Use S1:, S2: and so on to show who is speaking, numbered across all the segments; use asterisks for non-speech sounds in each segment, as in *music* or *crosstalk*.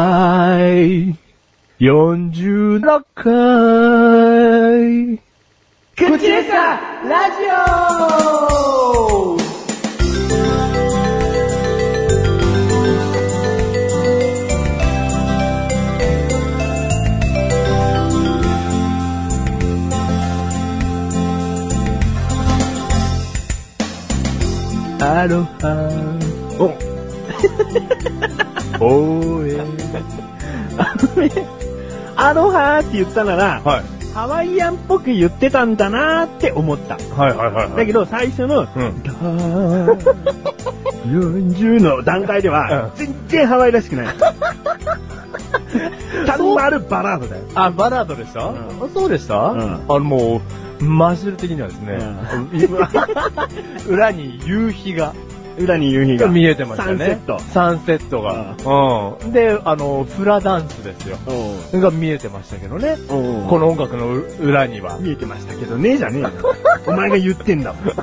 S1: 第46回。
S2: 口でさラジオ
S1: アロハ。
S2: *laughs*
S1: お応援。
S2: アロハーって言ったなら、
S1: はい。
S2: ハワイアンっぽく言ってたんだなーって思った。
S1: はいはいはい、
S2: だけど最初の、
S1: うん。
S2: ダー40の段階では、
S1: うん
S2: 全然ハワイらしくない。
S1: *laughs*
S2: 単なるバラードだよ。
S1: *laughs* あ、バラードでした、
S2: う
S1: あ
S2: ん
S1: そうでした、
S2: うん
S1: あの、もう、マジル的にはですね、裏に夕日が
S2: 裏に夕日が。
S1: 見えてましたね。
S2: サンセット
S1: サンセットが。うん。で、あの、フラダンスですよ。が見えてましたけどね。こ
S2: こ
S1: の音楽の裏には
S2: の。見えてましたけどねえじゃねえよ。お前が言ってん
S1: *laughs*
S2: だもん。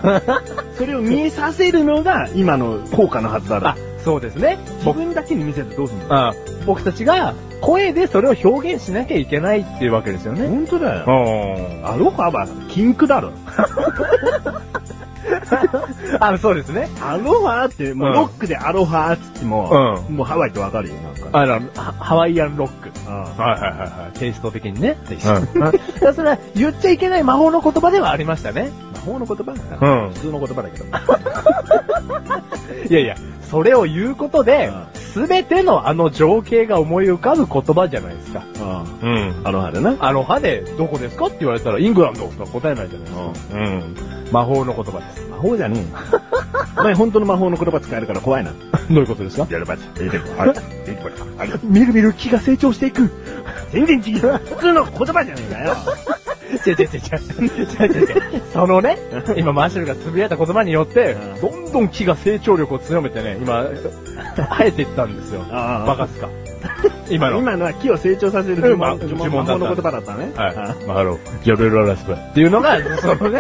S2: それを見えさせるのが今の効果のはずだろ
S1: あ。、そうですね。
S2: 自
S1: 僕
S2: 分だけに見せてどうすんの
S1: あ僕たちが声でそれを表現しなきゃいけないっていうわけですよね。
S2: 本当だ
S1: う。ん。
S2: アロハは禁句だろ。
S1: あ、そうですね。
S2: アロハって、もううんロックでアロハっつっても、もうハワイってわかるよ、なんか。
S1: あの、ハハワイアンロック。
S2: あ
S1: はいはいはいはい。テイスト的にね。テイ *laughs* スト。だからそれは言っちゃいけない魔法の言葉ではありましたね。
S2: 魔法の言葉だ
S1: う
S2: な。
S1: ん
S2: 普通の言葉だけど。
S1: *laughs* いやいや、それを言うことで
S2: うん、
S1: すべてのあの情景が思い浮かぶ言葉じゃないですか。うん。
S2: アロハでな。
S1: あの歯で、どこですかって言われたら、イングランドとか答えないじゃないですか。うん。魔法の言葉です。
S2: 魔法じゃねえ。お前本当の魔法の言葉使えるから怖いな。
S1: どういうことですか
S2: やるばち。出てこい。出てこい。あれ
S1: みるみる木が成長していく。
S2: 全然違う。普通の言葉じゃねえかよ。
S1: 違う違う違う違う違う違う。そのね、今マーシャルが呟いた言葉によって
S2: うん、
S1: どんどん木が成長力を強めてね、今、生えていったんですよ。
S2: ああ
S1: バカっすか。今の。
S2: 今のは木を成長させる呪文
S1: うん
S2: 呪
S1: 呪
S2: 文
S1: 文
S2: 魔
S1: だ
S2: 法
S1: った
S2: の言葉だったね。あ
S1: い。マハロー、ジャベルララスパっていうのが、そのね、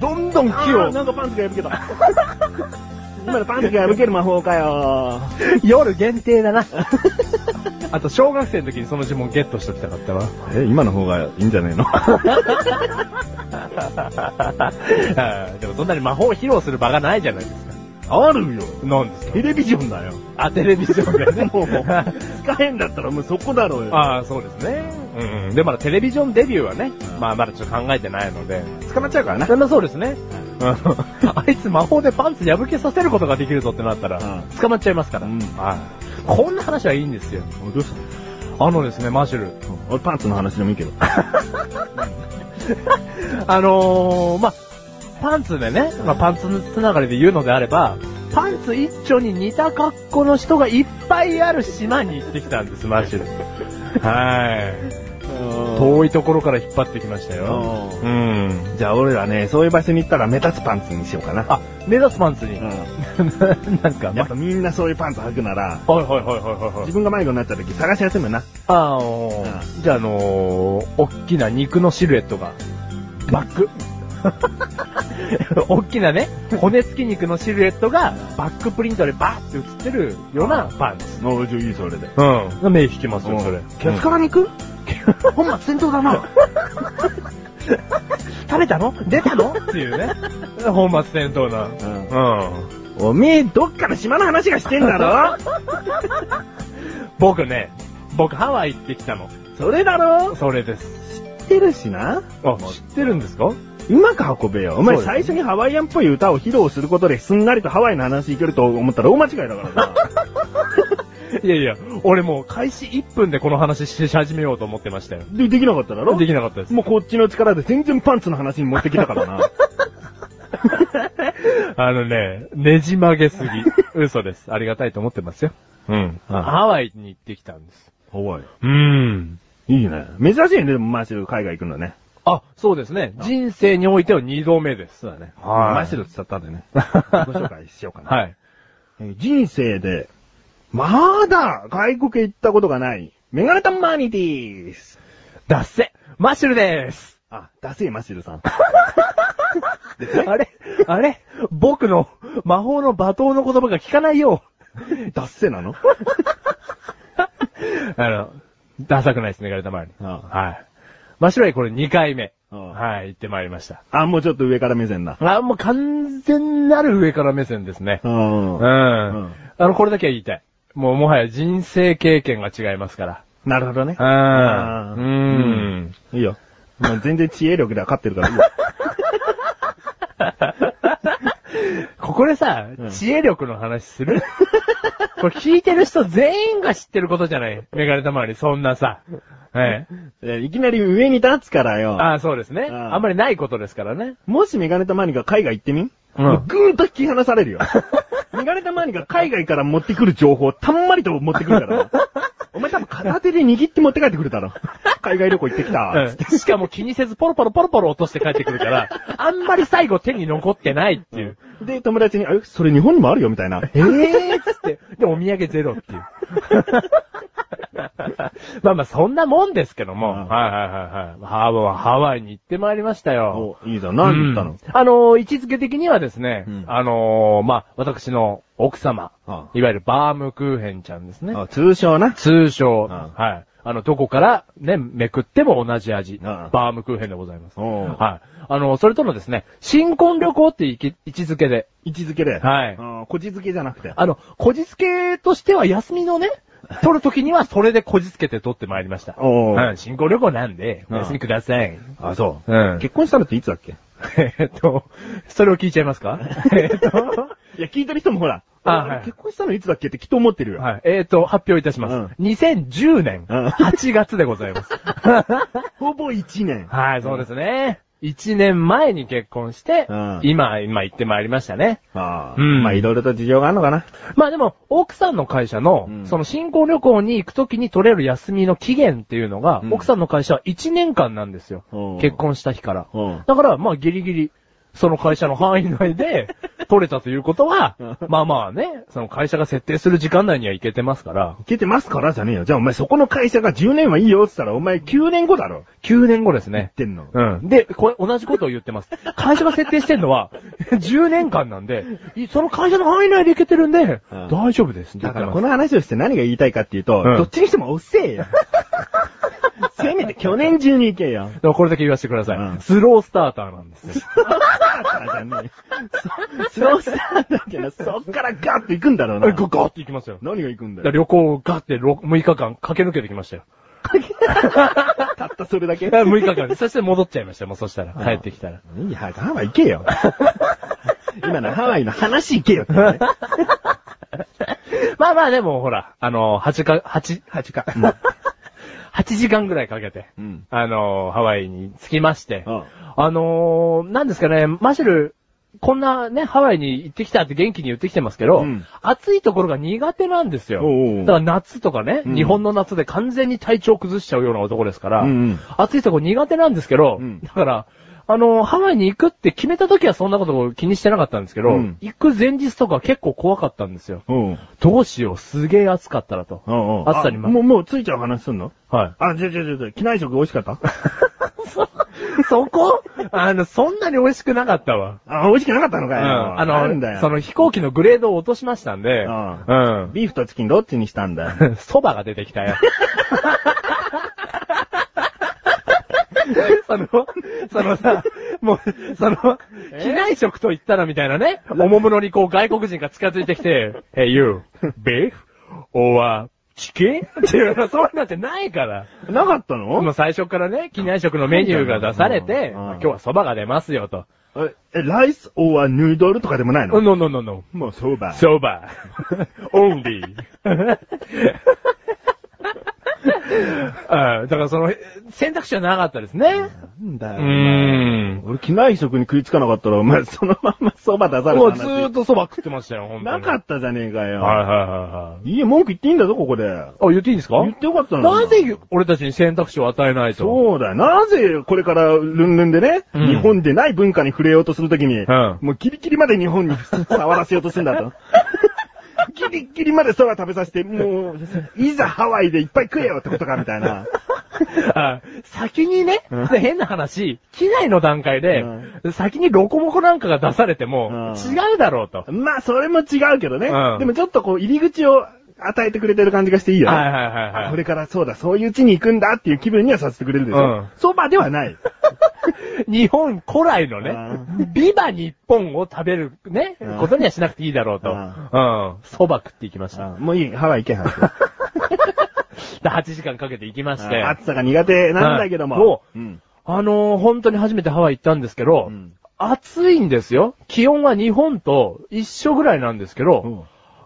S1: どんどん木
S2: あ
S1: を、
S2: なんかパンツが破けた。今のパンツが破ける魔法かよ。
S1: 夜限定だな。 *laughs* あと、小学生の時にその呪文ゲットしときたかったわ。
S2: え、今の方がいいんじゃ
S1: *laughs*
S2: ねえの
S1: あーでも、そんなに魔法を披露する場がないじゃないですか。
S2: あるよ。
S1: なんです
S2: テレビジョンだよ。
S1: あ、テレビジョンでね。
S2: *laughs* もう、使えんだったらもうそこだろう
S1: *laughs*
S2: よ。
S1: ああ、そうですね。うん、うん。で、まだテレビジョンデビューはね、まあまだちょっと考えてないので。
S2: 捕まっちゃうからな。
S1: まあそうですね。 *laughs* あいつ魔法でパンツ破けさせることができるぞってなった
S2: うん
S1: ら、捕まっちゃいますから。
S2: うん
S1: はい。こんな話はいいんですよ。
S2: どうした
S1: あのですね、マシュル。
S2: 俺パンツの話でもいいけど。
S1: あのー、まあ、パンツでね、まあ、パンツつながりで言うのであれば、パンツ一丁に似た格好の人がいっぱいある島に行ってきたんです、マジで。はい。遠いところから引っ張ってきましたよ。うん。
S2: じゃあ俺らね、そういう場所に行ったら目立つパンツにしようかな。
S1: あ、目指すパンツに。 *laughs* なんか、
S2: や
S1: ま
S2: っぱみんなそういうパンツ履くなら、
S1: はいはいはいはいはいはい
S2: 自。分が迷子になった時探しやすいもんな。
S1: あの
S2: う
S1: ー、じゃああのー、大きな肉のシルエットが、バック。 *laughs* 大きなね、骨付き肉のシルエットが、バックプリントでバーって映ってるようなパンツ。
S2: おじゃいいそれで。
S1: うん。目引きますよ、それ。
S2: ケツから肉ほんま戦闘だな。
S1: 食べたの出たのって *laughs* いうね。本末転倒な。うん。
S2: おめえ、どっかの島の話がしてんだろ
S1: 僕ね、僕ハワイ行ってきたの。
S2: それだろ
S1: それです。
S2: 知ってるしな。
S1: あ、知ってるんですか
S2: うまく運べよ。お前
S1: そうです
S2: 最初にハワイアンっぽい歌を披露することですんなりとハワイの話いけると思ったら大間違いだから
S1: いやいや、俺もう開始1分でこの話し始めようと思ってましたよ。
S2: な。で、できなかっただろ
S1: できなかったです。
S2: もうこっちの力で全然パンツの話に持ってきたから *laughs* な。
S1: あのね、ねじ曲げす *laughs* ぎ。嘘です。ありがたいと思ってますよ。うん。ハワイに行ってきたんです。
S2: ハワイ。
S1: うん。
S2: いいね。珍しいね、でもマーシル海外行く *laughs* のね。
S1: あ、そうですね。人生においては2度目です。そうだね。
S2: はい
S1: マ
S2: マ
S1: シ
S2: シ
S1: ル
S2: ル
S1: って言ったんで *laughs* ね。
S2: ご紹介しよう *laughs* かな。
S1: はい。
S2: えー人生で、まだ外国へ行ったことがない、メガネタマーニーです。
S1: ダッセマッシュルです
S2: あ、ダセーマシルさ
S1: *laughs*
S2: ん。*laughs*
S1: あれあれ僕の
S2: *laughs*
S1: 魔法の罵倒の言葉が聞かないよ
S2: ダッセーなの
S1: *laughs* あの、ダサくないですね、メガネたまり。
S2: ああ
S1: はい。真っ白いこれ2回目。
S2: ああ
S1: はい、行ってまいりました。
S2: あ、もうちょっと上から目線だ。
S1: あ、もう完全なる上から目線ですね。
S2: うん
S1: うん。あの、これだけは言いたい。もうもはや人生経験が違いますから。
S2: なるほどね。
S1: あーう
S2: あーうん
S1: ん。
S2: いいよ。もう全然知恵力では勝ってるからいいよ。
S1: ここでさ
S2: う、ん
S1: 知恵力の話する *laughs* これ聞いてる人全員が知ってることじゃないメガネたまわり、そんなさ。はい。
S2: え *laughs* いきなり上に立つからよ。
S1: ああ、そうですね。
S2: うん
S1: あんまりないことですからね。
S2: もしメガネたまにが海外行ってみん
S1: うん
S2: もうぐーんと引き離され
S1: *laughs*
S2: るよ。メガネたまにが海外から持ってくる情報、たんまりと持ってく
S1: *laughs*
S2: るから。お前多分片手で握って持って帰ってくるだろ。海外旅行行ってきた。つって
S1: うんしかも気にせずポロポロポロポロ落として帰ってくるから、あんまり最後手に残ってないって *laughs* いう。
S2: で、友達に、あ、それ日本にもあるよみたいな。
S1: ええーっつって、で、お土産ゼロっていう。 *laughs* まあまあ、そんなもんですけども。
S2: うん
S1: はいはいはいはい。ハワイハワイに行ってまいりましたよ。
S2: お、いいじゃん。何言ったの、
S1: うんあのー位置づけ的にはですね、
S2: うん
S1: あのーまあ、私の奥様、
S2: あ
S1: いわゆるバームクーヘンちゃんですね。
S2: あ通称な。
S1: 通称、
S2: うん
S1: はい。あの、どこからね、めくっても同じ味、
S2: ん
S1: バームクーヘンでございます。
S2: おう
S1: はい。あの、それとのですね、新婚旅行っていう位置位置づけで、
S2: 位置づけで。
S1: はい
S2: あこじづけじゃなくて。
S1: あの、こじつけとしては休み
S2: *laughs*
S1: のね、取るときにはそれでこじつけて取ってまいりました。
S2: おう
S1: うん、新婚旅行なんで、お
S2: うん
S1: 休みください。
S2: あ、そ
S1: うん
S2: 結婚したのっていつだっけ
S1: *laughs* えっと、それを聞いちゃいます
S2: *laughs*
S1: かえっと、
S2: いや、聞いてる人もほら、
S1: あ
S2: あ
S1: はい
S2: 結婚したのいつだっけってきっと思ってるよ。
S1: はい。えっと、発表いたします。2010年
S2: うん
S1: 8月でござい
S2: *laughs*
S1: ます。
S2: ほぼ1年。
S1: はい、そうですね。一年前に結婚して、
S2: うん
S1: 今、今行ってまいりましたね。
S2: ああ、
S1: うん
S2: まあ、いろいろと事情があるのかな。
S1: まあでも、奥さんの会社の、
S2: うん
S1: その新婚旅行に行くときに取れる休みの期限っていうのが、
S2: うん
S1: 奥さんの会社は1年間なんですよ
S2: お。う
S1: 結婚した日から
S2: おう。
S1: だから、まあギリギリ、その会社の範囲内で *laughs* 取れたということは
S2: うん、
S1: まあまあね、その会社が設定する時間内には行けてますから、
S2: 聞いてますからじゃねえよ。じゃあ、お前そこの会社が10年はいいよって言ったら、お前9年後だろ。
S1: 9年後ですね
S2: 言っ。てんの。
S1: うん。で、これ同じことを言ってます。会社が設定してんのは、10年間なんで、いその会社の範囲内でいけてるんで、
S2: うん
S1: 大丈夫ですって言
S2: だ
S1: っ
S2: か
S1: て
S2: ら、
S1: ま
S2: こ
S1: す。
S2: の話をして何が言いたいかっていうと、
S1: うん
S2: どっちにしても遅え
S1: *laughs*
S2: よ。せめて去年中に行けよ。
S1: でもこれだけ言わせてください。
S2: うん
S1: スロースターターなんですよ。
S2: じゃねえよスロースターだけど、そっからガッと行くんだろうな。
S1: *laughs* ガガーって行きますよ。
S2: 何が行くんだ
S1: だから
S2: よ。
S1: 旅行をガーって 6, 日間駆け抜けてきましたよ。
S2: たったそれだけ。
S1: 6日間。 *laughs* そして戻っちゃいましたよ、もうそしたら。
S2: うん
S1: 帰ってきたら。
S2: いや、ハワイ行けよ。今のハワイの話行けよってね、
S1: まあまあでもほら、あの、8か、8、8か。8時間ぐらいかけて、
S2: うん
S1: あの、ハワイに着きまして、
S2: うん
S1: あのー、なんですかね、マシュル、こんなね、ハワイに行ってきたって元気に言ってきてますけど、
S2: うん
S1: 暑いところが苦手なんですよ。
S2: おうおうお
S1: だ
S2: う
S1: から夏とかね、
S2: うん
S1: 日本の夏で完全に体調崩しちゃうような男ですから、
S2: うんうん
S1: 暑いとこ苦手なんですけど、
S2: うん
S1: だから、あのー、ハワイに行くって決めた時はそんなこと気にしてなかったんですけど、
S2: うん
S1: 行く前日とか結構怖かったんですよ。
S2: おう
S1: どうしよう、すげえ暑かったらと。
S2: おう
S1: 暑さに
S2: あ
S1: 負け
S2: もう、もうついちゃう話すんの
S1: はい。
S2: あ、じゃじゃじゃじゃ、機内食美味しかった
S1: そ、 *laughs* そこあの、そんなに美味しくなかったわ。
S2: あ、美味しくなかったの
S1: うん。
S2: かよ。
S1: あ
S2: なんだ
S1: の、
S2: よ。
S1: その飛行機のグレードを落としましたんで、
S2: う
S1: うん。
S2: ビーフとチキンどっちにしたんだよ。
S1: 蕎麦が出てきたよ。 *laughs* その、そのさ、もう、その、機内食と言ったらみたいなね、おもむろにこう外国人が近づいてきて、Hey you, beef or chicken? っていうの、そういうのって *laughs* ないから。
S2: なかったの
S1: もう最初からね、機内食のメニューが出されて、
S2: うんうん
S1: 今日は蕎麦が出ますよと。
S2: ええ、ライスオアヌードルとかでもないの
S1: ノノノノ。
S2: もうそうば。
S1: 蕎麦。only.
S2: *laughs*
S1: あだからその、選択肢はなかったですね。
S2: なん
S1: う
S2: だよ。
S1: ーん。
S2: 俺、機内食に食いつかなかったら、お前そのまんまそば出された
S1: もう
S2: 話
S1: ずーっと蕎麦食ってましたよ、本当
S2: な
S1: に。
S2: かったじゃねえかよ。
S1: はいはいはいはい。
S2: い。いえ、文句言っていいんだぞ、ここで。
S1: あ、言っていいんですか
S2: 言ってよかったの
S1: なぜ俺たちに選択肢を与えないと。
S2: そうだよ。なぜ、これから、ルンルンでね、
S1: うん
S2: 日本でない文化に触れようとするときに、
S1: ん
S2: もうギリギリまで日本に触らせようとするん
S1: *laughs*
S2: だと。ギリギリまでそば食べさせて、もう、いざハワイでいっぱい食えよってことか、みたいな。
S1: *laughs* あ先にね、
S2: うん
S1: で変な話、機内の段階で、先にロコモコなんかが出されても、
S2: うん
S1: 違うだろうと。
S2: まあ、それも違うけどね。
S1: うん
S2: でもちょっとこう、入り口を、与えてくれてる感じがしていいよね。
S1: はいはいはい
S2: あ
S1: はい
S2: こ。れからそうだ、そういう地に行くんだっていう気分にはさせてくれるでしょ。
S1: うん
S2: そばではない。
S1: 日本古来のね
S2: う、
S1: ビバ日本を食べるね
S2: う、ん
S1: ことにはしなくていいだろうと。
S2: う
S1: うんん。蕎麦食っていきました。
S2: もういい、ハワイ行け、ハワイ行
S1: で、8時間かけて行きまし
S2: け。
S1: て。
S2: 暑さが苦手なんだけど
S1: はい
S2: も
S1: そ。
S2: うん。
S1: あのー本当に初めてハワイ行ったんですけど、
S2: うん
S1: 暑いんですよ。気温は日本と一緒ぐらいなんですけど、
S2: うん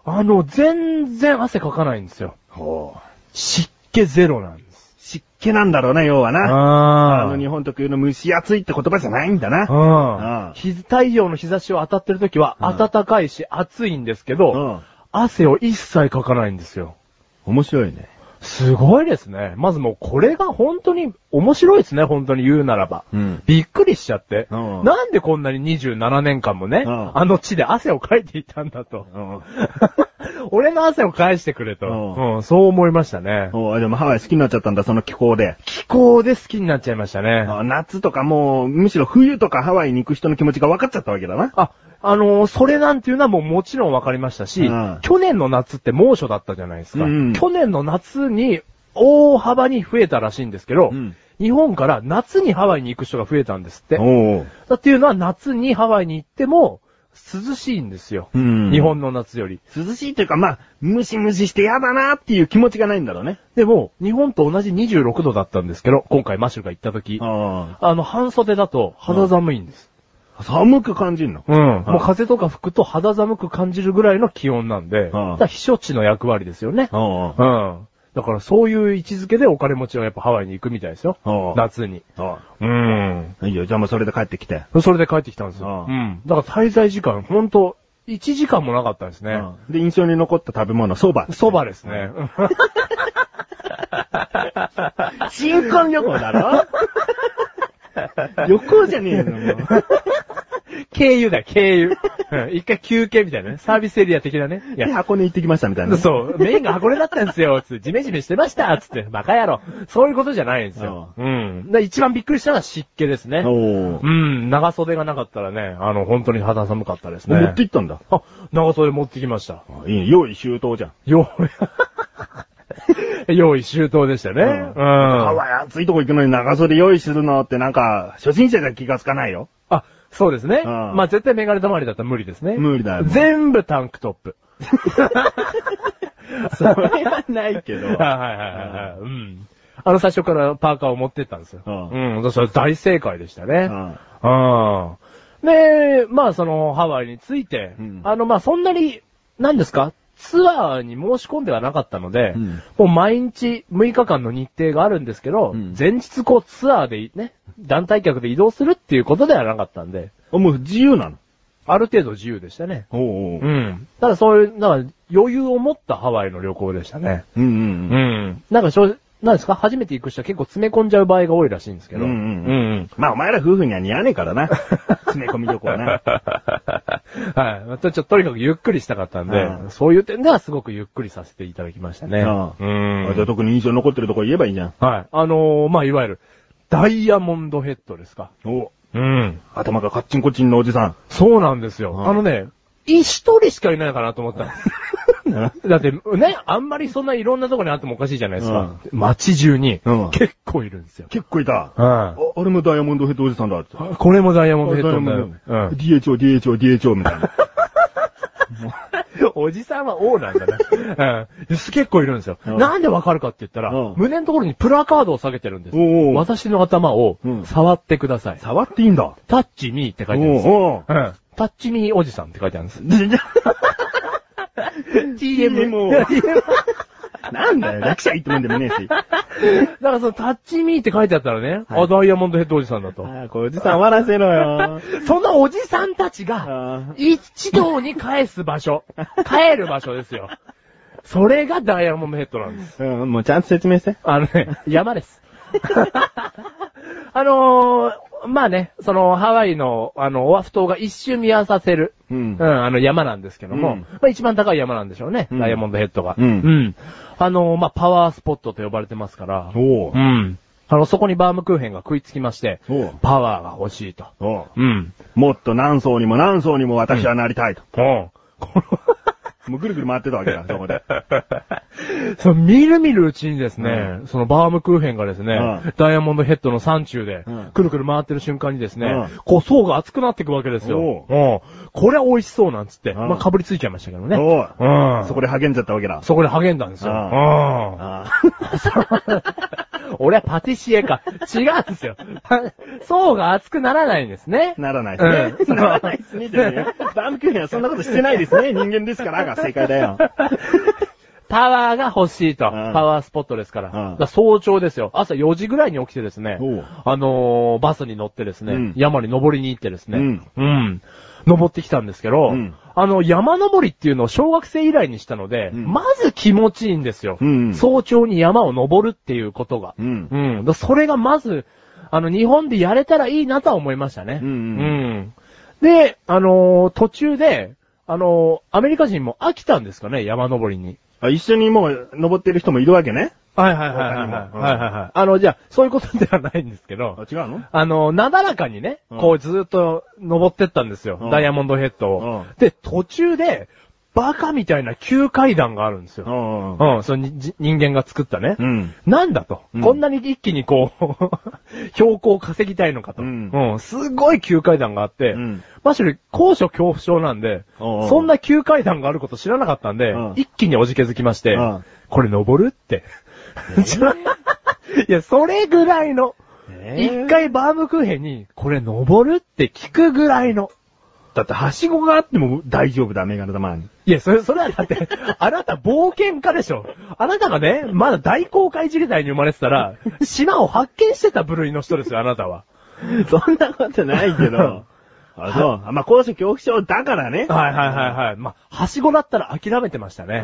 S1: あの、全然汗かかないんですよ。
S2: ほう。
S1: 湿気ゼロなんです。
S2: 湿気なんだろうな、要はな。あ
S1: あ
S2: の日本特有の蒸し暑いって言葉じゃないんだな。
S1: う
S2: うん
S1: ん。日太陽の日差しを当たってる時は
S2: うん
S1: 暖かいし暑いんですけど、
S2: うん
S1: 汗を一切かかないんですよ。
S2: 面白いね。
S1: すごいですね。まずもうこれが本当に面白いですね、本当に言うならば。
S2: うん
S1: びっくりしちゃって、
S2: うん
S1: なんでこんなに27年間もね、
S2: うん
S1: あの地で汗をかいていたんだ
S2: *laughs*
S1: と。
S2: うん。
S1: 俺の汗を返してくれと、
S2: うん
S1: うんそう思いましたね。
S2: おうでもハワイ好きになっちゃったんだ、その気候で。
S1: 気候で好きになっちゃいましたね。
S2: あ夏とかもう、むしろ冬とかハワイに行く人の気持ちが分かっちゃったわけだな。
S1: あ、あのーそれなんていうのはもうもちろんわかりましたし、
S2: うん
S1: 去年の夏って猛暑だったじゃないですか。
S2: うん
S1: 去年の夏に大幅に増えたらしいんですけど、
S2: うん
S1: 日本から夏にハワイに行く人が増えたんですって。
S2: おう。
S1: だっていうのは夏にハワイに行っても涼しいんですよ。
S2: うん
S1: 日本の夏より。
S2: 涼しいというか、まあ、ムシムシして嫌だなっていう気持ちがないんだろうね。
S1: でも、日本と同じ26度だったんですけど、今回マシュが行った時、
S2: あ
S1: あの、半袖だと肌寒いんです。
S2: あ。寒く感じるの。
S1: うん。もう
S2: あ
S1: 風とか吹くと肌寒く感じるぐらいの気温なんで、だ
S2: あ
S1: から避暑地の役割ですよね。
S2: あ
S1: う。ん。だからそういう位置づけでお金持ちはやっぱハワイに行くみたいですよ
S2: ああ。
S1: 夏に。
S2: あ
S1: うん。
S2: あ。いいよ、じゃあもうそれで帰ってきて。
S1: それで帰ってきたんですよ。
S2: ああ
S1: うん。だから滞在時間、ほんと、1時間もなかったんですね。
S2: うんで、印象に残った食べ物、蕎麦。
S1: そばですね。
S2: 新婚旅行だ *laughs* ろ旅行じゃねえの、もう。
S1: 経由だよ、経由。うん一回休憩みたいなね。サービスエリア的なね。い
S2: で、
S1: や、
S2: 箱根行ってきましたみたいな。
S1: そう、メインが箱根だったんですよ、つって、ジメジメしてました、つって、バカ野郎。そういうことじゃないんですよ。うん。で、一番びっくりしたのは湿気ですね。
S2: おー
S1: うん、長袖がなかったらね、あの、本当に肌寒かったですね。
S2: 持って行ったんだ。
S1: あ、長袖持ってきました。
S2: あいいね、用意周到じゃん。
S1: 用意、 *laughs* 用意周到でしたね。うん。
S2: ハワイ暑いとこ行くのに長袖用意するのってなんか、初心者じゃ気がつかな
S1: *laughs*
S2: いよ。
S1: あ、そうですね。
S2: うん
S1: まあ絶対メガネ溜まりだったら無理ですね。
S2: 無理だよ
S1: 全部タンクトップ。
S2: それはないけど
S1: *laughs* はいはいはいはい。うん。あの最初からパーカーを持ってったんですよ。
S2: うん
S1: うん。そしたら大正解でしたね。
S2: うん
S1: うん。で、まあそのハワイについて、
S2: うん
S1: あのまあそんなに、何ですかツアーに申し込んではなかったので、
S2: うん
S1: もう毎日6日間の日程があるんですけど、
S2: うん
S1: 前日こうツアーでね、団体客で移動するっていうことではなかったんで、
S2: あもう自由なの。
S1: ある程度自由でしたね。
S2: おうおう
S1: う。ん。ただそういう、なんか余裕を持ったハワイの旅行でしたね。
S2: うんうんうん。
S1: ん。なんかしょ、なんですか初めて行く人は結構詰め込んじゃう場合が多いらしいんですけど。
S2: うんうんうん
S1: うん
S2: まあお前ら夫婦には似合わね
S1: *laughs*
S2: えからな。詰め込み旅行はな。
S1: うん。はい。またちょっととにかくゆっくりしたかったんで、
S2: うん
S1: そういう点ではすごくゆっくりさせていただきましたね。
S2: う
S1: うん
S2: あじゃあ特に印象に残ってるとこ言えばいいじゃん。
S1: はい。あのーまあ、いわゆる、ダイヤモンドヘッドですか。
S2: お
S1: うん。
S2: 頭がカッチンコチンのおじさ
S1: そうなんですよ。
S2: うん
S1: あのね、一人しかいないかなと思ったんです。
S2: ん。な
S1: *laughs* だって、ね、あんまりそんないろんなとこにあってもおかしいじゃないですか。街中に
S2: うん、
S1: 結構いるんですよ。
S2: 結構いた。
S1: うん。
S2: あ、あれもダイヤモンドヘッドおじさんだって。
S1: これもダイヤモンドヘッド
S2: ダイヤモ
S1: だ
S2: ン
S1: よ。
S2: ドヘッド DHO、DHO、DHO みたいな。
S1: うん。 *laughs* おじさんは王なんだね。うん。結構いるんですよ。
S2: うん
S1: なんでわかるかって言ったら
S2: うん、
S1: 胸のところにプラカードを下げてるんです。
S2: おうおう
S1: 私の頭を
S2: うん
S1: 触ってください。
S2: 触っていいんだ。
S1: タッチミーって書いてあるんですよ。
S2: おうお
S1: うん。タッチミーおじさんって書いてあるんです。
S2: TMO。なんだよ、役者いいってもんでもねえ *laughs* し。
S1: だからそのタッチミーって書いてあったらね、
S2: はい
S1: あ、ダイヤモンドヘッドおじさんだと。
S2: ああ、こうおじさん終わらせろ *laughs* よ。
S1: そのおじさんたち
S2: あ
S1: が、一堂に返す場
S2: *laughs*
S1: 所、帰る場所ですよ。それがダイヤモンドヘッドなんです。
S2: うん、もうちゃんと説明して。
S1: あのね、山です。 *laughs* あのー、まあね、その、ハワイの、あの、オアフ島が一周見渡せる、
S2: うん
S1: うん、あの山なんですけども、
S2: うん
S1: まあ一番高い山なんでしょうね、
S2: うん
S1: ダイヤモンドヘッドが。
S2: うん
S1: んあのー、まあパワースポットと呼ばれてますから、
S2: お
S1: う。
S2: うん
S1: あの、そこにバームクーヘンが食いつきまして
S2: おう、
S1: パワーが欲しいと。
S2: おう
S1: うん。
S2: もっと何層にも何層にも私はなりたいと。
S1: うん。この
S2: もうぐるぐる回ってたわけ *laughs* だ、そこで。
S1: *laughs* そう、みるみるうちにですね、
S2: う
S1: そのバームクーヘンがですね、
S2: うん
S1: ダイヤモンドヘッドの山中で、
S2: うん
S1: くるくる回ってる瞬間にですね、
S2: うん
S1: こう層が厚くなっていくわけですよ。
S2: お
S1: うんこれは美味しそうなんつって、
S2: うん
S1: まあ、かぶりついちゃいましたけどね。
S2: おう
S1: うん。
S2: そこで励んじゃったわけだ。
S1: そこで励んだんですよ。
S2: う
S1: うんん。
S2: *laughs*
S1: *laughs*
S2: あ
S1: 俺はパティシエか。違うんですよ。 *laughs* 層が厚くならないんですね
S2: あ。ならないです
S1: う
S2: ね。
S1: ん
S2: ならないですねってね。バームクーヘンはそんなことしてないですね。人間ですからが正解だよ。
S1: パワーが欲しいと。
S2: うん
S1: パワースポットですから。
S2: うん
S1: だから早朝ですよ。朝4時ぐらいに起きてですね
S2: おう。
S1: あのーバスに乗ってですね、
S2: うん
S1: 山に登りに行ってですね。
S2: うん
S1: うん登ってきたんですけど、
S2: うん
S1: あの、山登りっていうのを小学生以来にしたので、
S2: うん
S1: まず気持ちいいんですよ、
S2: うん
S1: 早朝に山を登るっていうことが。
S2: うん
S1: うん。だからそれがまず、あの、日本でやれたらいいなとは思いましたね。
S2: うんうん
S1: うんで、あのー途中で、あのーアメリカ人も飽きたんですかね、山登りに。
S2: あ一緒にもう登ってる人もいるわけね。
S1: はいはいはいい
S2: は
S1: はいい、
S2: はい
S1: はいはいはい。あの、じゃあ、そういうことではないんですけ
S2: あ
S1: ど、
S2: 違うの
S1: あの、なだらかにね、
S2: うん
S1: こうずーっと登ってったんですよ、
S2: うん
S1: ダイヤモンドヘッドを。
S2: うん
S1: で、途中で、バカみたいな急階段があるんですよ。
S2: ん
S1: うん、そのにじ人間が作ったね。
S2: うん。
S1: なんだと、
S2: うん
S1: こんなに一気にこう、 *laughs* 標高を稼ぎたいのかと。
S2: うん
S1: すごい急階段があって、
S2: うん
S1: むしろ高所恐怖症なんで、
S2: おうおう
S1: そんな急階段があること知らなかったんで、
S2: うん
S1: 一気におじけづきまして、
S2: うん
S1: これ登るって。 *laughs* いや、それぐらいの、
S2: え
S1: 一、
S2: ー
S1: 回バームクーヘンに、これ登るって聞くぐらいの。
S2: だって、はしごがあっても大丈夫だ、メガネ玉に。
S1: いや、それ、それはだって、あなた冒険家でしょ。あなたがね、まだ大航海時代に生まれてたら、島を発見してた部類の人ですよ、あなたは。
S2: そんなことないけど。 *laughs* あ、そう。あまあ、高所恐怖症だからね。
S1: はいはいはいはい。まあ、はしごだったら諦めてましたね。うん。だ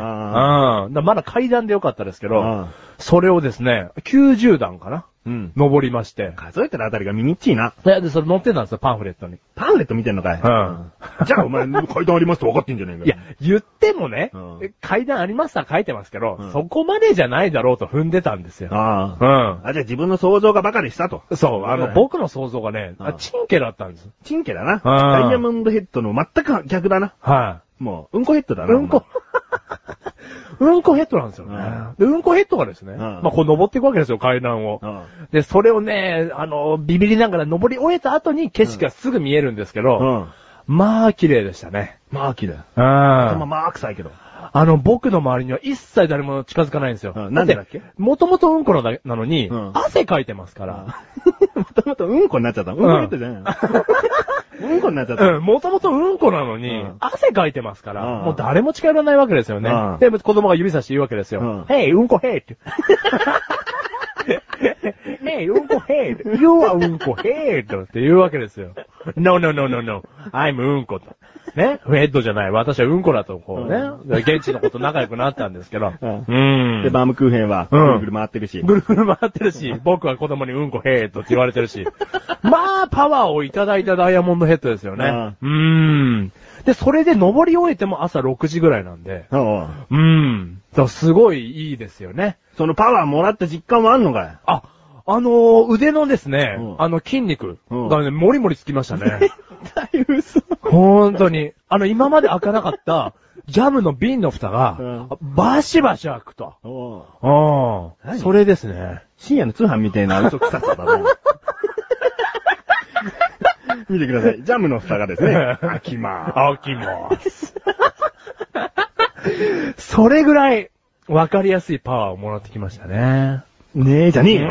S1: か
S2: あ
S1: らまだ階段でよかったですけ
S2: うん
S1: ど、それをですね、90段かな
S2: うん。
S1: 登りまして。
S2: 数えてるあたりがミニッチいな。
S1: で、でそれ載ってたんですよ、パンフレットに。
S2: パンフレット見てんのかい
S1: うん。
S2: *laughs* じゃあ、お前、階段ありますって分かってんじゃねえかよ
S1: いや、言ってもね
S2: うん、
S1: 階段ありますは書いてますけど
S2: うん、
S1: そこまでじゃないだろうと踏んでたんですよ。
S2: あ
S1: う
S2: あ。
S1: ん。
S2: あ、じゃあ自分の想像がバカでしたと。
S1: そう、あ
S2: うん
S1: の、僕の想像がね、
S2: う
S1: あ
S2: ん
S1: チンケだったんです。
S2: チンケだな。
S1: ああ
S2: ダイヤモンドヘッドの全く逆だな。
S1: は
S2: もう、うんこヘッド
S1: い。
S2: だな。
S1: うんこ、うんこヘッドなんですよね
S2: うん。
S1: で、うんこヘッドがですね、
S2: ん
S1: まあこう登っていくわけですよ、階段を
S2: お。前。
S1: で、それをね、あの、ビビりながら登り終えた後に景色がすぐ見えるんですけ
S2: う
S1: ど、
S2: ん。うん。
S1: まあ綺麗でしたね。
S2: マーキーだよ。
S1: うん。
S2: 頭
S1: あ
S2: マークさいけど。
S1: の、僕の周りには一切誰も近づかないんですよ。
S2: うんなんでだっけ
S1: もともとうんこのだなのに
S2: うん、
S1: 汗かいてますから。
S2: もともとうんこになっちゃったの。うんこヘッドじゃないの。うんこになっちゃったの。
S1: うん、もともとうんこなのに、
S2: うん
S1: 汗かいてますから、
S2: うん
S1: もう誰も近寄らないわけですよね。
S2: うん
S1: で、子供が指差して言うわけですよ。
S2: うん
S1: へい、うんこへい
S2: *laughs*
S1: って。へい、うんこへいって。You are うんこへいって言うわけですよ。No, no, no, no, no. I'm うんこと。ねフェッドじゃない。私はうんこだと、こうね。現地の子と仲良くなったんですけど。
S2: うん
S1: うん。
S2: で、バームクーヘンは、ぐ
S1: うん
S2: るぐる回ってるし。
S1: ぐるぐる回ってる
S2: *laughs*
S1: し、僕は子供にうんこヘッドって言われてるし。まあ、パワーをいただいたダイヤモンドヘッドですよね。うーん。で、それで登り終えても朝6時ぐらいなんで。
S2: おう
S1: うーん。だからすごいいいですよね。
S2: そのパワーもらった実感はあんのかい
S1: あ、あのー腕のですね、
S2: うん
S1: あの筋肉がね、もりもりつきましたね。 *laughs*
S2: だいぶ嘘。
S1: 本当に。あの、今まで開かなかった、ジャムの瓶の蓋が、バシバシ開くと。
S2: おう
S1: うん。それですね。
S2: 深夜の通販みたいな嘘くささだな。見てください。ジャムの蓋がですね、開きま
S1: あきます。 *laughs* それぐらい、わかりやすいパワーをもらってきましたね。
S2: す。ねえ、じゃねえよ。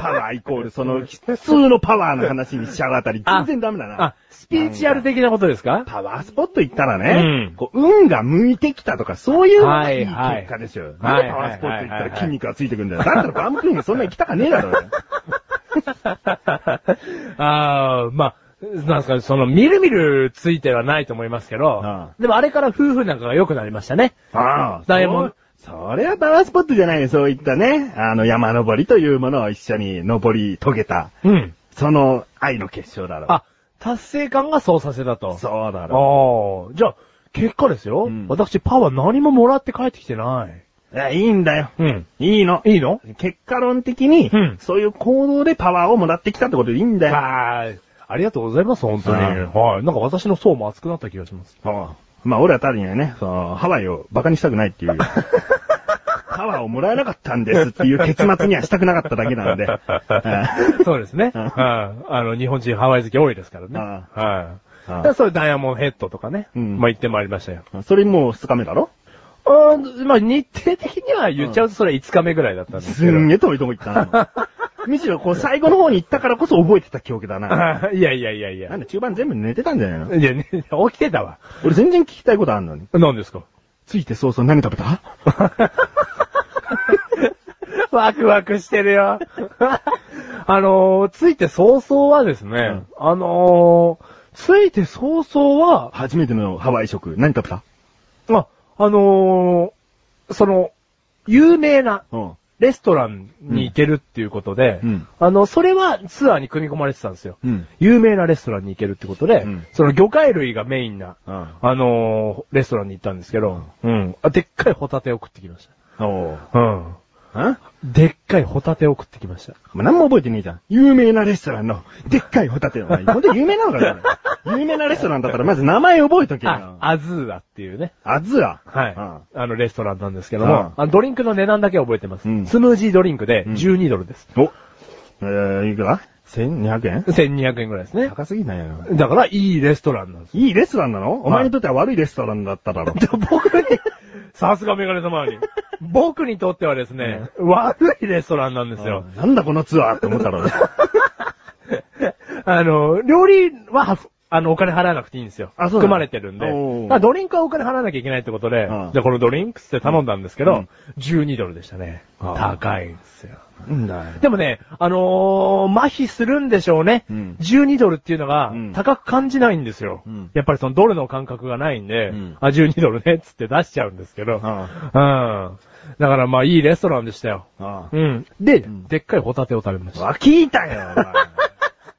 S2: パワーイコール、その、普通のパワーの話にしちゃうあたり、全然ダメだな
S1: あ。、スピーチュアル的なことですか *laughs*
S2: パワースポット行ったらね、
S1: うん
S2: こう運が向いてきたとか、そういうのがいい結
S1: はい
S2: 果でしょ。
S1: はい
S2: なんでパワースポット行った
S1: はいはい
S2: ら
S1: はい
S2: 筋肉がついてくるんだよ。だったらバームクーヘンそんな行きたかねえだろうよ。
S1: ああ、まあ、なんすか、その、みるみるついてはないと思いますけど、
S2: あ
S1: でもあれから夫婦仲が良くなりましたね。
S2: ああ、
S1: *laughs* ダイヤモン
S2: そうそれはパワースポットじゃないね。そういったね、あの山登りというものを一緒に登り遂げた。
S1: うん。
S2: その愛の結晶だろう。
S1: あ、達成感がそうさせたと。
S2: そうだろ
S1: ああ、じゃあ、結果ですよ、
S2: うん
S1: 私パワー何ももらって帰ってきてない。
S2: う。いや、いいんだよ。
S1: うん。
S2: いいの。
S1: いいの
S2: 結果論的に、
S1: うん
S2: そういう行動でパワーをもらってきたってことでいいんだよ。
S1: はい。ありがとうございます、本当に。
S2: うん *laughs*
S1: はい。なんか私の層も厚くなった気がします。
S2: ああまあ俺は単にね、その、ハワイをバカにしたくないっていう。 *laughs* パワーをもらえなかったんですっていう結末にはしたくなかっただけなん *laughs* で。
S1: そうですね。
S2: う
S1: うんんあの、日本人ハワイ好き多いですからね。
S2: うん
S1: はい。
S2: うん
S1: だからそういうダイヤモンドヘッドとかね。
S2: うん
S1: まあ言ってまいりましたよ。
S2: うんそれもう2日目だろ
S1: うん、まあ日程的には言っちゃうとそれは5日目ぐらいだったんです
S2: す
S1: けど。
S2: んげえ遠いとこ行ったな。むしろこう最後の方に行ったからこそ覚えてた記憶だな。
S1: あ *laughs* いやいやいやいや。
S2: なんで中盤全部寝てたんじゃないの
S1: いや、ね、起きてたわ。
S2: 俺全然聞きたいことあんのに。
S1: 何です
S2: *laughs*
S1: か
S2: ついて早々何食べた
S1: ワクワクしてるよ。 *laughs* あのー、ついて早々はですね、
S2: ん
S1: あのー、ついて早々は、
S2: 初めてのハワイ食。何食べた
S1: まあ、あのー、その、有名な
S2: うん。
S1: レストランに行けるっていうことで、
S2: うん
S1: あの、それはツアーに組み込まれてたんですよ。
S2: うん
S1: 有名なレストランに行けるってことで、
S2: うん
S1: その魚介類がメインな、
S2: うん
S1: あのーレストランに行ったんですけど、うん。あ、でっかいホタテを食ってきまし
S2: おう。
S1: た。うん。
S2: あ
S1: でっかいホタテを食ってきました。
S2: まあ何も覚えてねえじゃん。有名なレストランの、でっかいホタテの。ほんと有名なのかなこれ有名なレストランだったらまず名前覚えとけ
S1: あ
S2: よ、。
S1: アズーアっていうね。
S2: あずら。
S1: はい。
S2: うん
S1: あの、レストランなんですけど
S2: うん
S1: も、あのドリンクの値段だけ覚えてます。
S2: うん
S1: スムージードリンクで
S2: うん
S1: 12ドルです。
S2: お、えー、いくら ?1200 円
S1: 1200円ぐらいですね。
S2: 高すぎないよ。
S1: だから、いいレストランなんです。
S2: いいレストランなのお前にとっては悪いレストランだった
S1: *laughs*
S2: だろ。
S1: 僕に、さすがメガネ様に。僕にとってはですね、悪いレストランなんですよ。
S2: なんだこのツアーって思っ
S1: *laughs*
S2: たろうね。
S1: あの、料理はは、あの、お金払わなくていいんですよ。
S2: あそうなの
S1: 含まれてるんで。
S2: おー
S1: まあドリンクはお金払わなきゃいけないってことで、
S2: うん
S1: じゃあこのドリンクスって頼んだんですけど、
S2: うん
S1: 12ドルでしたね。
S2: あー
S1: 高いんですよ。
S2: なんだよ。
S1: でもね、あのー、麻痺するんでしょうね。
S2: うん
S1: 12ドルっていうのが
S2: うん
S1: 高く感じないんですよ。
S2: うん
S1: やっぱりそのドルの感覚がないんで、
S2: うん
S1: あ、12ドルねっつって出しちゃうんですけど。
S2: あ
S1: うん。だからまあいいレストランでしたよ。
S2: あ
S1: うん。で、
S2: ん
S1: でっかいホタテを食べまし
S2: あ。
S1: た。
S2: わ、聞いたよ、
S1: *laughs*
S2: お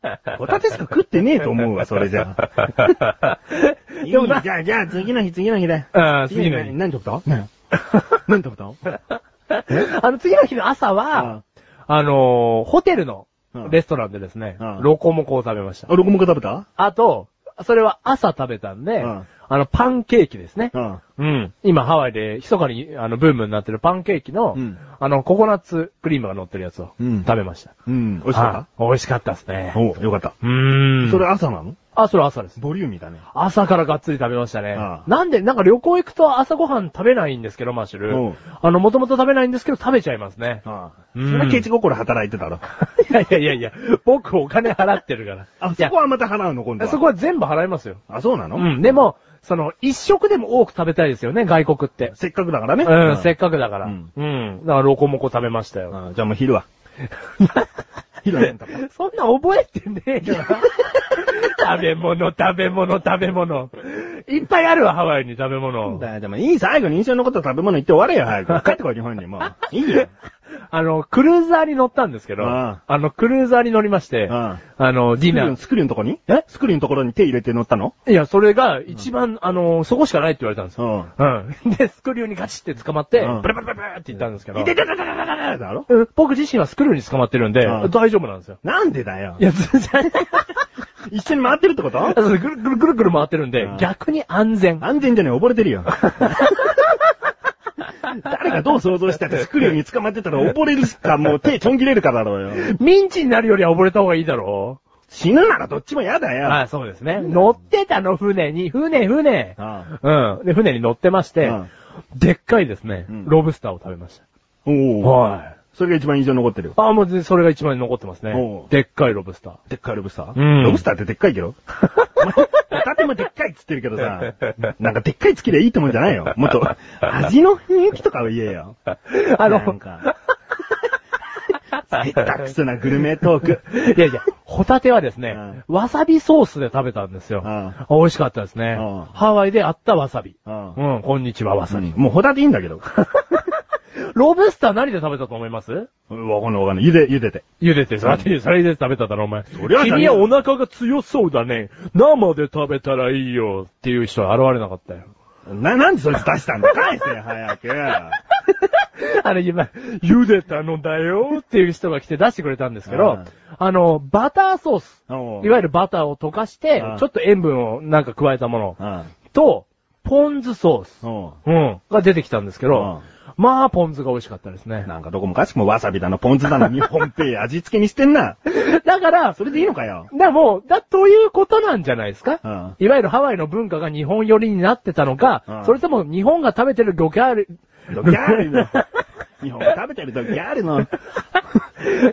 S2: 前ホタテしか食ってねえと思うわ、それじゃあ。
S1: *laughs*
S2: いいじ
S1: でも
S2: ゃ
S1: な、
S2: あ、じゃあ、次の日、次の日だよ。
S1: あー次の日
S2: 何何食べたね *laughs* 何食べた
S1: あの次の日の朝は、あのー、ホテルのレストランでですね
S2: うん、
S1: ロコモコを食べました。
S2: あ、ロコモコ食べた
S1: あと、それは朝食べたんで、
S2: うん
S1: あの、パンケーキですね。
S2: うん。
S1: うん。今、ハワイで、密かに、あの、ブームになってるパンケーキの、
S2: うん
S1: あの、ココナッツクリームが乗ってるやつを、
S2: うん
S1: 食べました。
S2: うん。美味し
S1: は
S2: か
S1: い美味しかったです
S2: っ
S1: ね
S2: た。おうよかった。
S1: うーん。
S2: それ朝なの
S1: あ、それ朝です。
S2: ボリューミーだね。
S1: 朝からがっつり食べましたね
S2: あ。あ
S1: なんで、なんか旅行行くと朝ごはん食べないんですけど、マッシュ
S2: うん
S1: ル。あの、もともと食べないんですけど、食べちゃいますね。
S2: ああ。そ
S1: うん
S2: れはケチ心働いてたろ。
S1: *laughs* いやいやいやいや、僕お金払ってるから。
S2: あ、
S1: い
S2: そ
S1: や
S2: こはまた払うの、今度は。
S1: そこは全部払いますよ。
S2: あ、そうなの
S1: うん。でも、その、一食でも多く食べたいですよね、外国って。
S2: せっかくだからね。
S1: うん、せっかくだから。
S2: う
S1: うんん。だから、ロコモコ食べましたよ。
S2: あじゃあもう昼は。
S1: *laughs*
S2: 昼は何食べた
S1: そんな覚えてね
S2: *laughs*
S1: えよ。食べ物、食べ物、食べ物。いっぱいあるわ、ハワイに食べ物。
S2: だよ、でもいい、最後に印象に残った食べ物言って終われよ、
S1: *laughs*
S2: 早く。帰ってこい、日本にもう。いいよ。
S1: あの、クルーザーに乗ったんですけど、
S2: あ
S1: あの、クルーザーに乗りまして、
S2: あ
S1: あの、ディ
S2: スクリュ
S1: ナ
S2: ー、
S1: ー。
S2: スクリューのとこにえスクリューのところに手入れて乗ったの
S1: いや、それが一番、あの、そこしかないって言われたんですよ。
S2: ん。
S1: うん。で、スクリューにガチって捕まって、
S2: うん
S1: ブラブラブラブラって言ったんですけど、
S2: いてててててててだろ
S1: うん僕自身はスクリューに捕まってるんで、
S2: うん
S1: 大丈夫なんですよ。
S2: なんでだよ
S1: い。や、ずじゃ
S2: 一緒に回ってるってこと
S1: あそうぐるぐるぐるぐる回ってるんで
S2: うん、
S1: 逆に安全。
S2: 安全じゃねえ、溺れて
S1: *laughs*
S2: るよ。誰がどう想像したってスクリューに捕まってたら溺れるか、もう手ちょん切れるかだろうよ。
S1: ミンチになるよりは溺れた方がいいだろ
S2: 死ぬならどっちも嫌だ
S1: う。あ
S2: よ。
S1: あ、そうですね。乗ってたの、船に。船、船。
S2: あ
S1: うん。で、船に乗ってまして、
S2: うん
S1: でっかいですね
S2: うん、
S1: ロブスターを食べまし
S2: お
S1: た。
S2: お。
S1: はい。
S2: それが一番印象に残ってるよ。
S1: ああ、もうぜそれが一番残ってますね
S2: おう。
S1: でっかいロブスター。
S2: でっかいロブスター
S1: うん
S2: ロブスターってでっかい
S1: *laughs*
S2: けどお前ホタテもでっかいっつってるけどさ、なんかでっかいつきりゃいいってもんじゃないよ。もっと、味の雰囲気とかを言えよ。
S1: あの、
S2: なんか、下手くそなグルメト
S1: *laughs*
S2: ーク。
S1: いやいや、ホタテはですね、わさびソースで食べたんですよ。
S2: うん
S1: 美味しかったですね
S2: うん。
S1: ハワイであったわさび。
S2: う
S1: うんん、こんにちはわさび。
S2: もうホタテいいんだけ
S1: *laughs*
S2: ど。
S1: ロブスター何で食べたと思います
S2: わかんないわかんない。茹で、茹でて。
S1: 茹でて、それで、それで食べただろ、お前。
S2: りゃ
S1: 君はお腹が強そうだね。生で食べたらいいよ。っていう人は現れなかったよ。
S2: な、なんでそいつ出したんだ返せよ、早く。
S1: あれ今、茹でたのだよっていう人が来て出してくれたんですけ
S2: う
S1: ど
S2: ん、
S1: あの、バターソース。
S2: おう
S1: いわゆるバターを溶かして
S2: うん、
S1: ちょっと塩分をなんか加えたもの
S2: うん
S1: と、ポン酢ソース。
S2: う
S1: うん。が出てきたんですけど、まあ、ポン酢が美味しかったですね
S2: ん。。なんかどこもかしくもわさびだの、ポン酢だの、日本ペイ味付けにしてんな。
S1: だから、
S2: それでいいのかよ。
S1: だ、もう、だ、ということなんじゃないですか、
S2: うん
S1: いわゆるハワイの文化が日本寄りになってたのか、
S2: うん
S1: それとも日本が食べてる魚介類、 *laughs*
S2: ドギャールの。日本が食べてるドギャールの。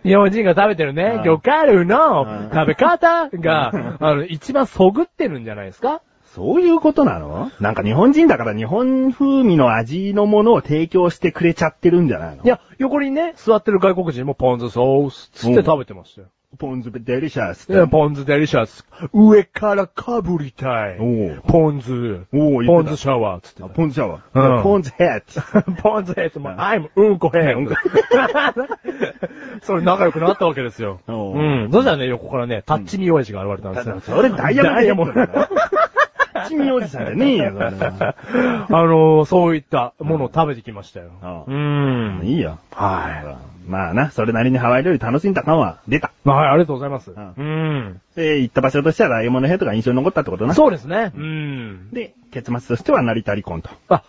S1: 日本人が食べてるね
S2: う、ん
S1: 魚介類
S2: う
S1: の
S2: ん
S1: 食べ方が、あの、一番そぐってるんじゃないですか
S2: そういうことなのなんか日本人だから日本風味の味のものを提供してくれちゃってるんじゃないの
S1: いや、横にね、座ってる外国人もポン酢ソースつって食べてましたよ。
S2: ポン酢デリシャスって。
S1: いやポン酢デリシャス。上からかぶりたい。
S2: おう
S1: ポン酢。
S2: おう言ってた
S1: ポン酢シャワーつって
S2: あ
S1: た。
S2: ポン酢シャワ
S1: うん
S2: ー。ポン酢ヘッ
S1: *laughs*
S2: ド。
S1: ポン酢ヘッドも、アイム、うんこヘッド。 *laughs* それ仲良くなったわけですよ。う。
S2: おうん
S1: そしたらね、横からね、タッチミ親父が現れたんですよ。
S2: それダイヤモンド
S1: ダイヤモンド。
S2: *laughs* 君おじさんじゃねえよ、それは。
S1: *laughs* あのー、そういったものを食べてきましたよ。う。
S2: うんいいよ。
S1: は
S2: まあな、それなりにハワイ料理楽しんだ感は出た。
S1: い。はい、ありがとうございます。
S2: ん
S1: うん。
S2: で、行った場所としてはライモンのヘッドが印象に残ったってことな。
S1: そうですね。うん。
S2: で、結末としては成田離婚と。
S1: あ、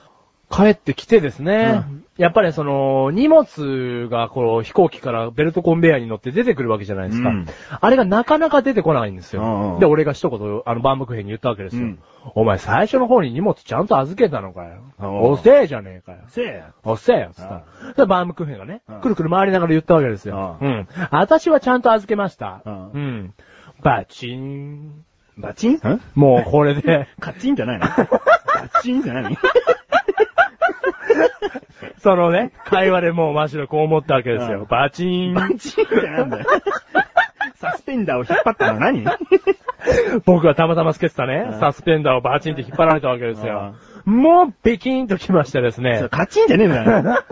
S1: 帰ってきてですね。
S2: う
S1: やっぱりその、荷物がこう、飛行機からベルトコンベヤーに乗って出てくるわけじゃないですか。
S2: うん
S1: あれがなかなか出てこないんですよ。
S2: うんうん
S1: で、俺が一言、あの、万幕兵に言ったわけですよ。
S2: うん
S1: お前最初の方に荷物ちゃんと預けたのかよ。
S2: おう
S1: おせえじゃねえかよ。
S2: せや。
S1: おっせえよ、つった。で、バームクーヘンがね
S2: うん、
S1: くるくる回りながら言ったわけですよ。
S2: う
S1: うん。私はちゃんと預けました。う。
S2: うん
S1: バチン。
S2: バチンん
S1: もうこれで、
S2: カチンじ
S1: *laughs*
S2: ゃないのバチンじゃないの
S1: そのね、会話でもうマシロこう思ったわけです
S2: う
S1: よ
S2: ん。
S1: バチン。
S2: バチンってなんだよ。サスペンダーを引っ張ったの何
S1: 僕はたまたまつけてた
S2: う
S1: ね、
S2: ん
S1: サスペンダーをバチンって引っ張られたわけですよ。もう、ピキーンときましてです
S2: それ
S1: ね。
S2: カチンじゃねえんだ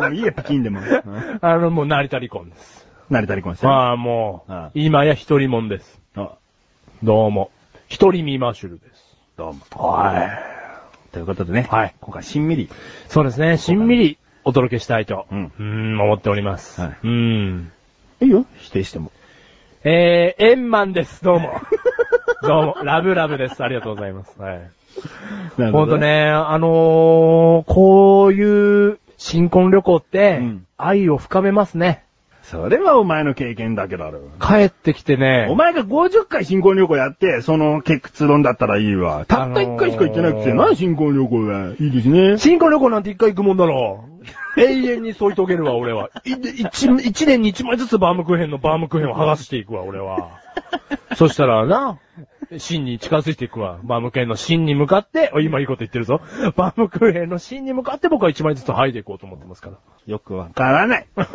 S2: よ。いいよ、ピキンでも。うん
S1: あの、もう成田離婚です。
S2: 成田離婚して。
S1: ああ、も
S2: うん
S1: う、今や一人もんです。
S2: あ
S1: どうも。一人見マシュルです。
S2: どうも。
S1: はい。
S2: ということでね。
S1: はい
S2: 今回、しんみり。
S1: そうですね、しんみりお届けしたいと、う
S2: うん
S1: ん、思っております。
S2: はい
S1: うん。
S2: いいよ、否定しても。
S1: えー、円満です、どう
S2: *laughs*
S1: も。どうも、ラブラブです。ありがとうございます。はい。ほんと。ね、あのー、こういう新婚旅行って
S2: うん、
S1: 愛を深めますね。
S2: それはお前の経験だけだろ。
S1: 帰ってきてね。
S2: お前が50回新婚旅行やって、その結論だったらいいわ。たった1回しか行ってなくて、
S1: あのー
S2: 何新婚旅行だいいですね。
S1: 新婚旅行なんて一回行くもんだ
S2: *laughs*
S1: ろ。永遠に添い遂げるわ、俺は。い一一年に一枚ずつバームクーヘンのバームクーヘンを剥がしていくわ、俺は。そしたらな、芯に近づいていくわ。バームクーヘンの芯に向かって、お今いいこと言ってるぞ。バームクーヘンの芯に向かって僕は一枚ずつ剥いでいこうと思ってますから。
S2: よくわか
S1: *laughs*
S2: らない。ね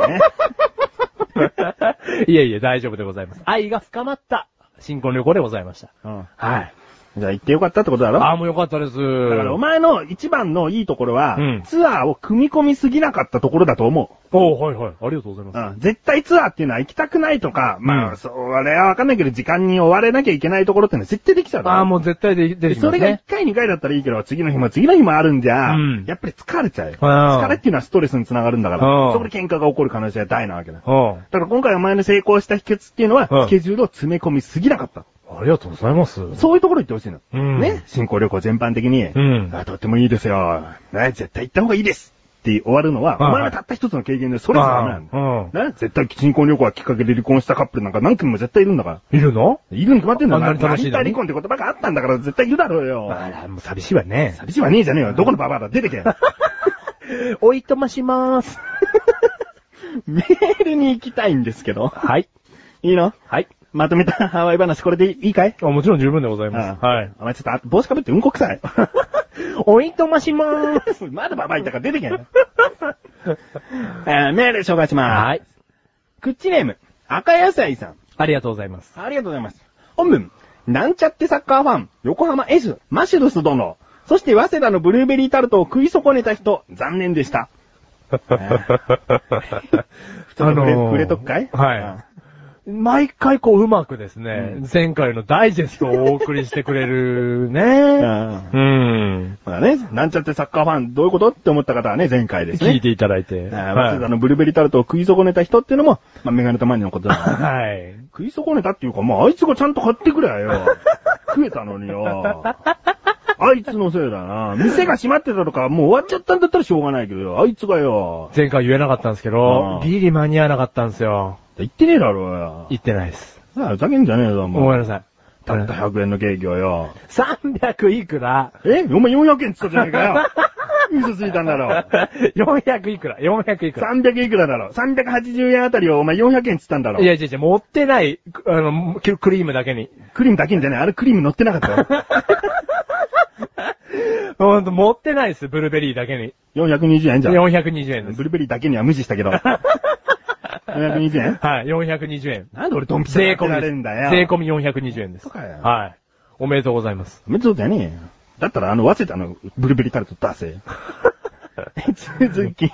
S1: いえいえ、大丈夫でございます。愛が深まった新婚旅行でございました。
S2: うん
S1: はい。
S2: じゃあ行ってよかったってことだろ
S1: ああ、もうよかったです。
S2: だからお前の一番のいいところは、
S1: うん
S2: ツアーを組み込みすぎなかったところだと思う。
S1: おうはいはい。ありがとうございます。
S2: うん、絶対ツアーっていうのは行きたくないとか、ま
S1: うん
S2: あ、そう、あれはわかんないけど、時間に追われなきゃいけないところってのは絶対できちゃうだろ
S1: ああ、もう絶対で、で
S2: で
S1: きま
S2: そ
S1: す
S2: れが1
S1: ね。
S2: 回2回だったらいいけど、次の日も次の日もあるんじゃ、
S1: うん
S2: やっぱり疲れちゃうよ。
S1: あー
S2: 疲れっていうのはストレスにつながるんだか
S1: うん
S2: ら、そこで喧嘩が起こる可能性は大なわけだ。だ
S1: うん。
S2: から今回お前の成功した秘訣っていうのは、
S1: うん
S2: スケジュールを詰め込みすぎなかった。
S1: ありがとうございます。
S2: そういうところ行ってほしいの。
S1: うん
S2: ね新興旅行全般的に、
S1: ん
S2: あとってもいいですよ。ね、絶対行った方がいいです。って終わるのは、
S1: はい
S2: お前のたった一つの経験でそれじゃダメなんだ。
S1: うん。
S2: ね、絶対新婚旅行はきっかけで離婚したカップルなんか何組も絶対いるんだから。
S1: いるの
S2: いるに決まってんだ
S1: あんなに楽しいの
S2: 成田
S1: に
S2: 離婚って言葉があったんだから絶対いるだろうよ。
S1: ら、もう寂しいわね。
S2: 寂しいわねえじゃねえよ。どこのババアだ出てけ。
S1: おいとましまーす。
S2: *laughs* メールに行きたいんですけど。
S1: はい。
S2: いいの
S1: はい。
S2: まとめたハワイ話これでいいかい
S1: あもちろん十分でござい
S2: あ
S1: ます。
S2: あ *laughs*
S1: はい。
S2: お前ちょっとあ帽子かぶってうんこ臭 *laughs* い。
S1: おいとましまーす。
S2: まだババアいたから出てけ。 *laughs* えーメール紹介します。
S1: はい。
S2: クッチネーム、赤野菜さん。
S1: ありがとうございます。
S2: ありがとうございます。本文、なんちゃってサッカーファン、横浜 S、マシュルス殿。そして、早稲田のブルーベリータルトを食い損ねた人、残念でした。
S1: *laughs*
S2: ちょっと触れ触れとくかい
S1: はい。毎回こううまくですね、
S2: う
S1: 前回のダイジェストをお送りしてくれる
S2: うん。
S1: ね。
S2: ま
S1: うん。
S2: あね、なんちゃってサッカーファン、どういうことって思った方はね、前回です
S1: 聞い
S2: ね。
S1: ていただいて。
S2: えー早稲田のブルーベリータルトを食い損ねた人っていうのも、まあ、メガネたまにのことだ *laughs* から。
S1: はい。
S2: 食 *laughs* い損ねたっていうか、まあ、あいつがちゃんと買ってくれよ。食えたのによ。あいつのせいだな。店が閉まってたとか、もう終わっちゃったんだったらしょうがないけど、あいつがよ。
S1: 前回言えなかったんですけど
S2: う、ん
S1: ギリ間に合わなかったんですよ。
S2: 言ってねえだろうよ。
S1: 言ってないです。
S2: さあ、ふざけんじゃねえぞ、
S1: ご
S2: お
S1: めん
S2: 前。
S1: なさい。
S2: たった100円のケーキをよ。
S1: 300いく
S2: *laughs*
S1: ら
S2: えお前400円っつったじゃねえ
S1: *laughs*
S2: かよ。嘘ついたんだろ。
S1: ?400 いくら ?400 いくら
S2: 300いくらだろ。380円あたりをお前400円っつったんだろ。
S1: いや、違う違う、持ってない、くあの、ククリームだけに。
S2: クリームだけんじゃない。あれクリーム乗ってなかった
S1: *laughs*
S2: よ。
S1: ほんと、持ってないです、ブルーベリーだけに。
S2: 420円じゃん。
S1: 420円です
S2: ブ。ルーベリーだけには無視した *laughs* けど。420円
S1: はい、420円。
S2: なんで俺ドンピシャで
S1: 税
S2: 当て
S1: 込
S2: ら
S1: み
S2: れ
S1: で
S2: るんだよ。
S1: す。税込み420円です。
S2: とかよ
S1: はい。おめでとうございます。
S2: おめでとうじゃねえよ。だったらあの、早稲田のブルーベリータルト出 *laughs* せ。続き。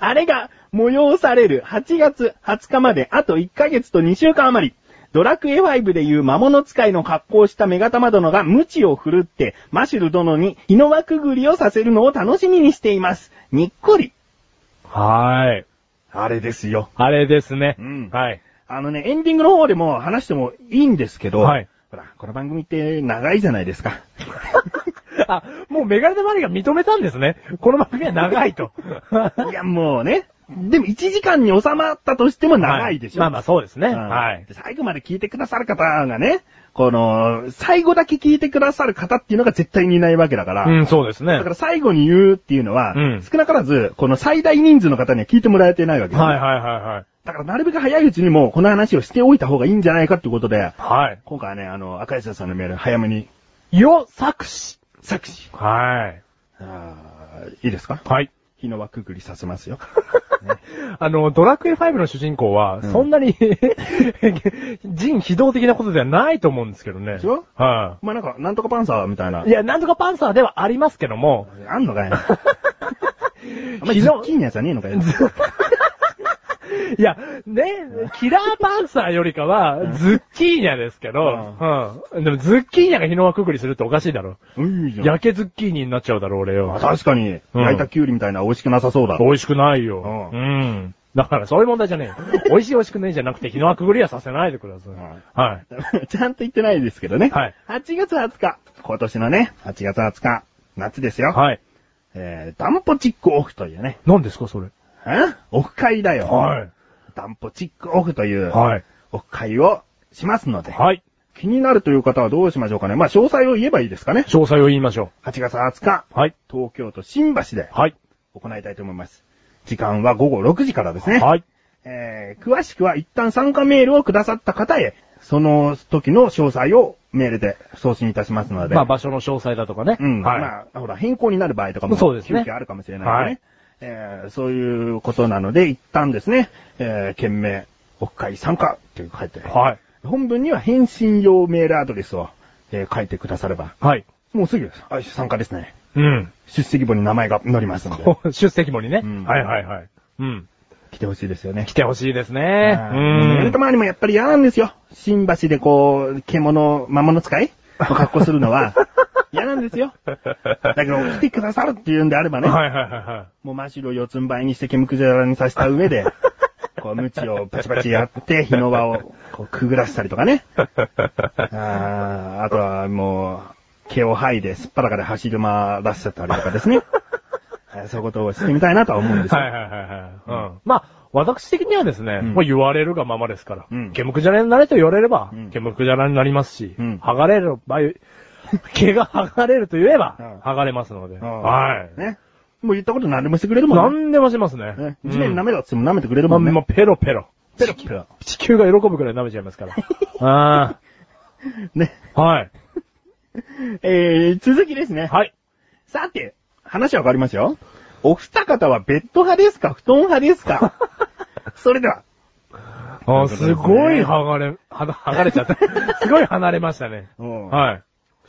S2: あれが催される8月20日まであと1ヶ月と2週間余り。ドラクエ5でいう魔物使いの格好をしたメガタマ殿が無知を振るって、マシュル殿に火の輪くぐりをさせるのを楽しみにしています。にっこり。
S1: はーい。
S2: あれですよ。
S1: あれですね。
S2: うん
S1: はい。 *laughs*
S2: あのね、エンディングの方でも話してもいいんですけど、
S1: はい
S2: ほら、この番組って長いじゃないですか。 *laughs*
S1: あ、もうメガネタマリが認めたんですね。この番組は長いと。
S2: いや、もうね。でも1時間に収まったとしても *laughs* 長いでしょ。
S1: まあまあそうですね。
S2: うん
S1: はい。
S2: で最後まで聞いてくださる方がね、この、最後だけ聞いてくださる方っていうのが絶対にいないわけだから、
S1: うん、そうですね。
S2: だから最後に言うっていうのは、
S1: うん
S2: 少なからず、この最大人数の方には聞いてもらえてないわけですね
S1: はいはいはいはい。
S2: だからなるべく早いうちにもうこの話をしておいた方がいいんじゃないかっていうことで、
S1: はい。
S2: 今回はね、あの、赤石さんのメール早めに
S1: よ、作詞。
S2: 作詞。
S1: はい。
S2: あーいいですか
S1: はい。
S2: 日の輪くぐりさせますよ。 *laughs*
S1: あの、ドラクエ5の主人公は、
S2: うん
S1: そんなに、 *laughs* 人非道的なことではないと思うんですけどね。
S2: でしょ
S1: は。
S2: まあなんか、なんとかパンサーみたいない
S1: い。や、なんとかパンサーではありますけども、
S2: あんの *laughs* かよ。お前
S1: ひ
S2: ズ
S1: ど
S2: ッキーニやじゃねえのか *laughs* よ。
S1: いや、ね、キラーパンサーよりかは、ズッキーニャですけど、うん。でも、ズッキーニャが日の輪くぐりするっておかしいだろ。
S2: うん、いいじゃん
S1: 焼。けズッキーニになっちゃうだろ、俺よ。
S2: 確かに、
S1: うん
S2: 焼いたキュウリみたいな美味しくなさそうだ。
S1: 美味しくないよ。う。
S2: うん
S1: だから、そういう問題じゃねえよ。美味しい美味しくないじゃなくて、日の輪くぐりはさせないでください。
S2: ん
S1: はい。
S2: ちゃんと言ってないですけどね。
S1: はい。
S2: 8月20日。今年のね、8月20日。夏ですよ。
S1: はい。
S2: えー、ダンポチックオフというね。
S1: 何ですか、それ。
S2: んオフ会だよ。
S1: はい。
S2: ダンポチックオフという、
S1: はい。
S2: オフ会をしますので。
S1: はい。
S2: 気になるという方はどうしましょうかね。まあ、詳細を言えばいいですかね。
S1: 詳細を言いましょ
S2: 8月20日、
S1: う。はい。
S2: 東京都新橋で
S1: はい。
S2: 行いたいと思います。時間は午後6時からですね。
S1: はい。
S2: えー、詳しくは一旦参加メールをくださった方へ、その時の詳細をメールで送信いたしますので。
S1: まあ、場所の詳細だとかね。
S2: うん。
S1: はい。
S2: まあ、ほら、変更になる場合とかも、
S1: そうですね
S2: 急遽あるかもしれないので
S1: はい
S2: ね。えー、そういうことなので、一旦ですね、えー、件名、国会参加って書いて、
S1: はい。
S2: 本文には返信用メールアドレスを、えー書いてくだされば、
S1: はい。
S2: もうすぐです、あ参加ですね。
S1: うん。 *laughs*
S2: 出席簿に名前が載りますので、
S1: 出席もにね
S2: う。ん
S1: はいはいはい。うん。
S2: 来てほしいですよね
S1: 来。てほしいですね。う
S2: メル
S1: ん
S2: ト。周りもやっぱり嫌なんですよ。新橋でこう、獣、魔物使いの格好するの
S1: *laughs*
S2: は、嫌なんですよ。だけど、来てくださるっていうんであればね、
S1: はいはいはいはい。
S2: もう真っ白を四つん這いにして毛むくじゃらにさせた
S1: *laughs*
S2: 上で、こう、無知をパチパチやって、火の輪をこうくぐらせたりとかね。あーあとはもう、毛を剥いで、すっぱらかで走り回らせたりとかで
S1: *laughs*
S2: すね。えーそういうことをしてみたいなとは思うんですよ。
S1: はいはいはいはい。うん。まあ、私的にはですね、
S2: うん
S1: もう言われるがままですから。
S2: うん
S1: ケムクジャラになれと言われれば、
S2: うん
S1: ケムクジャラになりますし、
S2: うん
S1: 剥がれる場合、 *laughs* 毛が剥がれると言えば、
S2: うん
S1: 剥がれますので。
S2: うん
S1: はい。
S2: ね。もう言ったこと何でもしてくれるもんね。
S1: 何でもしますね。
S2: ね、
S1: うん
S2: 地面舐めろって言っても舐めてくれる
S1: ま
S2: も
S1: あ
S2: んね。
S1: まあ、ペロペロ。
S2: ペロペロ。
S1: 地球が喜ぶくらい舐めちゃいます *laughs* から。あ
S2: ね。
S1: あ。はい。
S2: えー、続きですね。
S1: はい。
S2: さて、話は変わりますよ。お二方はベッド派ですか布団派で
S1: *laughs*
S2: すかそれでは、
S1: あすごい剥がれ、はだ剥がれちゃ *laughs* った。すごい離れましたね。
S2: うん
S1: はい。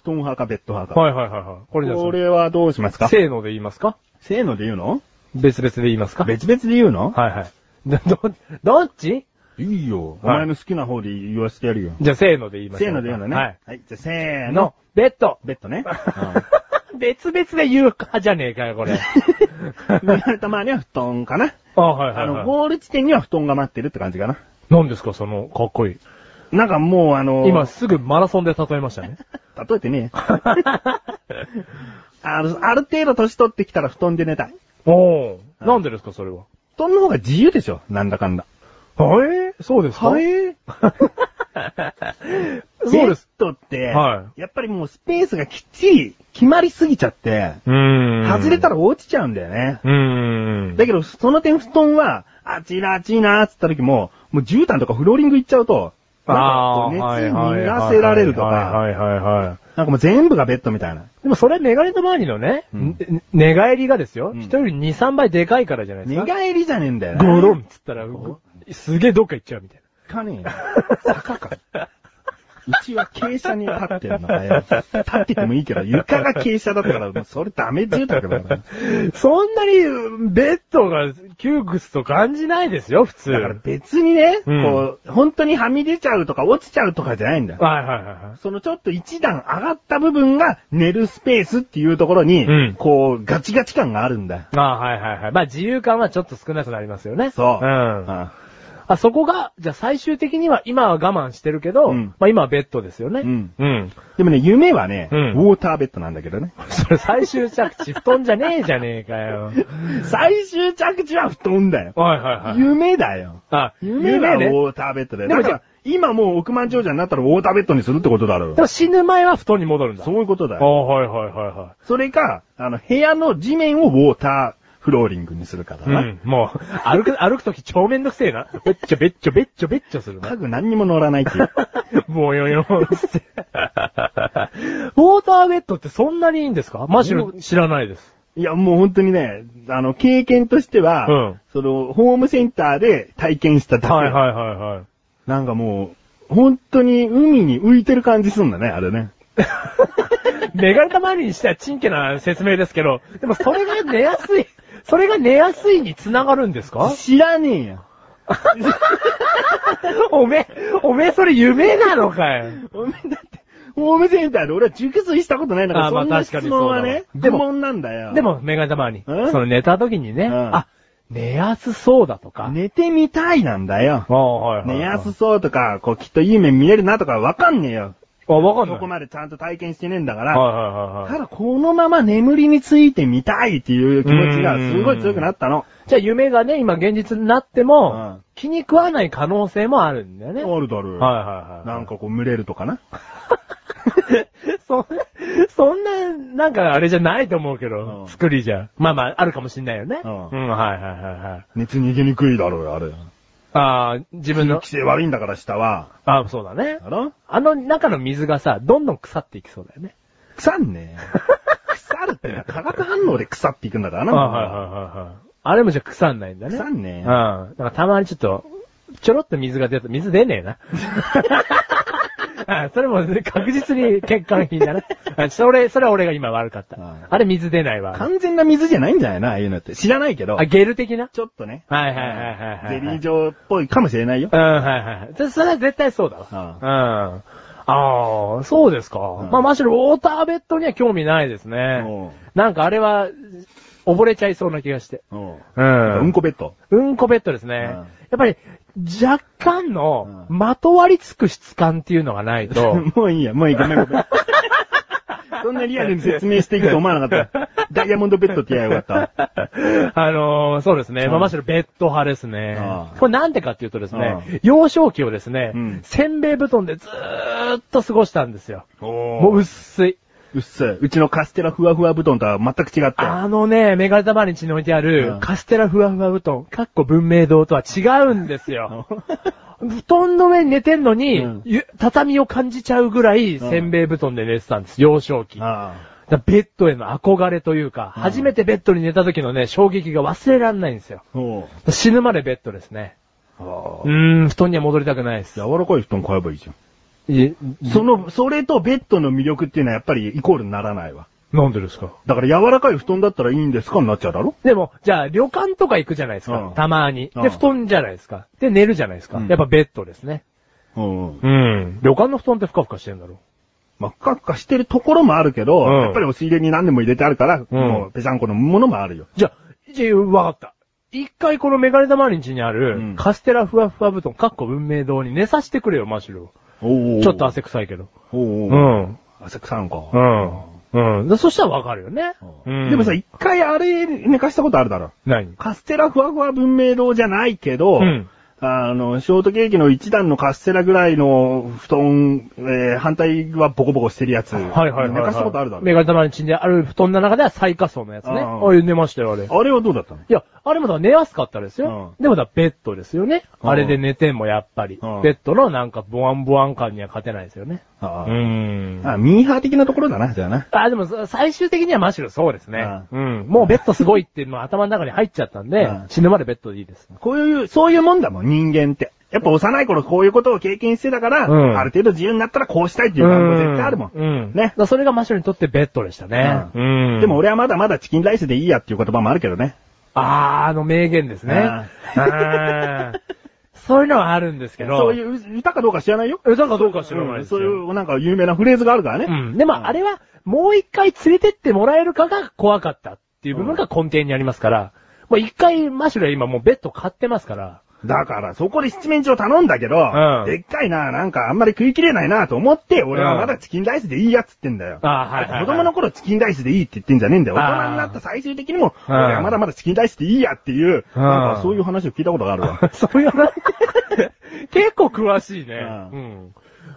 S2: 布団派かベッド派か。
S1: はいはいはいはい。これじゃあ
S2: これはどうしますか
S1: せーので言いますか
S2: せーので言うの
S1: 別々で言いますか
S2: 別々で言うの
S1: はいはい。ど、ど、どっち
S2: いいよ。お
S1: はい
S2: 前の好きな方で言わせてやるよ。
S1: じゃあ、せーので言いましょ
S2: せ
S1: う
S2: ーので言うのね。
S1: はい。。
S2: じゃあせーの
S1: の。、ベッド。
S2: ベッ
S1: *laughs*
S2: ドね。
S1: 別々で言うかじゃねえかよ、 *laughs* これ。
S2: うん。たまには布団かな。
S1: あ、はいは
S2: あ
S1: い、
S2: の、
S1: はい。
S2: ゴール地点には布団が待ってるって感じかな。
S1: 何ですか、その、かっこいい。
S2: なんかもうあの、
S1: 今、すぐマラソンで例えましたね。
S2: 例え
S1: *laughs*
S2: てねある、ある程度年取ってきたら布団で寝たい。
S1: おー。なんでですか、それは。
S2: 布団の方が自由でしょ、なんだかんだ。
S1: はいそうですか
S2: い
S1: そうです。。
S2: ベッドって、
S1: は
S2: やっぱりもうスペースがきっちり決まりすぎちゃって、
S1: うーん。
S2: 外れた
S1: ら。
S2: ら落ちちゃうんだよね。
S1: うーん。
S2: だけど、その点布団は、あっちいな、あっちいな、つった時も、もう絨毯とかフローリング行っちゃうと、
S1: あ
S2: なん
S1: ー
S2: かこう熱に
S1: はいはい
S2: 逃がせられるとか、
S1: はいはいはいはい。
S2: なんかもう全部がベッドみたいな。
S1: でもそれ、寝返りの周りのね、
S2: うん
S1: ね寝返りがですよ、
S2: うん
S1: 人より2、3倍でかいからじゃないです
S2: 寝
S1: か。
S2: 返りじゃねえんだよ
S1: ゴ
S2: ね。
S1: ロンっつったら、うすげえどっか行っちゃうみたいな。
S2: かねえ。坂か。うちは傾斜に立ってるのかよ。立っててもいいけど、床が傾斜だったから、もうそれダメ住宅だから。だ
S1: そんなに、ベッドが窮屈と感じないですよ、普通。
S2: から別にね、
S1: うん
S2: こう、本当にはみ出ちゃうとか落ちちゃうとかじゃないんだよ。
S1: はいはいはいはい。
S2: そのちょっと一段上がった部分が寝るスペースっていうところに、
S1: うん
S2: こう、ガチガチ感があるんだよ。
S1: ああ、はいはいはい。まあ自由感はちょっと少なくなりますよね。
S2: そう。
S1: うん。あ
S2: あ
S1: そこが、じゃあ最終的には今は我慢してるけど、
S2: うん
S1: まあ今はベッドですよね。
S2: うん
S1: うん。
S2: でもね、夢はね、
S1: うん
S2: ウォーターベッドなんだけどね。
S1: それ最終着地、布団じゃねえじゃねえか *laughs* よ。
S2: 最終着地は布団だよ。
S1: はいはいはい。
S2: 夢だよ。
S1: あ、
S2: 夢はウ
S1: ね。
S2: ォーターベッドだよ。
S1: で
S2: だ
S1: も
S2: から、今もう億万長者になったらウォーターベッドにするってことだろう
S1: で。も死ぬ前は布団に戻るんだ。
S2: そういうことだ
S1: あ
S2: よ。
S1: あ、はいはいはいはい。
S2: それか、あの、部屋の地面をウォーターフローリングにするかだ
S1: う
S2: な。
S1: ん、もう、歩く、歩くとき超めんどくせえな。べっちょべっちょべっちょべっちょするな
S2: 家。具何にも乗らない
S1: *laughs*
S2: っていう。
S1: もうよよんって。 *laughs* ウォーターベッドってそんなにいいんですかマジで知らないです。
S2: いや、もう本当にね、あの、経験としては、
S1: うん
S2: その、ホームセンターで体験しただけ。
S1: はいはいはいはい。
S2: なんかもう、本当に海に浮いてる感じすんだね、あれね。
S1: メガネたまりにしてはチンケな説明ですけど、でもそれが寝やすい、それが寝やすいにつながるんですか
S2: 知らねえよ。
S1: おめえ、おめえそれ夢なのかよ。
S2: おめえだって、ホームセンターで俺は熟睡したことないんだから、
S1: あまあ
S2: そんな質
S1: 確かに
S2: 問はね、
S1: そうだ
S2: 疑
S1: わ
S2: 問なんだ
S1: *laughs*
S2: よ。
S1: で、も、メガネたまに、
S2: うん
S1: その寝た時にね、
S2: うん
S1: あ、寝やすそうだとか。
S2: 寝てみたいなんだよ。
S1: ああはいはいはい
S2: 寝やすそうとか、こう、きっといい面見れるなとかわかんねえよ。
S1: あ、わかんな
S2: そ
S1: い。
S2: こ
S1: はい
S2: までちゃんと体験してねえんだから。
S1: はいはいは
S2: た
S1: い。
S2: だ、このまま眠りについてみたいっていう気持ちがすごい強くなったの。
S1: じゃあ夢がね、今現実になって
S2: う
S1: も
S2: ん、
S1: 気に食わない可能性もあるんだよね。はい
S2: るだる
S1: はいはい。
S2: なんかこう、群れるとかな。
S1: *laughs* そんな、そんな、なんかあれじゃないと思うけど、
S2: うん
S1: 作りじゃ。まあまあ、あるかもしんないよね。
S2: うん
S1: うん、はいはいはいはい。
S2: 熱逃げにくいだろうよ、あれ。
S1: ああ、自分の
S2: 規、制悪いんだから、下は。
S1: ああ、そうだね。
S2: だろ
S1: あの中の水がさ、どんどん腐っていきそうだよね。
S2: 腐ん
S1: *laughs*
S2: ねえ。腐るってのは化学反応で腐っていくんだからな。
S1: いはいはい。あれもじゃ腐んないんだね。
S2: 腐んね
S1: うん。
S2: え
S1: だからたまにちょっと、ちょろっと水が出た、水出ねえな。あそれも確実に欠陥品だね。あそれ、それは俺が今悪かった
S2: うん。
S1: あれ水出ないわ。
S2: 完全な水じゃないんじゃないな、ああいうのって。知らないけど
S1: あ、。ゲル的な
S2: ちょっとね。
S1: はいはいはいはいはいはい
S2: ゼリー状っぽいかもしれないよ
S1: う。ん、はいはい。そそれは絶対そうだわ。
S2: う
S1: うん。ああ、そうですか。
S2: ん
S1: まあ、むしろウォーターベッドには興味ないですね。なんかあれは、溺れちゃいそうな気がして。
S2: うん。
S1: う
S2: うんこベッド。
S1: うんこベッドですね。
S2: ん
S1: やっぱり、若干の、
S2: うん
S1: まとわりつく質感っていうのがないと、
S2: もういいや、もういい、ごめんごめん。そんなリアルに説明していくと思わなかった。ダイヤモンドベッドって言えばよかった。
S1: *laughs* あのーそうですね。まあ、ましろベッド派ですね
S2: う。ん
S1: これなんでかっていうとです
S2: う
S1: ね、幼少期をですね、
S2: うん
S1: せんべい布団でずーっと過ごしたんですよ。も
S2: お
S1: う
S2: う
S1: 薄い。
S2: うっす。うちのカステラふわふわ布団とは全く違って。
S1: あのね、メガネ玉にちに置いてある、
S2: うん
S1: カステラふわふわ布団、かっこ文明堂とは違うんですよ。布団の上に寝てんのに、
S2: うん
S1: ゆ畳を感じちゃうぐらい、せんべい布団で寝てたんです、幼少期。
S2: あ
S1: だからベッドへの憧れというか、
S2: うん
S1: 初めてベッドに寝た時のね、衝撃が忘れられないんですよ。
S2: あ。おう
S1: 死ぬまでベッドですね。
S2: あ
S1: う
S2: あ。
S1: ーん、布団には戻りたくないですよ。
S2: 柔らかい布団買えばいいじゃん。
S1: い
S2: その、それとベッドの魅力っていうのはやっぱりイコールにならないわ。
S1: なんでですか
S2: だから柔らかい布団だったらいいんですかになっちゃうだろ
S1: でも、じゃあ、旅館とか行くじゃないですか、
S2: うん
S1: たまに。
S2: うん
S1: で、布団じゃないですか。で、寝るじゃないですか。
S2: うん
S1: やっぱベッドですね。
S2: う
S1: う
S2: ん。
S1: ん。旅館の布団ってふかふかしてんだろ。
S2: まあ、ふかふかしてるところもあるけど、
S1: うん
S2: やっぱり押し入れに何でも入れてあるから、もう、ぺちゃんこのものもあるよ。
S1: じゃあ、じゃあ、わかった。一回このメガネ玉マリン家にある、
S2: うん
S1: カステラふわふわ布団、かっこ文明堂に寝させてくれよ、マシュ
S2: お
S1: ル。
S2: ー
S1: ちょっと。汗臭いけど。
S2: おー
S1: う
S2: おー
S1: ん。
S2: 汗臭いの
S1: う
S2: か。
S1: ん。うん。でそしたらわかるよね。うん。
S2: でもさ、一回あれ寝かしたことあるだろ。
S1: 何
S2: カステラふわふわ文明堂じゃないけ
S1: う
S2: ど、
S1: ん
S2: あの、ショートケーキの一段のカステラぐらいの布団、えー反対はボコボコしてるやつ。はい
S1: はいはいはいはい。
S2: 寝かしたことあるだろ。
S1: メガネ玉マリン家にある布団の中では最下層のやつね。
S2: あ
S1: あ
S2: あ
S1: あ、寝ましたよ、あれ。
S2: あれはどうだったの
S1: いや、あれもだから寝やすかったですよ。でもだからベッドですよね。
S2: うん
S1: あれで寝てもやっぱり。ベ
S2: うん
S1: ッドのなんかボワンボワン感には勝てないですよね。う
S2: あ
S1: ん。
S2: ーあ、ミーハー的なところだな、じゃあな。
S1: あ、でもそ最終的にはマシュルそうですね。
S2: う
S1: うん。もうベッドすごいっていうのは頭の中に入っちゃったんで
S2: うん、
S1: 死ぬまでベッドでいいです。
S2: こういう、そういうもんだもん、人間って。やっぱ幼い頃こういうことを経験してたから、
S1: うん
S2: ある程度自由になったらこうしたいっていう願望絶対あるもん。
S1: うん。ね。だ
S2: ね
S1: か。らそれがマシュルにとってベッドでしたね。
S2: う
S1: うん。
S2: でも、俺はまだまだチキンライスでいいやっていう言葉もあるけどね。
S1: あー、あの名言ですね。
S2: あ
S1: あーそういうのはあるんですけど。
S2: そういう、歌かどうか知らないよ。
S1: え。歌かどうか知らないです
S2: そうい
S1: よ。
S2: う、なんか有名なフレーズがあるからね。
S1: うん。でも、あれは、もう一回連れてってもらえるかが怖かったっていう部分が根底にありますから、もう一回、マシュルは今もうベッド買ってますから、
S2: だから、そこで七面鳥頼んだけど、
S1: うん
S2: でっかいな、なんかあんまり食い切れないなと思って、俺はまだチキンライスでいいやっつってんだよ。
S1: ああはいはいはい
S2: 子供の頃チキンライスでいいって言ってんじゃねえんだよ。
S1: ああ
S2: 大人になった最終的にも、
S1: うん
S2: 俺はまだまだチキンライスでいいやっていう、
S1: うん
S2: なんかそういう話を聞いたことがあるわ。 *laughs*
S1: そういう話 *laughs* 結構詳しいね。
S2: う
S1: うん。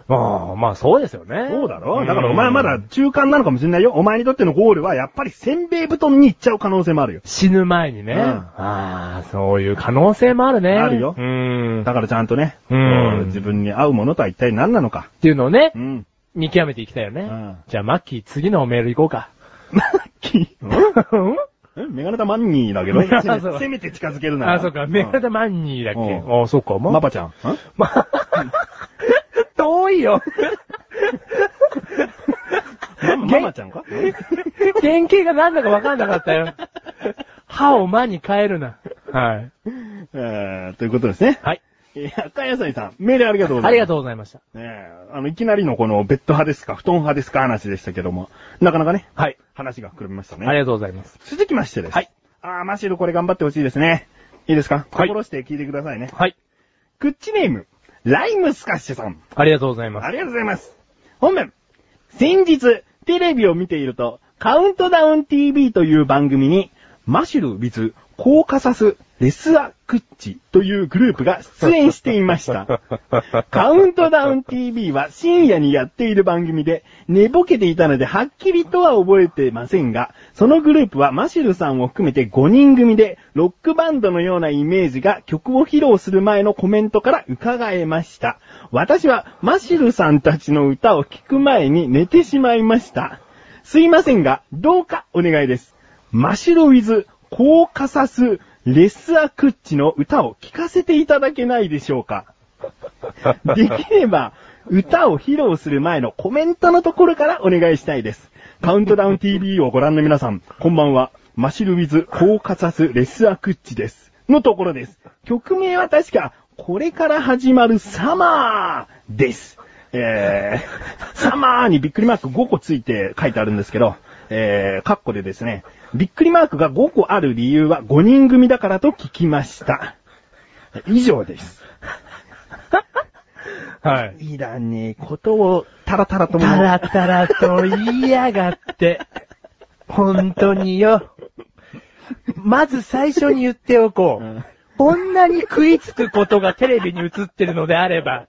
S1: まあ、まあそうですよね。
S2: そうだろだからお前まだ中間なのかもしれないよ。お前にとってのゴールは、やっぱりせんべい布団に行っちゃう可能性もあるよ。
S1: 死ぬ前にね。
S2: うん
S1: ああ、そういう可能性もあるね。
S2: あるよ
S1: うん。っ
S2: だからちゃんとね、
S1: うん
S2: こ自分に合うものとは一体何なのか。
S1: ていうのをね
S2: う、ん。
S1: 見極めていきたいよね。
S2: うん
S1: じゃあ、マッキー、次のメール行こうか。
S2: *laughs* マッキー。
S1: うん
S2: えメガネタマンニーだけど
S1: メガ
S2: *laughs*
S1: ネタ
S2: せめて近づけるなら。
S1: あ、そうか、メガネタマンニーだっけ。
S2: うん
S1: ああ、そうか、ま
S2: マパちゃん。ん
S1: まあ、 *laughs* 遠いよ。
S2: *laughs* マママちゃんか
S1: *laughs* 原型が何だか分かんなかったよ。歯を間に変えるな。はい。
S2: えー、ということですね。
S1: はい。
S2: えー赤野菜さん、メールありがとうございます。
S1: ありがと
S2: う。
S1: うございました。
S2: ねえ、あの、いきなりのこの、ベッド派ですか、布団派ですか話でしたけども、なかなかね、
S1: はい。
S2: 話がくるみましたね。
S1: ありがとうございます。
S2: 続きましてです。
S1: はい。
S2: あー、マシルこれ頑張ってほしいですね。いいですか
S1: はい
S2: 心して聞いてくださいね。
S1: はい。
S2: クッチネーム、ライムスカッシュさん。
S1: ありがとうございま
S2: あ
S1: す。
S2: りがとうございます。本文。先日、テレビを見ていると、カウントダウン TV という番組に、マシュル・ビズ・コーカサス・レスア・クッチというグループが出演していま *laughs* した。カウントダウン TV は深夜にやっている番組で、寝ぼけていたのではっきりとは覚えてませんが、そのグループはマシュルさんを含めて5人組で、ロックバンドのようなイメージが曲を披露する前のコメントから伺えました。私はマシュルさんたちの歌を聴く前に寝てしまいました。すいませんが、どうかお願いです。マシュロウィズ・コーカサス・レスア・クッチの歌を聴かせていただけないでしょうかできれば、歌を披露する前のコメントのところからお願いしたいです。カウントダウン TV をご覧の皆さん、こんばんは。マシルウィズ・コーカサス・レスア・クッチです。のところです。曲名は確か、これから始まるサマーです。えー、サマーにびっくりマーク5個ついて書いてあるんですけど、えー、カッコでですね、びっくりマークが5個ある理由は5人組だからと聞きました。以上です。
S1: はい。
S2: いらねえことをタラタラとも
S1: たらたらと言いやがって。本当によ。まず最初に言っておこう。
S2: うん
S1: こんなに食いつくことがテレビに映ってるのであれば、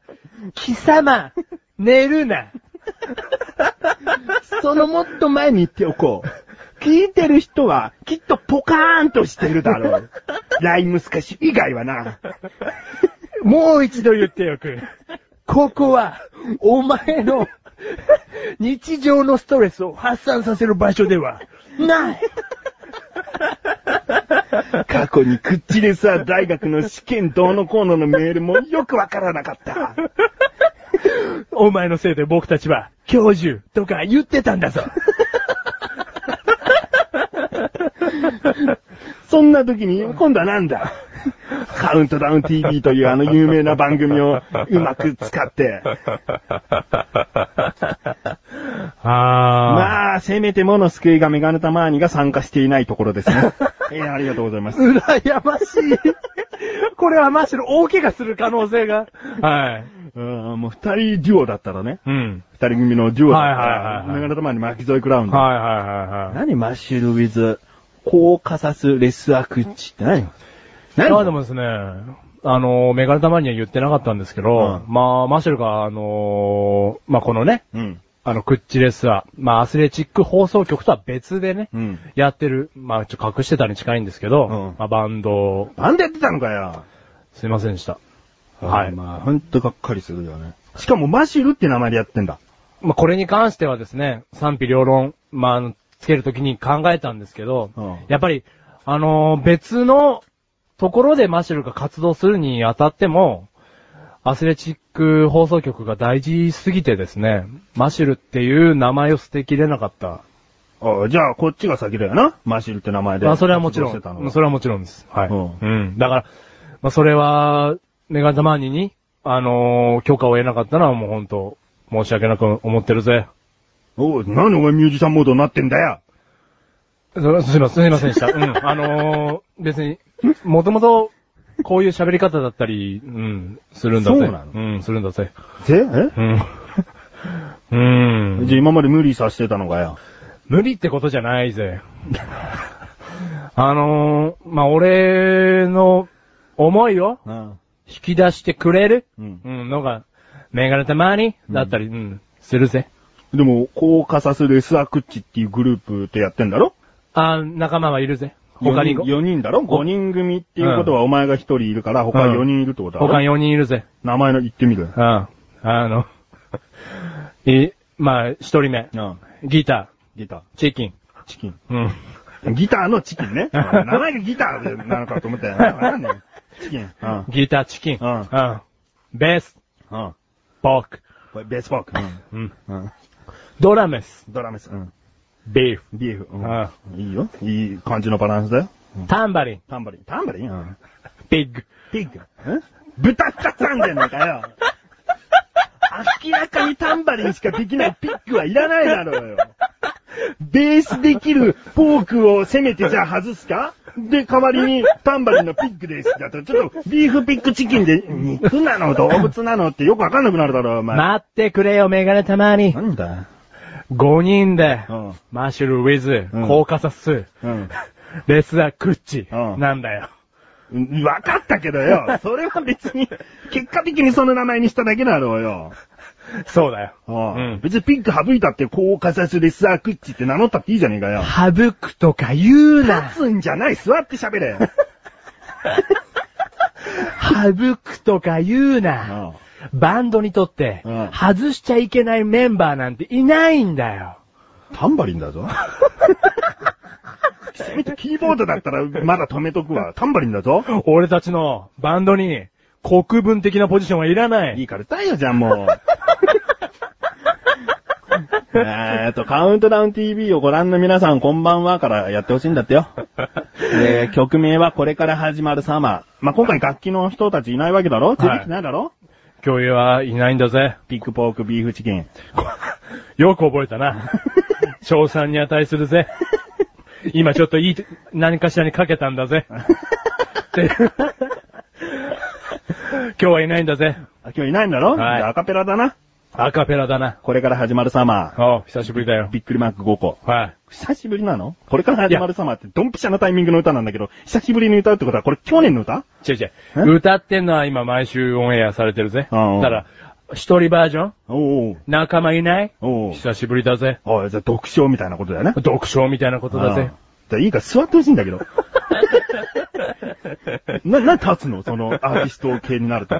S1: 貴様、寝るな。
S2: そのもっと前に言っておこ *laughs* う。聞いてる人は、きっとポカーンとしてるだろ *laughs* う。ライムスカッシュ以外はな。
S1: もう一度言っておく。ここは、お前の日常のストレスを発散させる場所ではない。
S2: 過去にクッチレスア大学の試験どうのこうののメールもよくわからなかった。
S1: お前のせいで僕たちは、教授とか言ってたんだぞ。
S2: そんな時に、今度はなんだカウントダウン TV というあの有名な番組をうまく使って、
S1: あ
S2: まあ、せめてもの救いがメガネタマーニが参加していないところですね。えー、ありがとうございます。
S1: ー。羨ましい。これはマッシュル大怪我する可能性が。はい。
S2: うん、もう二人デュオだったらね。
S1: うん。
S2: 二人組のデュオだった
S1: はいはい
S2: ら、
S1: はいはい
S2: メガネタマーニ巻き添えクラウンで。
S1: はいはいはいはい。
S2: 何マッシュルウィズ、コーカサスレスアクッチって何何
S1: あでもですね、あの、メガネたまには言ってなかったんですけど、
S2: う
S1: まあ、マッシュルが、あのまあ、このね、
S2: うん。
S1: あの、クッチレスは、まあ、アスレチック放送局とは別でね、
S2: うん
S1: やってる、まあ、ちょっと隠してたに近いんですけど、
S2: うん
S1: まあ、バンド、
S2: なんでやってたのかよ。
S1: すいませんでした。
S2: はい。まあ、ほんとがっかりするよね。しかもマッシュルって名前でやってんだ。
S1: まあ、これに関してはですね、賛否両論、まああの、つけるときに考えたんですけど、
S2: うん
S1: やっぱり、あのー別のところでマシュルが活動するにあたっても、アスレチック放送局が大事すぎてですね、マシュルっていう名前を捨てきれなかった。
S2: ああ、じゃあこっちが先だよな。マッシュルって名前で。
S1: まあ、それはもちろ
S2: 活動してたの
S1: ん。
S2: が
S1: それはもちろんです。はい。
S2: うん
S1: うん。だから、まあ、それは、メガネタマーニに、あのー許可を得なかったのはもう本当、申し訳なく思ってるぜ。
S2: おい、なんでお前ミュージシャンモードになってんだよ。
S1: そすいません、すいませんでした。うん。あのー、別に、もともと、こういう喋り方だったり、うん、するんだぜ。
S2: そうなの
S1: うん、するんだぜ。
S2: でえ
S1: うん。うん
S2: じ。ゃあ今まで無理させてたのかよ。
S1: 無理ってことじゃないぜ。 *laughs* あのー、まあ、俺の思いを
S2: うん。
S1: 引き出してくれる、
S2: うん
S1: うん、のが、メガネたまに、だったり、うん、するぜ。
S2: でも、コーカサスレスアクッチっていうグループとやってんだろ
S1: あー、仲間はいるぜ。他に
S2: 4、人四人だろ ?5 人組っていうことはお前が1人いるから、他
S1: うん
S2: 4人いるってことだろ、
S1: 他4人いるぜ。
S2: 名前の言ってみる。
S1: うん。あの、 *laughs* い、まあ、一人目。
S2: うん。
S1: ギタ
S2: ギタ
S1: ー、チキン。
S2: ー、チキン。
S1: うん。
S2: ギターのチキンね。名前がギターなのかと思 *laughs* ったよ。なんだよ。チキン。うん。
S1: ギター、チキン。
S2: う
S1: う
S2: ん
S1: ん。ベース、
S2: うん。
S1: ポーク。
S2: これベースボーク。
S1: うん。
S2: うん。うん。
S1: ドラムス、
S2: ドラムス。うん。
S1: ビーフ。
S2: ビーフ。
S1: あ
S2: うん。いいよ。いい感じのバランスだよ。
S1: タンバリン、
S2: タンバリン。タンバリンうん。
S1: ピッグ。
S2: ピッグ。ん豚かさんじゃねえかよ。明らかにタンバリンしかできないピッグはいらないだろうよ。ベースできるポークをせめてじゃあ外すかで、代わりにタンバリンのピッグです。だとちょっとビーフピッグチキンで肉なの動物なのってよくわかんなくなるだろう、お前。
S1: 待ってくれよ、メガネたまに。
S2: なんだ
S1: 5人で、
S2: うん
S1: マッシュル、ウィズ、
S2: うん
S1: コーカサス、
S2: うん。
S1: レスア、クッチ、
S2: うん
S1: なんだよ。
S2: 分かったけどよ。それは別に、結果的にその名前にしただけだろうよ。
S1: そうだよ。
S2: うん
S1: うん。
S2: 別にピッグ省いたって、こうカサスレスアークッチって名乗ったっていいじゃねえかよ。
S1: 省くとか言う
S2: *laughs*
S1: な。
S2: 立つんじゃない、座って喋 *laughs* れ。
S1: 省くとか言うな。
S2: あ
S1: バンドにとって
S2: うん、
S1: 外しちゃいけないメンバーなんていないんだよ。
S2: あタンバリンだぞ。せめてキーボードだったらまだ止めとくわ。タンバリンだぞ。
S1: 俺たちのバンドに国分的なポジションはいらないい。
S2: いから歌えよ、じゃあもう。えーと、カウントダウン TV をご覧の皆さん、こんばんはからやってほしいんだって *laughs* よ。えー曲名はこれから始まるサマー。まあ、今回楽器の人たちいないわけだろ出てきてないだろ、
S1: 教諭はいないんだぜ。
S2: ピックポークビーフチキン。
S1: *laughs* よく覚えた *laughs* な。賞賛に値するぜ。今ちょっといい、何かしらにかけたんだ *laughs* ぜ。って今日はいないんだぜ。
S2: あ、今日いないんだろ、
S1: はい
S2: じゃあアカペラだな。
S1: アカペラだな。
S2: これから始まるサマー。
S1: おう久しぶりだよ。
S2: びっくりマーク5個。
S1: はい。
S2: 久しぶりなのこれから始まるサマーってドンピシャなタイミングの歌なんだけど、久しぶりに歌うってことはこれ去年の歌
S1: 違う違う。歌ってんのは今毎週オンエアされてるぜ。だ
S2: うん
S1: から、一人バージョン
S2: おお
S1: 仲間いない
S2: おお
S1: 久しぶりだぜ。
S2: おい、じゃあ読書みたいなことだよね。
S1: 読書みたいなことだぜ
S2: ああ。。じゃあいいから座ってほしいんだけど。 *laughs* な、な、立つのそのアーティスト系になると。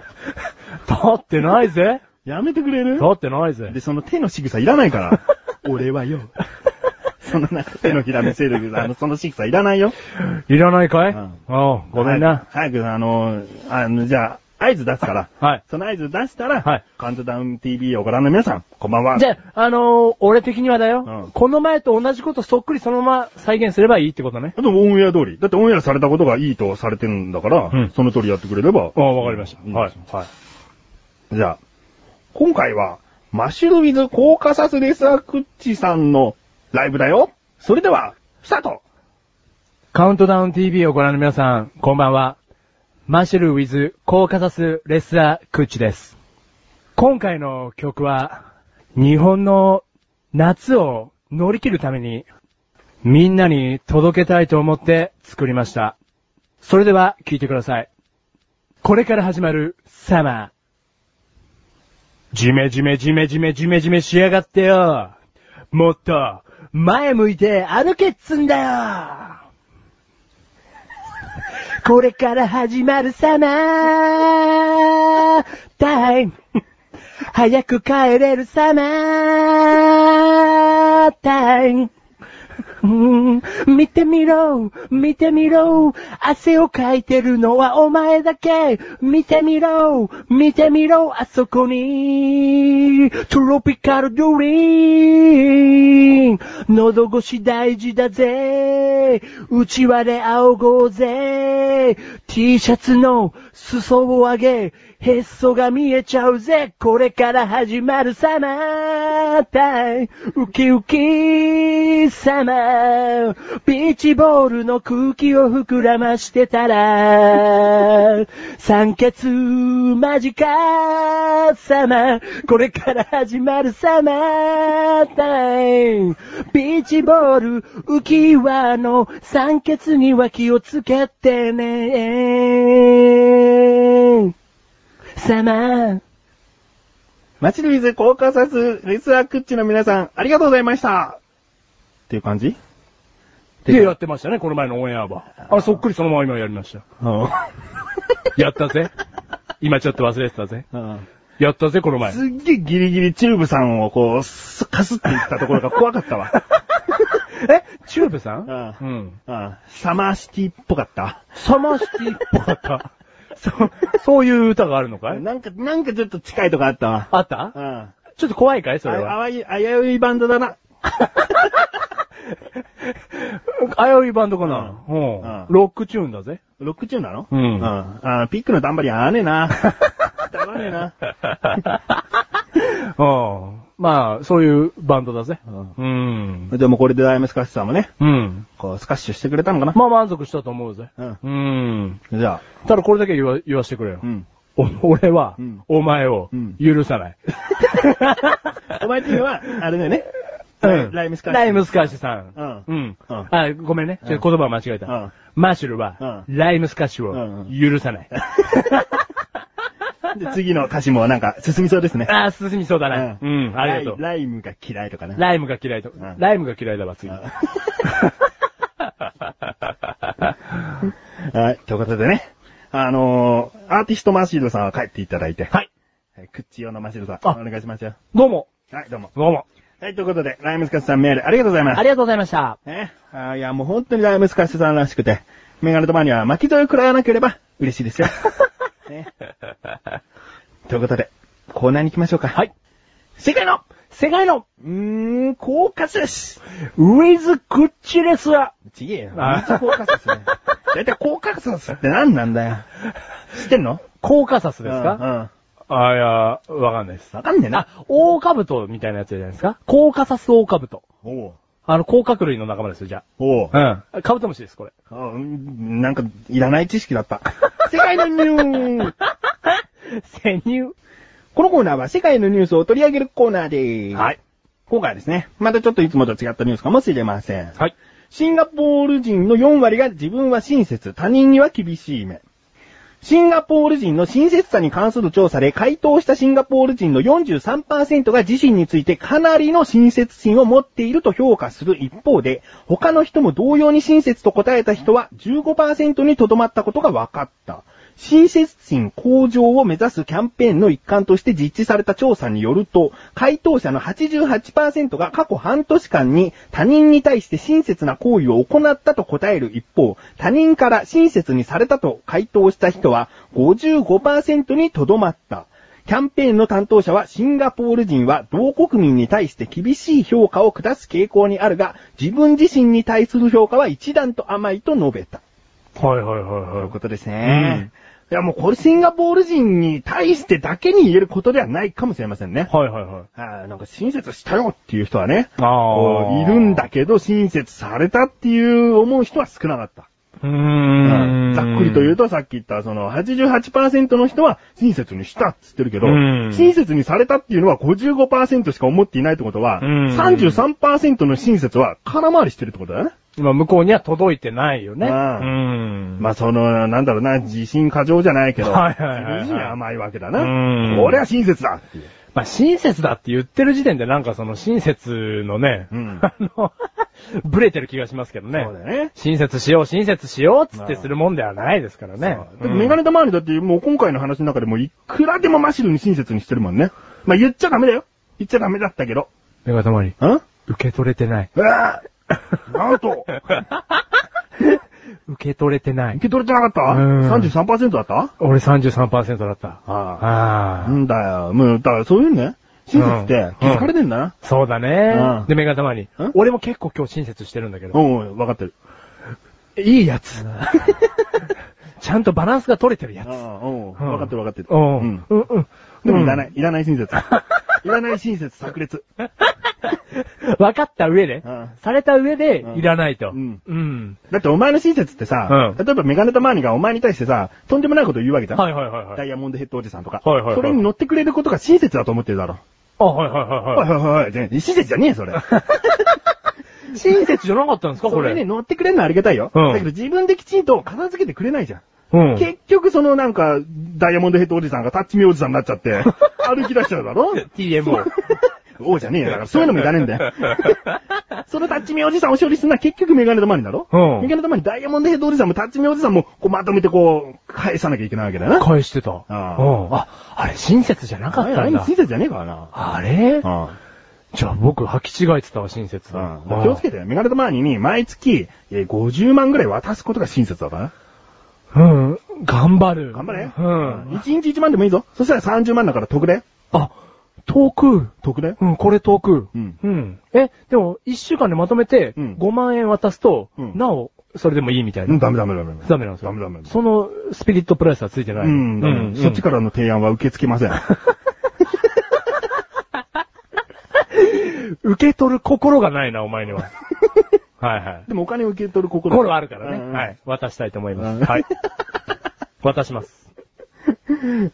S1: 立ってないぜ。
S2: やめてくれる
S1: 立ってないぜ
S2: で、。その手の仕草いらな
S1: *laughs*
S2: いから。俺はよ。そのなんか手のひら見せる、あの、その仕草いらないよ。
S1: いらないかい
S2: うん
S1: おうごめんな。
S2: はい。早く、あの、あの、じゃあ、合図出すから。
S1: はい。
S2: *laughs* その合図出したら、
S1: はい
S2: カウントダウン TV をご覧の皆さん、こんばんは。
S1: じゃあ、あのー俺的にはだ
S2: う
S1: よ
S2: ん。
S1: この前と同じことそっくりそのまま再現すればいいってことね。
S2: あとオンエア通り。だってオンエアされたことがいいとされてるんだから、
S1: うん
S2: その通りやってくれれば。
S1: ああ、わかりました。
S2: うん
S1: はい。はい。
S2: じゃあ、今回は、マッシュルウィズ・コーカサス・レサークッチさんのライブだよ。それでは、スタート
S1: カウントダウン TV をご覧の皆さん、こんばんは。マッシュルウィズ、コーカサス、レッサー、クッチです。今回の曲は、日本の夏を乗り切るために、みんなに届けたいと思って作りました。それでは聴いてください。これから始まるサマー。じめじめじめじめじめじめしやがってよ。もっと前向いて歩けっつんだよ。これから始まるサマータイム。早く帰れるサマータイム。うん見てみろ、見てみろ、汗をかいてるのはお前だけ。見てみろ、見てみろ、あそこに、トロピカルドリーン。喉越し大事だぜ。うちわで仰ごうぜ。T シャツの裾を上げ、へっそが見えちゃうぜ。これから始まるサマータイム。ウキウキサマー。ビーチボールの空気を膨らましてたら、酸欠間近サマー。これから始まるサマータイム。ビーチボール浮き輪の酸欠には気をつけてね。サマー。
S2: マッシュルウィズ・コーカサス・レサークッチの皆さん、ありがとうございましたっていう感じ
S1: で、やってましたね、この前のオンエアは。あれ、そっくりそのまま今やりました。
S2: うん。
S1: やったぜ。今ちょっと忘れてたぜ。
S2: *laughs* うん
S1: やったぜ、この前。
S2: すっげえギリギリチューブさんをこう、すかすっていったところが怖かったわ。
S1: *laughs*
S2: *laughs*
S1: えチューブさん
S2: あ
S1: う
S2: あ
S1: ん。
S2: うんサマーシティっぽかった。
S1: サマーシティっぽかった。 *laughs* そ、そういう歌があるのかい
S2: なんか、なんかちょっと近いとこあったわ。
S1: あっ
S2: う
S1: た
S2: ん。
S1: ちょっと怖いかいそれは。
S2: あわい、危ういバンドだな。
S1: 危ういバンドかな、うん
S2: うん
S1: ロックチューンだぜ。
S2: ロックチューンなの
S1: うん
S2: あピックの頑張り合わねえ *laughs* な。合わねえな。
S1: うん。まあ、そういうバンドだぜ。
S2: う
S1: うん。
S2: でもこれでダイムスカッシュさんもね、
S1: うん。
S2: こう、スカッシュしてくれたのかな。
S1: まあ満足したと思うぜ。
S2: うん
S1: うん。
S2: じゃあ、
S1: ただこれだけ言わ言わしてくれよ。
S2: うん。
S1: お *laughs* 俺は、
S2: うん
S1: お前を
S2: うん
S1: 許さない。
S2: お前っていうのは、あれだよね。
S1: うん
S2: ライムスカッシュ。
S1: ライムスカッシュさん。
S2: うん
S1: うん。
S2: うん
S1: あ、ごめんね。ちょっと言葉を間違えた。
S2: うん
S1: マッシュルは、ライムスカッシュを許さ
S2: *laughs*
S1: ない。
S2: で、次の歌詞もなんか進みそうですね。
S1: ああ、進みそうだな。うん、ありがとう。
S2: ライライムが嫌いとかね。
S1: ライムが嫌いと。
S2: ん
S1: ライムが嫌いだわ、 *laughs* 次。
S2: はい、ということでね。あのー、アーティストマシードさんは帰っていただいて。
S1: はい。
S2: はい。クッチ用のマシードさ
S1: あ
S2: ん。お願いしますよ。
S1: どうも。
S2: はい、どうも。
S1: どうも。
S2: はい、ということで、ライムスカッシュさんメールありがとうございます
S1: あ。りがとうございました。
S2: ね、あーいや、もう本当にライムスカッシュさんらしくて、メガネとマニアは巻き添え食らわなければ嬉し
S1: *laughs*
S2: いですよ。ね。ということで、コーナーに行きましょうか。。
S1: はいい。
S2: 世界の
S1: 世界の
S2: うーん、コーカサス
S1: ウィズ・クッチレスは、
S2: ちげえよ。め
S1: あー
S2: っちゃコーカサス
S1: *laughs*
S2: ね。だいたいコーカサスって何なんだよ。知ってんの
S1: コーカサスです
S2: う
S1: か
S2: んうん。
S1: あいや、わかんないです。
S2: わかんねえな。
S1: あ、オオカブトみたいなやつじゃないですかコーカサスオオカブト。
S2: おう。
S1: あの、甲殻類の仲間ですよ、じゃ
S2: おう。
S1: あ。うん。カブトムシです、これ。
S2: あうんなんか、いらない知識だった。 *laughs* 世界のニュース
S1: 潜入。
S2: このコーナーは世界のニュースを取り上げるコーナーでーす。
S1: はい。
S2: 今回はですね、またちょっといつもと違ったニュースかもしれません。
S1: はい。
S2: シンガポール人の4割が自分は親切、他人には厳しい目。シンガポール人の親切さに関する調査で回答したシンガポール人の43%が自身についてかなりの親切心を持っていると評価する一方で、他の人も同様に親切と答えた人は15%にとどまったことが分かった。親切心向上を目指すキャンペーンの一環として実施された調査によると、回答者の88%が過去半年間に他人に対して親切な行為を行ったと答える一方、他人から親切にされたと回答した人は55%にとどまった。キャンペーンの担当者はシンガポール人は同国民に対して厳しい評価を下す傾向にあるが、自分自身に対する評価は一段と甘いと述べた。
S1: はいはいはい
S2: とい
S1: は
S2: う
S1: い。
S2: ことですね。いや、もうこれシンガポール人に対してだけに言えることではないかもしれませんね。
S1: はいはいはい。
S2: あーなんか親切したよっていう人はね、
S1: ああ。
S2: いるんだけど親切されたっていう思う人は少なかった。
S1: うーん。
S2: ざっくりと言う
S1: と。
S2: とさっき言ったその88%の人は親切にしたっつってるけど、
S1: うん
S2: 親切にされたっていうのは55%しか思っていないってことは、
S1: うん
S2: 33%の親切は空回りしてるってことだよね。
S1: まあ向こうには届いてないよね。
S2: う
S1: うんん。
S2: まあその、なんだろうな、自信過剰じゃないけど、
S1: はいはいはいはい
S2: 自分自身甘いわけだな。
S1: うん
S2: 俺は親切だっていう。
S1: まあ、親切だって言ってる時点でなんかその親切のね、
S2: うん
S1: あの、 *laughs* ブレてる気がしますけどね。
S2: そうだね。
S1: 親切しよう、親切しようっつってするもんではないですからね。
S2: で
S1: う
S2: も
S1: ん
S2: メガネ玉周りだってもう今回の話の中でもいくらでもマシルに親切にしてるもんね。まあ言っちゃダメだよ。言っちゃダメだったけど。
S1: メガネたまり、
S2: んう
S1: 受け取れてない。
S2: わぁなん
S1: *laughs*
S2: と
S1: 受け取れてな
S2: 受
S1: い。
S2: け取れてなか
S1: うん
S2: った ?33% だった
S1: 俺33%だった。
S2: あ
S1: ああ。
S2: なんだよ。もう、だからそういうね、親切って気づかれてんだな。
S1: そうだ
S2: うん
S1: ね。で、メガネたまり
S2: ん、
S1: 俺も結構今日親切してるんだけ
S2: う
S1: ど。
S2: ん、うん、わかってる。
S1: いいやつ。 *laughs* ちゃんとバランスが取れてるやつ。
S2: うん、
S1: うん
S2: わかってるわかってる。
S1: うん。
S2: う
S1: うん
S2: ん。
S1: うん。
S2: でもいら
S1: い。
S2: ない、いらない親
S1: *laughs*
S2: 切。いらない親切炸裂。
S1: 分かった上で
S2: うん、
S1: された上で
S2: うん、
S1: いらないと。
S2: うん
S1: うん。
S2: だってお前の親切ってさ、
S1: う
S2: 例えばメガネ玉にがお前に対してさ、とんでもないこと言うわけじゃん。
S1: はいはいはいは
S2: ダイ
S1: い。
S2: ヤモンドヘッドおじさんとか。
S1: はいはいはい
S2: それに乗ってくれることが親切だと思ってるだろ。
S1: あ、はいはいはい
S2: は
S1: はい
S2: はいはい。で親切じゃねえよ、それ。
S1: い。親切じゃなかったんですか
S2: そ
S1: こ
S2: れ
S1: れ。
S2: に乗ってくれるのはありがたいよ。
S1: うん
S2: だけど自分できちんと片付けてくれないじゃん。
S1: うん。
S2: 結局そのなんか、ダイヤモンドヘッドおじさんがタッチミおじさんになっちゃ
S1: *laughs*
S2: って、歩き出しちゃうだろ *laughs*
S1: TMO。
S2: 王じゃねえよ。だからそういうのもいらねえんだ
S1: *laughs*
S2: よ。そのタッチミおじさんを処理するのは結局メガネ玉にだろ
S1: うん
S2: メガネ玉にダイヤモンドヘッドおじさんもタッチミおじさんもこうまとめてこう、返さなきゃいけないわけだよな。
S1: 返してた。うん。
S2: あ
S1: あ、あれ親切じゃなかったん
S2: 何
S1: だ
S2: 親。切じゃねえからな。
S1: あれ
S2: うん
S1: じゃあ僕履き違えてたわ、親切。
S2: うん気をつけてね。メガネとマーニーに毎月、えー50万ぐらい渡すことが親切だから。
S1: うん。頑張る。
S2: 頑張れ。
S1: うん。
S2: 1日1万でもいいぞ。そしたら30万だから得で。
S1: あ、遠く。
S2: 得で。
S1: うん、これ遠く。
S2: うん
S1: うん。え、でも、一週間でまとめて、
S2: うん
S1: 5万円渡すと、
S2: うん
S1: なお、それでもいいみたいな。
S2: うん、ダメダメダメ。
S1: ダメなんですよ。
S2: ダメダメ。
S1: その、スピリットプライスはついてない。
S2: うん、ダメそっち
S1: か。
S2: からの提案は受け付
S1: *laughs*
S2: けません。
S1: 受け取る心がないな、お前に
S2: *laughs*
S1: は。はいはい。
S2: でもお金を受け取る心。
S1: 心あるからね。
S2: うん
S1: は。い。渡したいと思いま
S2: うん
S1: す。はい。渡します。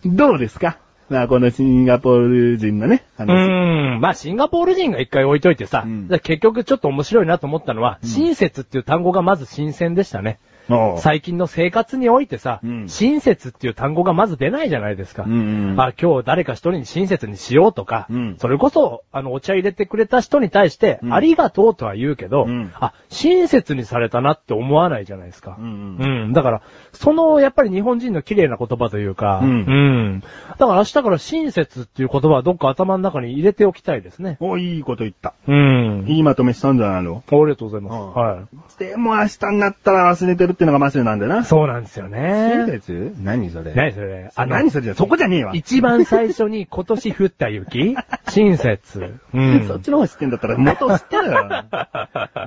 S2: どうですかまあ、このシンガポール人のね、
S1: う
S2: 話。
S1: ーん。まあ、シンガポール人が一回置いといてさ、
S2: うん
S1: じゃあ結局ちょっと面白いなと思ったのは、親切っていう単語がまず新鮮でしたね。
S2: おう
S1: 最近の生活においてさ、
S2: うん
S1: 親切っていう単語がまず出ないじゃないですか。
S2: うんうん
S1: あ今日誰か一人に親切にしようとか、
S2: うん
S1: それこそ、あの、お茶入れてくれた人に対して、
S2: うん
S1: ありがとうとは言うけど、
S2: うん
S1: あ、親切にされたなって思わないじゃないですか。
S2: うんう
S1: うんだから、その、やっぱり日本人の綺麗な言葉というか、
S2: うん
S1: うんだから明日から親切っていう言葉はどっか頭の中に入れておきたいですね。
S2: お、いいこと言った。
S1: うん。
S2: いいまとめしたんじゃないの
S1: ありがとうございます。
S2: うん
S1: は
S2: でも明日になったら忘れてるってのがマシルなんだよ
S1: い。
S2: な。
S1: そうなんですよ
S2: 親
S1: ね。
S2: 切何それ
S1: 何それ
S2: あ、何それじゃ、そこじゃねえわ。
S1: 一番最初に今年降った
S2: *laughs*
S1: 雪親切。うん。
S2: そっちの方知ってんだったら元知ってるよ。
S1: *laughs*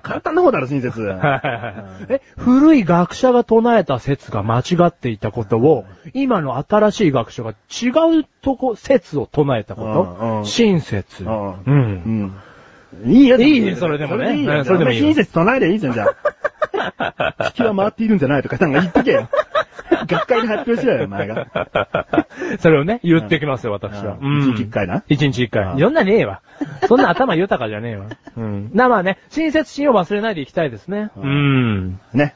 S2: 簡単な方だろ、親切。
S1: え、古い学者が唱えた説が間違っていたことを、今の新しい学者が違うとこ、説を唱えたこ
S2: うんうん
S1: と親切。う
S2: うん
S1: ん。
S2: うん。いいやつ
S1: いいねそれでもね
S2: いいよ
S1: うんそれでもいいよ
S2: 親切唱えりゃいいじゃん、じゃ
S1: *laughs*
S2: あ。地球は回っているんじゃないとか、なんか言っとけよ。学会で発表しろよ、お前が。
S1: *laughs* それをね、言ってきますよ、私は。
S2: うん
S1: うん
S2: 一日一回な
S1: 一日一
S2: う
S1: 回。
S2: ん
S1: いろんなねえ
S2: *laughs*
S1: わ。そんな頭豊かじゃねえわ。うん。な、まあね、親切心を忘れないでいきたいですね。
S2: う
S1: うん。
S2: ね。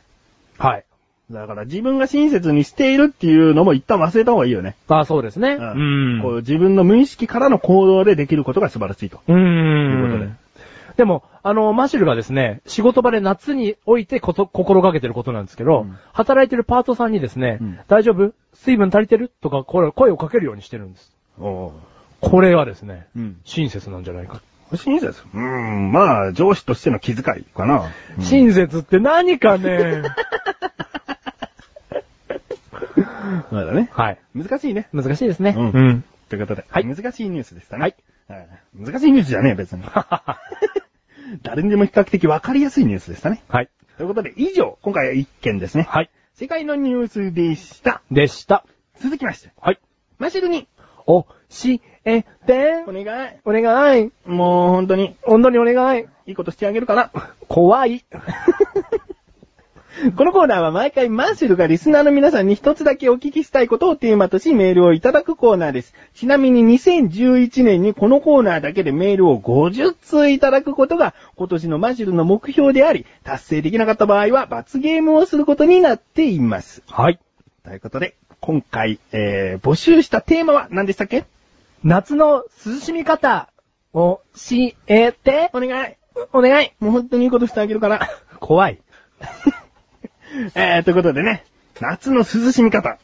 S1: はい。
S2: だから自分が親切にしているっていうのも一旦忘れた方がいいよね。
S1: まあそうですね。
S2: う
S1: うん。
S2: こう自分の無意識からの行動でできることが素晴らしいと。
S1: う
S2: ということ
S1: ー
S2: で
S1: ん。でも、あの、マシルがですね、仕事場で夏においてこと、心がけてることなんですけど、
S2: うん
S1: 働いてるパートさんにですね、
S2: うん
S1: 大丈夫水分足りてるとか、これ、声をかけるようにしてるんです。
S2: お
S1: これはですね、
S2: うん。
S1: 親切なんじゃないか。
S2: 親切うん、まあ、上司としての気遣いかな。
S1: *laughs* 親切って何か
S2: *laughs*
S1: ね
S2: そうだね。
S1: はい。
S2: 難しいね。
S1: 難しいですね。
S2: うん
S1: *laughs* うん。
S2: ということで、
S1: はい
S2: 難しいニュースでしたね。
S1: はい
S2: はい。難しいニュースじゃねえ、別に。誰にでも比較的わかりやすいニュースでしたね。
S1: はい。
S2: ということで、以上、今回は1件ですね。
S1: はい。
S2: 世界のニュースでした。
S1: でした。
S2: 続きまして。
S1: はい。
S2: マシルに、
S1: お、し、え、で
S2: お、願い。
S1: お願い。
S2: もう、本当に、
S1: 本当にお願い。
S2: いいことしてあげるから。
S1: 怖い。
S2: *laughs* このコーナーは毎回マンシルがリスナーの皆さんに一つだけお聞きしたいことをテーマとしメールをいただくコーナーです。ちなみに2011年にこのコーナーだけでメールを50通いただくことが今年のマンシルの目標であり、達成できなかった場合は罰ゲームをすることになっています。
S1: はい。
S2: ということで、今回、えー、募集したテーマは何でしたっけ
S1: 夏の涼しみ方、を教えて、
S2: お願い。
S1: お願い。
S2: もう本当にいいことしてあげるから。
S1: 怖い。
S2: えー、ということでね、夏の涼しみ方。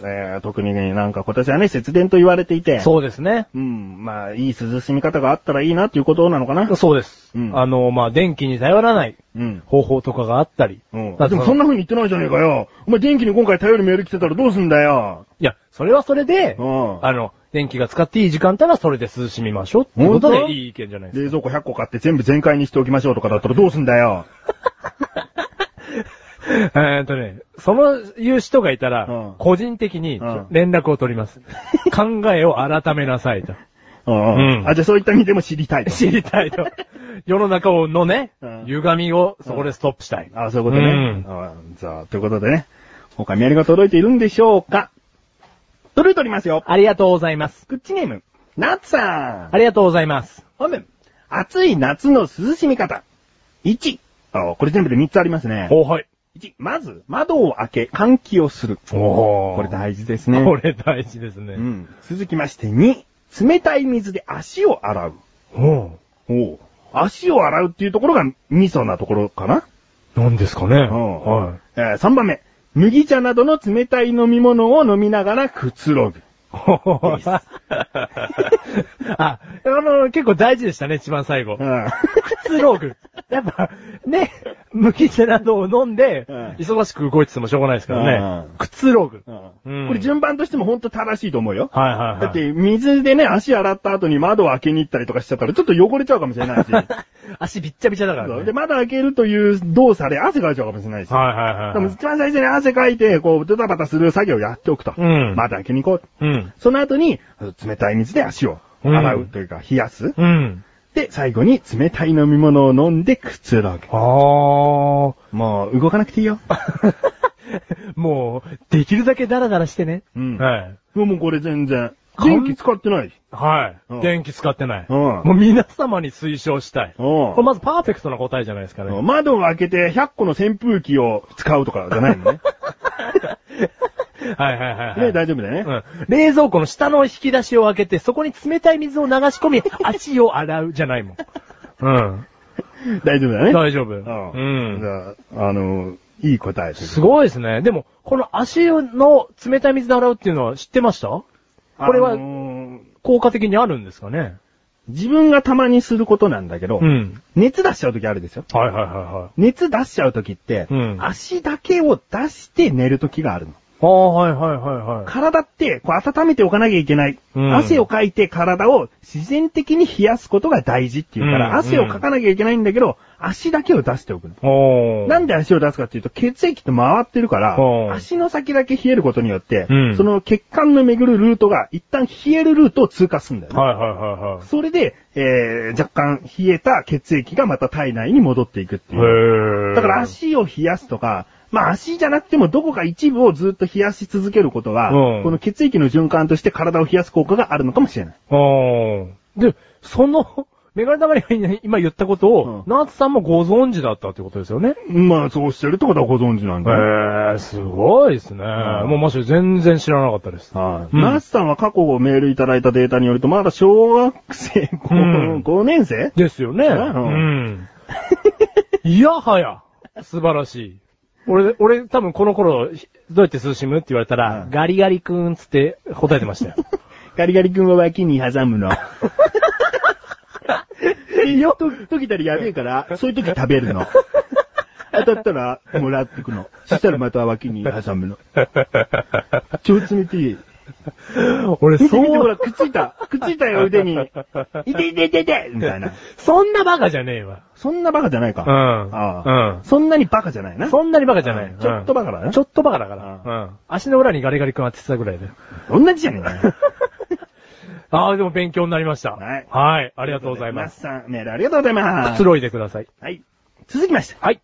S2: えー、特にね、なんか今年はね、節電と言われていて。
S1: そうですね。
S2: う。うん、まあ、いい涼しみ方があったらいいなっていうことなのかな。
S1: そうです。
S2: うん
S1: あの、まあ、電気に頼らない
S2: うん。
S1: 方法とかがあったり。
S2: うん。
S1: だって
S2: でもそん
S1: の
S2: な風に言ってないじゃねえかよ。お前電気に今回頼りメール来てたらどうすんだよ。
S1: いや、それはそれで、
S2: うん。
S1: あの、電気が使っていい時間帯はそれで涼しみましょうってこと
S2: 本当
S1: でいい意見じゃないです
S2: 冷蔵庫100個買って全部全開にしておきましょうとかだったらどうすんだよ。
S1: か。 *laughs* えーっとね、そのいう人がいたら、
S2: うん
S1: 個人的に
S2: うん
S1: 連絡を取り
S2: *laughs*
S1: ます。考えを改めなさいと。
S2: うん。
S1: うん
S2: あ、じゃあそういった意味でも *laughs* 知りたいと。
S1: 知りたいと。世の中をのね
S2: うん、
S1: 歪みをそこでストップしたい。
S2: あ、そういうことね。
S1: うん
S2: あじゃあ、ということでね、他メールが届いているんでしょうか届いておりますよ。
S1: ありがとうございます。
S2: グッチネーム、ナッツさん。
S1: ありがとうございます。
S2: 本文、暑い夏の涼しみ方。1、あこれ全部で3つありますね。
S1: おはい。
S2: 1、まず、窓を開け、換気をする。
S1: おー
S2: これ大事ですね。
S1: これ大事です
S2: う
S1: ね。
S2: ん。続きまして2、冷たい水で足を洗う。
S1: おう
S2: おう足を洗うっていうところがミソなところかな
S1: なんですかね。
S2: うん
S1: は
S2: えー3番目。麦茶などの冷たい飲み物を飲みながらくつろぐ。
S1: い。 *laughs* あ、あの、結構大事でしたね、一番最後
S2: う。ん
S1: くつろぐ。やっぱ、ね、麦茶などを飲んで
S2: うん、
S1: 忙しく動いててもしょうがないですから
S2: う
S1: ね
S2: ん。
S1: くつろぐ。うん
S2: *laughs* これ順番としても本当正しいと思うよ。
S1: はいはいはい。
S2: だっ、て、水でね、足洗った後に窓を開けに行ったりとかしちゃったら、ちょっと汚れちゃうかもしれないし。
S1: *laughs* 足びっちゃびちゃだから
S2: そう
S1: ね。
S2: で、窓開けるという動作で汗かいちゃうかもしれないし。
S1: はいはい
S2: で
S1: はい
S2: も
S1: はい。
S2: 一番最初に汗かいて、こう、ドタバタする作業をやっておくと。
S1: うん
S2: 窓開けに行こう。
S1: うん。
S2: その後に、冷たい水で足を洗うというか、冷やす。
S1: うん。
S2: で、最後に冷たい飲み物を飲んでくつろぐ。
S1: あー。
S2: もう、動かなくていいよ。 *laughs*
S1: もう、できるだけダラダラしてね。
S2: うん
S1: はい。
S2: もうこれ全然。電気使ってない。
S1: は
S2: うん
S1: い。電気使ってない。
S2: うん
S1: もう皆様に推奨したい。
S2: うん
S1: これまずパーフェクトな答えじゃないですかね。
S2: 窓を開けて100個の扇風機を使うとかじゃないのね。
S1: はいはい *laughs* はい、はい。
S2: ね、大丈夫だよね。
S1: うん冷蔵庫の下の引き出しを開けて、そこに冷たい水を流し込
S2: *laughs*
S1: み、足を洗うじゃないもん。うん。
S2: 大丈夫だね。
S1: 大丈夫。
S2: うん。じ
S1: うん。
S2: ゃあ、あの、いい答えという
S1: すごいですね。でも、この足の冷たい水で洗うっていうのは知ってました
S2: あのー
S1: これは効果的にあるんですかね
S2: 自分がたまにすることなんだけど、
S1: うん。
S2: 熱出しちゃうときあるですよ。
S1: はいはいはいはい。
S2: 熱出しちゃうときって、
S1: うん
S2: 足だけを出して寝るときがあるの。
S1: ああ、はいはいはいはい。
S2: 体って、こう温めておかなきゃいけない。
S1: うん
S2: 汗をかいて体を自然的に冷やすことが大事っていうから、
S1: うん
S2: 汗をかかなきゃいけないんだけど、足だけを出しておくの。
S1: おー。
S2: なんで足を出すかっていうと、血液って回ってるから
S1: う、ん
S2: 足の先だけ冷えることによって、
S1: うん
S2: その血管の巡るルートが一旦冷えるルートを通過するんだよね。
S1: はいはいはいはい。
S2: それで、えー、若干冷えた血液がまた体内に戻っていくっていう。
S1: へー。
S2: だから、足を冷やすとか、まあ足じゃなくてもどこか一部をずっと冷やし続けることは、
S1: うん
S2: この血液の循環として体を冷やす効果があるのかもしれない。
S1: おー。で、その、メガネ玉に今言ったことを、
S2: う
S1: ナーツさんもご存知だったってことですよね。
S2: まあそうしてるってことはご存知なん
S1: へー、すごいですね。もうむしろ全然知らなかったです。
S2: はい。
S1: うん
S2: ナースさんは過去メールいただいたデータによると、まだ小学生5、
S1: うん
S2: 5年生
S1: ですよね。う。
S2: うん *laughs*
S1: いやはや、素晴らしい。俺、俺多分この頃、どうやって涼しむって言われたら、
S2: うん
S1: ガリガリくんつって答えてましたよ。
S2: ガリガリ君は脇に挟
S1: *laughs*
S2: むの。よ、と、溶けたらやべえから、そういう時食べるの。当たったら、もらってくの。そしたらまた脇に挟むの。超冷てえ。 *laughs*
S1: 俺、
S2: 見て見て、ほ
S1: そう
S2: ら、、くっついた。くっついたよ、腕に。いていていていてみたいな。
S1: そんなバカじゃねえわ。
S2: そんなバカじゃないか。
S1: うん
S2: ああ
S1: うん
S2: そんなにバカじゃないな。
S1: そんなにバカじゃない。
S2: うんちょっとバカだな
S1: ちょっとバカだか
S2: う
S1: ら。うん。足の裏にガリガリ君当ててたぐらいで。
S2: 同じじゃねえかよ。
S1: ああ、でも勉強になりました。
S2: はい
S1: はい。ありがとうございます。
S2: マッサン、メールありがとうございま
S1: く
S2: す
S1: つ。ろいでください。
S2: はい。続きまして。
S1: はい。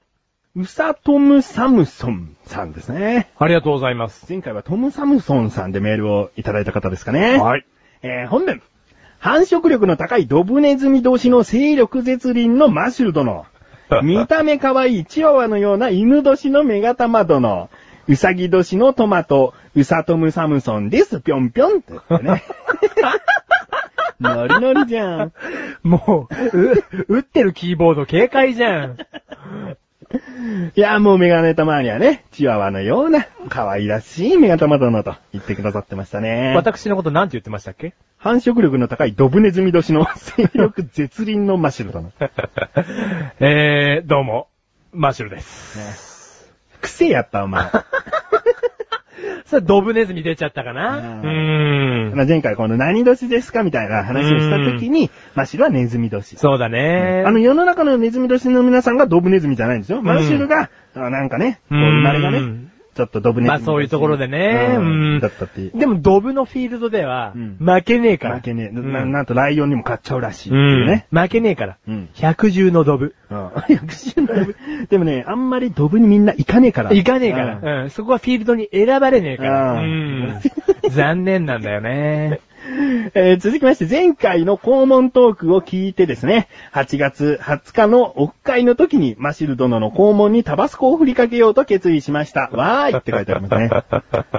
S2: うさとむサムソンさんですね。
S1: ありがとうございます。
S2: 前回はトム・サムソンさんでメールをいただいた方ですかね。
S1: はい。
S2: えー本文。繁殖力の高いドブネズミ同士の勢力絶倫のマシュル殿。見た目可愛いチワワのような犬年のメガタマ殿。うさぎ年のトマト、うさとむサムソンです、ぴょんぴょんって言ってね。ノリノリじゃん。
S1: *laughs* もう、う、打ってるキーボード警戒じゃん。
S2: いや、もうメガネたまにはね、チワワのような可愛らしいメガタマ殿と言ってくださってましたね。
S1: 私のことなんて言ってましたっけ *laughs*
S2: 繁殖力の高いドブネズミ年の勢力絶倫のマシュル殿。
S1: えー、どうも、マッシュルです。
S2: ね癖やった、
S1: *laughs*
S2: お前。
S1: さあ、ドブネズミ出ちゃったかな
S2: う
S1: うー
S2: ま
S1: ん。
S2: あ前回この何年ですかみたいな話をした時に、マシュルはネズミ年。
S1: そうだね。
S2: あの世の中のネズミ年の皆さんがドブネズミじゃないんですよ。
S1: ん
S2: マシュルが、あなんかね、こう生まれが
S1: う
S2: ね
S1: ん、
S2: ちょっとドブネズミ年。
S1: まあそういうところでね。
S2: う
S1: うんん。
S2: だったっていう。
S1: でもドブのフィールドでは、
S2: うん
S1: 負けねえから。
S2: 負けねえ。
S1: うん
S2: ななんとライオンにも勝っちゃうらしいって
S1: う
S2: いうんね。。
S1: 負けねえから
S2: うん。
S1: 百獣のドブ。
S2: うん。 *laughs* 翌週のドブ。でもね、あんまりドブにみんな行かねえから。
S1: いかねえか
S2: うん
S1: ら。うん。そこはフィールドに選ばれねえから。
S2: う
S1: うんん。残念なんだよね。
S2: *laughs* えー続きまして、前回の肛門トークを聞いてですね、8月20日のオフ会の時に、マシル殿の肛門にタバスコを振りかけようと決意しました。わーいって書いてありますね。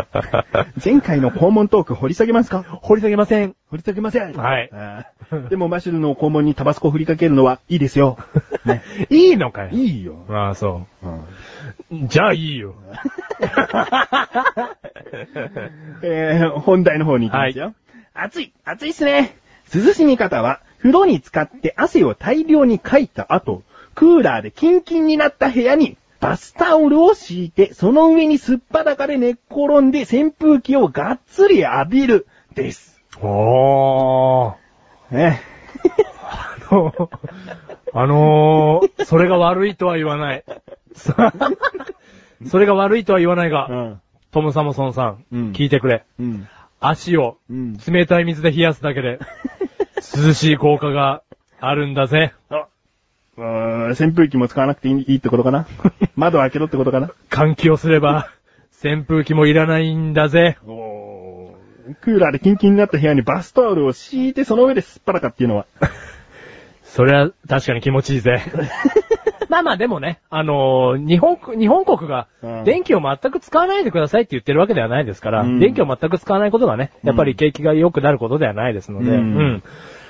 S1: *laughs*
S2: 前回の肛門トーク掘り下げますか
S1: 掘り下げません。
S2: 掘り下げません。
S1: はい
S2: あー。でも、マシルの肛門にタバスコを振りかけるのはいいで
S1: *laughs*
S2: すよ。ね、
S1: いいのかよ。
S2: いいよ。
S1: ああ、そ
S2: うん
S1: う。じゃあいいよ。
S2: えー本題の方に行きますよ。
S1: は
S2: 暑い、暑いっすね。涼しみ方は、風呂に使って汗を大量にかいた後、クーラーでキンキンになった部屋に、バスタオルを敷いて、その上にすっぱだかで寝っ転んで扇風機をがっつり浴びる、です。
S1: おー。
S2: ね。
S1: あの、あのー、それが悪いとは言わない。そそれが悪いとは言わないが、
S2: ん。
S1: トム・サムソンさん、
S2: うん
S1: 聞いてくれ。
S2: うん。
S1: 足を
S2: うん
S1: 冷たい水で冷やすだけで、涼しい効果があるんだぜ。
S2: あ、うーん扇風機も使わなくていいいいってことかな *laughs* 窓を開けろってことかな
S1: 換気をすれ
S2: *laughs*
S1: ば、扇風機もいらないんだぜ。
S2: おークーラーでキンキンになった部屋にバスタオルを敷いて、その上ですっぱらかっていうのは。
S1: それは確かに気持ちいいぜ。 *laughs* まあまあでもね、あのー日本国、日本国が
S2: うん
S1: 電気を全く使わないでくださいって言ってるわけではないですから、
S2: うん
S1: 電気を全く使わないことがね、やっぱり景気が良くなることではないですので、
S2: う
S1: うんん。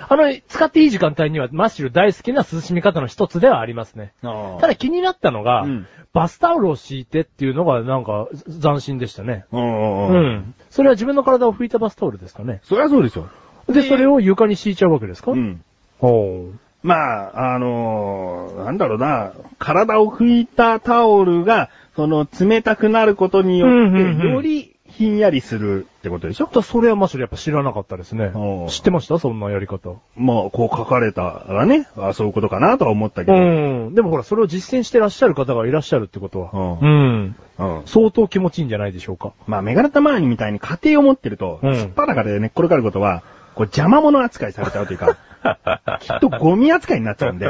S1: あの、使っていい時間帯にはマッシュル大好きな涼しみ方の一つではありますね。ただ気になったのが、
S2: うん
S1: バスタオルを敷いてっていうのがなんか斬新でしたね。
S2: うんうん
S1: う
S2: うん
S1: ん。それは自分の体を拭いたバスタオルですかね。
S2: そりゃそうでしょ。
S1: で、それを床に敷いちゃうわけですか
S2: うん。
S1: ほう。
S2: まあ、あのーなんだろうな、体を拭いたタオルが、その、冷たくなることによ
S1: うん
S2: っ
S1: うん
S2: て、
S1: うん
S2: よりひんやりするってことでし
S1: ちょ
S2: ょ
S1: っとそれはマシュルやっぱ知らなかったですね
S2: おう。
S1: 知ってましたそんなやり方。
S2: まあ、こう書かれたらね、あそういうことかなとは思ったけ
S1: う
S2: ど。
S1: ん。でもほら、それを実践してらっしゃる方がいらっしゃるってことは。
S2: う
S1: うん。
S2: うん
S1: 相当気持ちいいんじゃないでしょうか。
S2: まあ、メガネタマーニみたいに家庭を持ってると、
S1: うん
S2: すっぱらかで寝っ転がることは、こう邪魔者扱いされちゃうとい
S1: *laughs*
S2: うか、きっとゴミ扱いになっちゃうんで、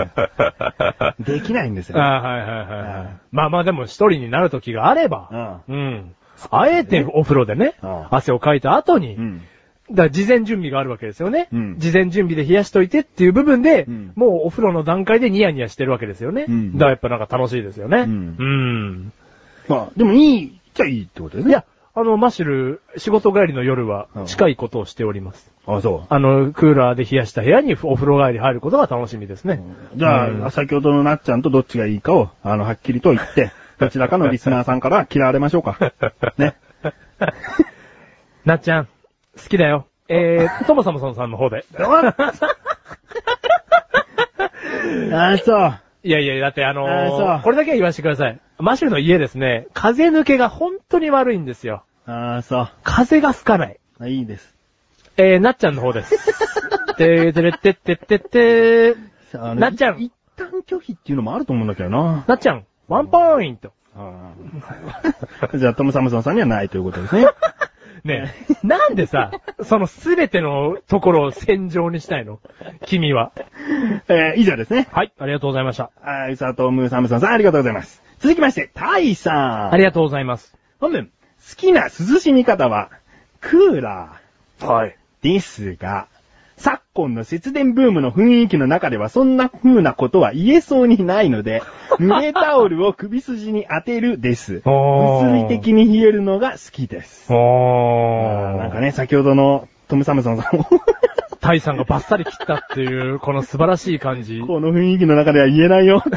S2: できないんですよ。
S1: あはいはいはいはい。まあまあでも一人になる時があれば、うん。あえてお風呂でね
S2: うん、
S1: 汗をかいた後に
S2: う、ん。
S1: だから事前準備があるわけですよね。
S2: うん
S1: 事前準備で冷やしといてっていう部分で、
S2: うん
S1: もうお風呂の段階でニヤニヤしてるわけですよね。
S2: うん
S1: だからやっぱなんか楽しいですよね。
S2: うん
S1: うん
S2: まあ、でもいいっちゃいいってことです
S1: い
S2: ね。
S1: や、あの、マッシュル、仕事帰りの夜は
S2: うん
S1: 近いことをしております。
S2: あ、そう。
S1: あの、クーラーで冷やした部屋にお風呂帰り入ることが楽しみですね。
S2: じゃあ、
S1: うん
S2: 先ほどのなっちゃんとどっちがいいかを、あの、はっきりと言
S1: *laughs*
S2: って、どちらかのリスナーさんから嫌われましょうか。ね。
S1: なっちゃん、好きだよ。え
S2: *laughs*
S1: ー、トモサムソンさんの方で。
S2: あ、そう。
S1: いやいや、だってあのー
S2: あーそう
S1: これだけは言わせてください。マッシュルの家ですね、風抜けが本当に悪いんですよ。
S2: あ、そう。
S1: 風が吹かない。
S2: あいいです。
S1: えー、なっちゃんの方
S2: *laughs*
S1: です。てーてれってってってってー
S2: さ
S1: なっちゃん
S2: 一旦拒否っていうのもあると思うんだけど
S1: *laughs*
S2: な。
S1: なっちゃん、ワンポイント。
S2: じゃあ、トム・サムソンさんにはないということです
S1: *laughs*
S2: ね。
S1: ねえ、 *laughs* なんでさ、そのすべてのところを戦場にしたいの君は。
S2: えー、以上ですね。
S1: はい、ありがとうございました。
S2: はい、さあ、トム・サムソンさんありがとうございます。続きまして、タイさん。
S1: ありがとうございます。
S2: 本文、好きな涼しみ方は、クーラ
S1: はい。
S2: ーですが、昨今の節電ブームの雰囲気の中ではそんな風なことは言えそうにない
S1: *laughs*
S2: ので、濡れタオルを首筋に当てるです。
S1: おー
S2: 物理的に冷えるのが好きです。
S1: お
S2: あー
S1: ー。
S2: なんかね、先ほどのトム・サムソンさん
S1: *laughs*
S2: も、
S1: タイさんがバッサリ切ったっていう、この素晴らしい感じ。
S2: この雰囲気の中では言えないよ。
S1: *laughs*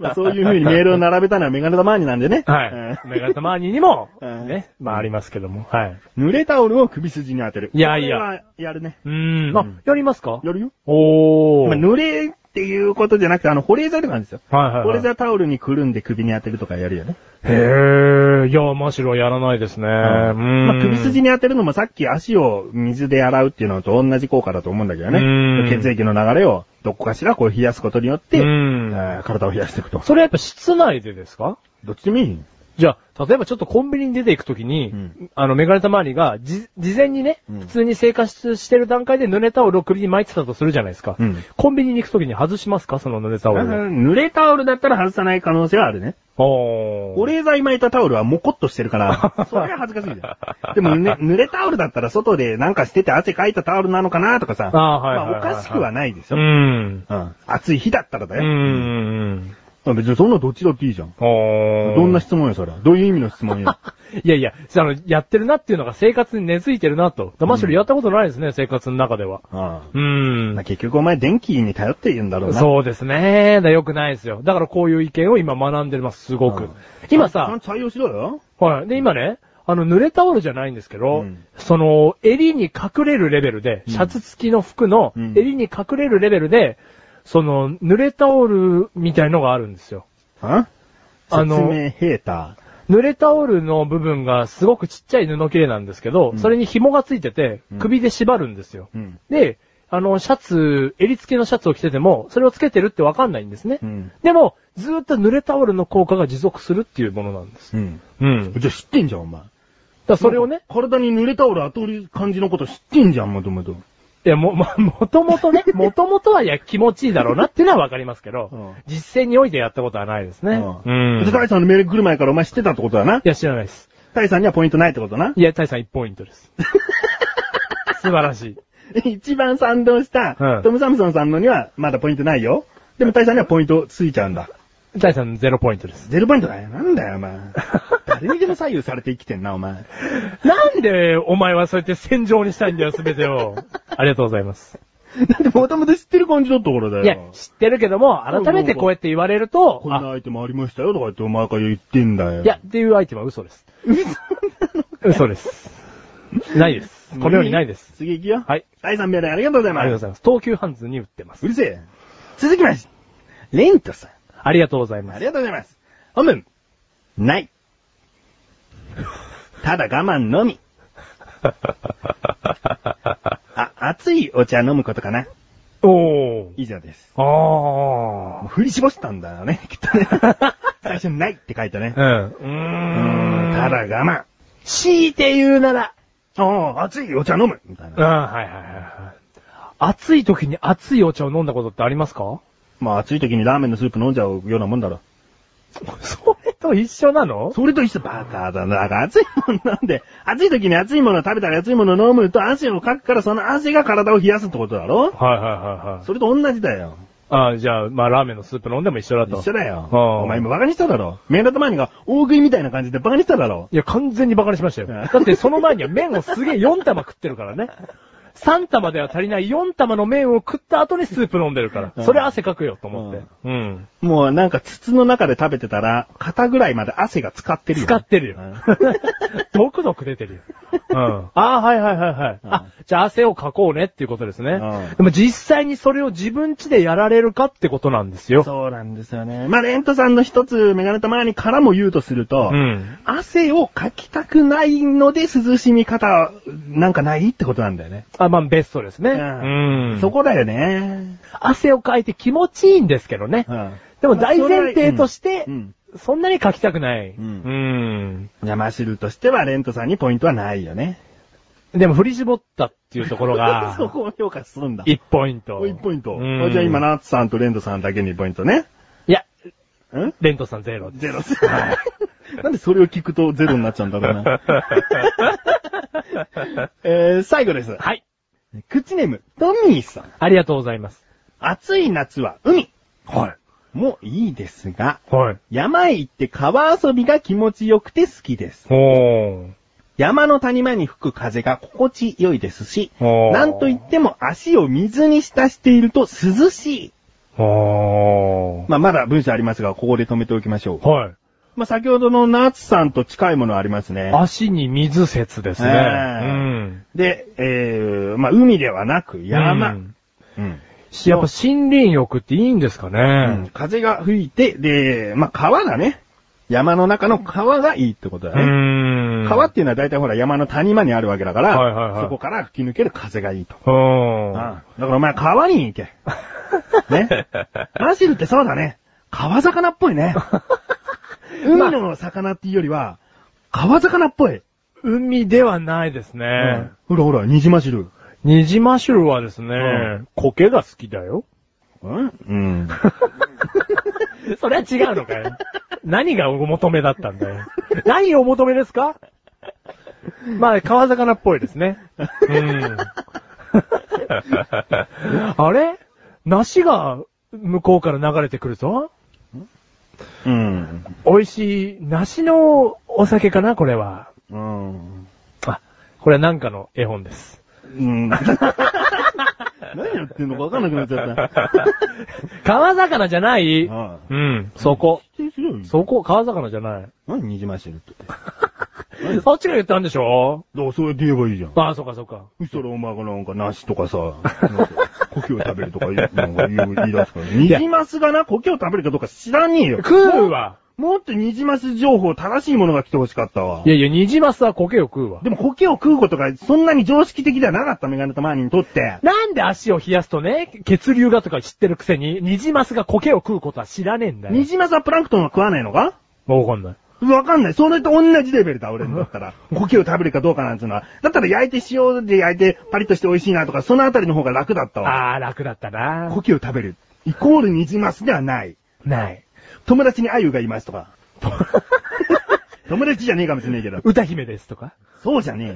S2: まあそういう風にメールを並べたのはメガネ玉ーニなんでね。
S1: はい。メガネタマーニにも、
S2: うん
S1: ね、まあありますけども。はい。
S2: うん濡れタオルを首筋に当てる。
S1: いやいや
S2: これはやるね。
S1: うーん。
S2: う
S1: あ
S2: ん、
S1: やりますか
S2: やるよ。
S1: おー。
S2: まあ濡れっていうことじゃなくて、あの、保冷剤とかあるんですよ。
S1: はいはい、
S2: 保
S1: は
S2: 冷
S1: い。
S2: 剤タオルにくるんで首に当てるとかやるよね。
S1: へー。いや、マシロはやらないですね。うーん。
S2: まあ、首筋に当てるのもさっき足を水で洗うっていうのと同じ効果だと思うんだけどね
S1: うん。
S2: 血液の流れをどこかしらこう冷やすことによって、
S1: うん
S2: あー体を冷やしていくと。
S1: それやっぱ室内でですか
S2: *laughs* どっちでもいい
S1: じゃあ、例えばちょっとコンビニに出ていくときに、
S2: うん
S1: あの、メガネたまわりが、じ、事前にね、
S2: うん
S1: 普通に生活してる段階で濡れタオルを首に巻いてたとするじゃないですか。
S2: うん
S1: コンビニに行くときに外しますかその濡れタオルを。
S2: 濡れタオルだったら外さない可能性はあるね。
S1: おー。
S2: 保冷剤巻いたタオルはもこっとしてるから、 *laughs* それは恥ずかしいじゃん。でも、 *laughs* ね、濡れタオルだったら外でなんかしてて汗かいたタオルなのかなとかさ、
S1: あーはいはいはい
S2: まあ
S1: はい
S2: おかしくはないです
S1: う
S2: よ。
S1: ん。
S2: うん暑い日だったら
S1: う
S2: だ
S1: んう
S2: よ。
S1: ん
S2: まあ別にそんなどっちだっていいじゃん。
S1: うん。おー。
S2: どんな質問よ、それ。どういう意味の質問 *laughs* よ。
S1: いやいや、あの、やってるなっていうのが生活に根付いてるなと。だましろやったことないですね、生活の中では。う
S2: ああまあ
S1: ん。
S2: 結局お前電気に頼っているんだろうな。う。
S1: そうですね。だよくないですよ。だからこういう意見を今学んでます、すご
S2: う
S1: く
S2: ん。
S1: 今
S2: ち
S1: さ
S2: ゃ、んと採用しろよ。
S1: はい。で、今ね、あの、濡れタオルじゃないんですけど、
S2: うん
S1: その、襟に隠れるレベルで、
S2: うん
S1: シャツ付きの服の
S2: うん
S1: 襟に隠れるレベルで、その、濡れタオルみたいのがあるんですよ。
S2: あ
S1: あ
S2: 説
S1: の
S2: 明ヘータ
S1: 濡れタオルの部分がすごくちっちゃい布切れなんですけど、
S2: うん
S1: それに紐がついてて
S2: う、ん
S1: 首で縛るんですよ。
S2: ー。うん。
S1: で、あの、シャツ、襟付きのシャツを着てても、それをつけてるってわかんないんですね。
S2: うん
S1: でも、ずーっと濡れタオルの効果が持続するっていうものなんです。
S2: うん。
S1: うん。だか
S2: じゃあ知ってんじゃん、お前。
S1: らそれをね、
S2: 体に濡れタオル当てる感じのこと知ってんじゃん、もともと。
S1: いや、も、も、 *laughs* もとも
S2: *laughs*
S1: とね、もともとはいや、気持ちいいだろうなっていうのはわかりますけど、
S2: うん
S1: 実践においてやったことはないですね。うん。
S2: で、
S1: い
S2: タイさんのメール来る前からお前知ってたってことだな。
S1: や、知らないです。
S2: タイさんにはポイントないってことな。 *laughs*
S1: いや、タイさん1ポイントです。素晴らしい。
S2: 一番賛同した、
S1: うん
S2: トム・サムソンさんのにはまだポイントないよ。でもタイさんにはポイントついちゃ *laughs* うんだ。
S1: タイさん0ポイントです。
S2: ゼロポイントだよ。なんだよ、お *laughs* 前。誰にでも左右されて生きてんな、お前。
S1: なんで、お前はそうやって戦場にしたいんだよ、すべてを。ありがとうございます。
S2: *laughs* だってもともと知ってる感じだったからだよ。
S1: いや、知ってるけども、改めてこうやって言われると
S2: こ、んな
S1: あ、
S2: アイテムありましたよとか言ってお前から言ってんだよ。
S1: いや、、っていうアイテムは嘘です。嘘です。ないです。この世にないです。。
S2: 次行くよ。
S1: はい。
S2: 第3名でありがとうござ
S1: あ
S2: い
S1: り
S2: ま
S1: がとうご
S2: す。
S1: ざいます。東急ハンズに売ってます
S2: う。るせえ。続きまして、レントさん。
S1: ありがとうございます
S2: あり。がとうございます。本文、ない。ただ我慢
S1: *laughs*
S2: のみ。あ、熱いお茶飲むことかな。
S1: おー。
S2: 以上です。
S1: あ
S2: もう振り絞ったんだよ
S1: *laughs*
S2: ね、きっとね。最初にないって書いたね。
S1: ー。う
S2: うー
S1: ん。
S2: ん、ただ、我慢。
S1: 強いて言うなら。
S2: ああ、熱いお茶飲むみたい
S1: うん、
S2: な。
S1: はいはいはい。暑い時に熱いお茶を飲んだことってありますか
S2: まあ暑い時にラーメンのスープ飲んじゃうようなもんだろ。
S1: それと一緒なの
S2: それと一緒バカだな。だから熱いもんなんで、暑い時に熱いものを食べたり熱いものを飲むと汗をかくからその汗が体を冷やすってことだろ
S1: はいはいはいはい。
S2: それと同じだよ。
S1: あーじゃあ、まあラーメンのスープ飲んでも一緒だと。
S2: 一緒だよ。
S1: ああ
S2: お前今バカにしただろ。メンダとマニが大食いみたいな感じでバカにしただろ。
S1: いや、完全に馬鹿にしましたよ。
S2: うん
S1: だってその前には麺をすげえ4玉食ってるからね。3玉では足りない4玉の麺を食った後にスープ飲んでるか
S2: うん
S1: ら。それ汗かくよと思って。うん。
S2: もうなんか筒の中で食べてたら、肩ぐらいまで汗が使ってる
S1: *laughs*
S2: よ。
S1: 使ってるよ
S2: うん。
S1: ドクドク出てるよ。うん。ああ、はいはいはいはい。
S2: うん
S1: あ、じゃあ汗をかこうねっていうことですね。
S2: うん
S1: でも実際にそれを自分家でやられるかってことなんですよ。
S2: そうなんですよね。まあ、レントさんの一つ、メガネたまにからも言うとすると、
S1: うん。
S2: 汗をかきたくないので涼しみ方なんかないってことなんだよね。
S1: あ、まあベストですね。
S2: うん
S1: うん。
S2: そこだよね。
S1: 汗をかいて気持ちいいんですけどね。
S2: ん。
S1: でも大前提として
S2: うんうん、
S1: そんなに書きたくない。
S2: うん
S1: ん。
S2: 邪魔しるとしては、レントさんにポイントはないよね。
S1: でも振り絞ったっていうところが、
S2: *laughs* そこを評価するんだ。
S1: 1ポイント。
S2: 1ポイント。
S1: うん
S2: あじゃあ今、ナーツさんとレントさんだけにポイントね。
S1: いや、
S2: ん
S1: レントさんゼロです。
S2: ゼロ。 *laughs* なんでそれを聞くとゼロになっちゃうんだろ
S1: *laughs*
S2: うな。えー、最後です。
S1: はい。
S2: 口ネーム、トミーさん。
S1: ありがとうございます。
S2: 暑い夏は海。
S1: は
S2: もういいですが、
S1: い。はい。
S2: 山へ行って川遊びが気持ちよくて好きです。
S1: ほー。
S2: 山の谷間に吹く風が心地良いですし、
S1: ほー
S2: なんといっても足を水に浸していると涼しい。
S1: ほー。
S2: まあ、まだ文章ありますが、ここで止めておきましょう。
S1: はい。
S2: まあ、先ほどのナーツさんと近いものありますね。
S1: 足に水説ですね。
S2: え
S1: う
S2: え
S1: ん。
S2: で、えー、まあ、海ではなく山。
S1: う
S2: うん
S1: ん。やっぱ森林浴っていいんですか
S2: うん
S1: ね。
S2: 風が吹いて、で、まあ、川だね。山の中の川がいいってことだ
S1: う
S2: ね。
S1: ん。
S2: 川っていうのは大体ほら山の谷間にあるわけだから、
S1: はいはいはい
S2: そこから吹き抜ける風がいいと。
S1: うん。
S2: うんだからお前川に行け。ね。マシルってそうだね。川魚っぽいね。海の魚っていうよりは、川魚っぽい。
S1: *laughs* 海ではないですね。
S2: うんほらほら、ニジマシル。
S1: ニジマシュルはですね、
S2: ん
S1: 苔が好きだよ。
S2: うんうん。
S1: *laughs* それは違うのかよ。何がお求めだったんだよ。何をお求めですかまあ、川魚っぽいですね。うん。あれ梨が向こうから流れてくるぞ。
S2: うん。
S1: 美味しい梨のお酒かなこれは。
S2: うん。
S1: あ、これはなんかの絵本です。
S2: うん。何やってんのかわかんなくなっちゃった。
S1: 川魚じゃない
S2: ああ
S1: うん。そこ。そこ、川魚じゃない。
S2: 何ニジマシルって。
S1: そっちが言ったんでしょ
S2: どうそうやって言えばいいじゃん。
S1: ああ、そっかそっか。
S2: そしたらお前がなんか梨とかさ、なんか故郷食べるとか言うなんか言う言い出すから。ニジマスがな、故郷食べるかどうか知らねえよ。
S1: 食うわ
S2: もっとニジマス情報正しいものが来てほしかったわ
S1: い。やいや、ニジマスは苔を食うわ。
S2: でも苔を食うことがそんなに常識的ではなかったメガネとマーニにとって。
S1: なんで足を冷やすとね、血流がとか知ってるくせに、ニジマスが苔を食うことは知らねえんだよ
S2: ニ。ジマスはプランクトンは食わないのか
S1: わかんない。
S2: わかんない。それと同じレベルだ、俺
S1: *laughs*
S2: にだったら。苔を食べるかどうかなんていうのは。だったら焼いて塩で焼いてパリッとして美味しいなとか、そのあたりの方が楽だったわ。
S1: あー、楽だったな。
S2: 苔を食べる。イコールニジマスではない。
S1: ない。
S2: 友達にアユがいますと *laughs* か。友達じゃねえかもしれないけど。
S1: *laughs* 歌姫ですとか。
S2: そうじゃねえよ。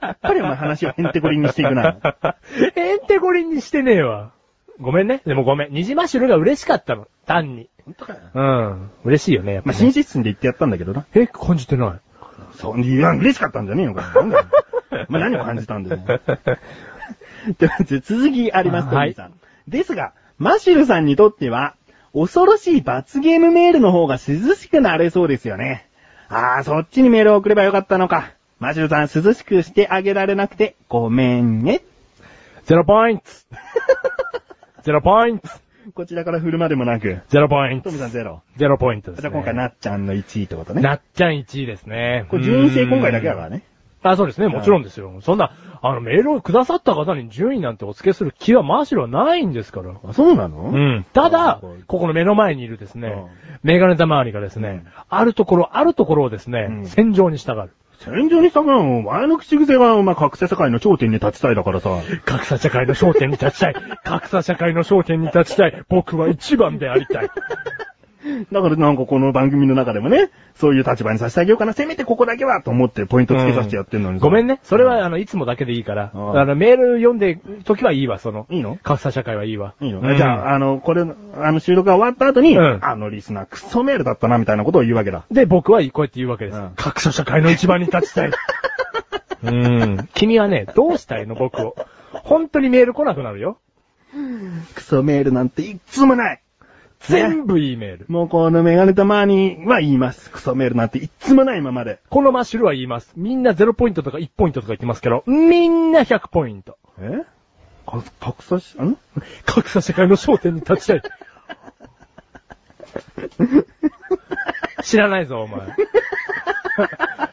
S2: やっぱりお前話をへんてこりにしてい
S1: *laughs*
S2: くな。
S1: えんてこりんにしてねえわ。ごめんね。でもごめん。ニジマシュルが嬉しかったの。単に。
S2: *laughs* 本当かよ。
S1: うん。嬉しいよね、やっぱ
S2: まあ、
S1: ね、
S2: 親切心で言ってやったんだけどな。
S1: え、感じてない。
S2: そう、いや、嬉しかったんじゃねえのかよ。 *laughs* なんだよ。お前何を感じたんだよ。 *laughs* では続きあります、ト
S1: は
S2: ミ
S1: い
S2: ーさん。ですが、マシュルさんにとっては、恐ろしい罰ゲームメールの方が涼しくなれそうですよね。あー、そっちにメールを送ればよかったのか。マシュルさん、涼しくしてあげられなくて、ごめんね。
S1: ゼロポイ *laughs* ントゼロポイント
S2: こちらから振るまでもなく、
S1: ゼロポイン
S2: ト
S1: ト
S2: ムさんゼロ。
S1: ゼロポイントです、
S2: じゃ
S1: ね。
S2: あ今回、なっちゃんの1位ってことね。
S1: なっちゃん1位ですね。
S2: これ順位制今回だけだからね。
S1: あ、そうですね。もちろんですよ。そんな、あの、メールをくださった方に順位なんてお付けする気はましろないんですから。
S2: あ、そうなの
S1: うん。ただ
S2: うん、
S1: ここの目の前にいるですね
S2: う、
S1: メガネ玉りがですね、あるところ、あるところをです
S2: うん
S1: ね、戦場に従う。
S2: 戦場にしたくないお前の口癖が、お前、格差社会の頂点に立ちたいだからさ。
S1: 格差社会の焦点に立ち
S2: *laughs*
S1: たい。格差社会の焦点に立ちたい。僕は一番でありたい。
S2: だからなんかこの番組の中でもね、そういう立場にさせてあげようかな、せめてここだけはと思ってポイントつけさせてやってんのにさ、
S1: ごめんね。それ
S2: う
S1: は、あの、いつもだけでいいから、
S2: うん
S1: あの、メール読んで時はいいわ、その。
S2: いいの
S1: 格差社会はいいわ。
S2: いいの、
S1: うん
S2: じゃあ、あの、これ、あの収録が終わった後に、
S1: うん
S2: あのリスナークソメールだったな、みたいなことを言うわけだ。
S1: で、僕はこうやって言うわけです。
S2: うん
S1: 格差社会の一番に立ち
S2: *laughs*
S1: たい。うん。君はね、どうしたいの僕を。本当にメール来なくなるよ。
S2: クソメールなんていっつもない
S1: 全部 E メール。
S2: もうこのメガネたまには言います。クソメールなんていっつもないままで。
S1: このマッシュルは言います。みんな0ポイントとか1ポイントとか言ってますけど、みんな100ポイント。
S2: えか、格差し、ん
S1: 格差社会の焦点に立ち
S2: *laughs*
S1: たい。知らないぞ、お前。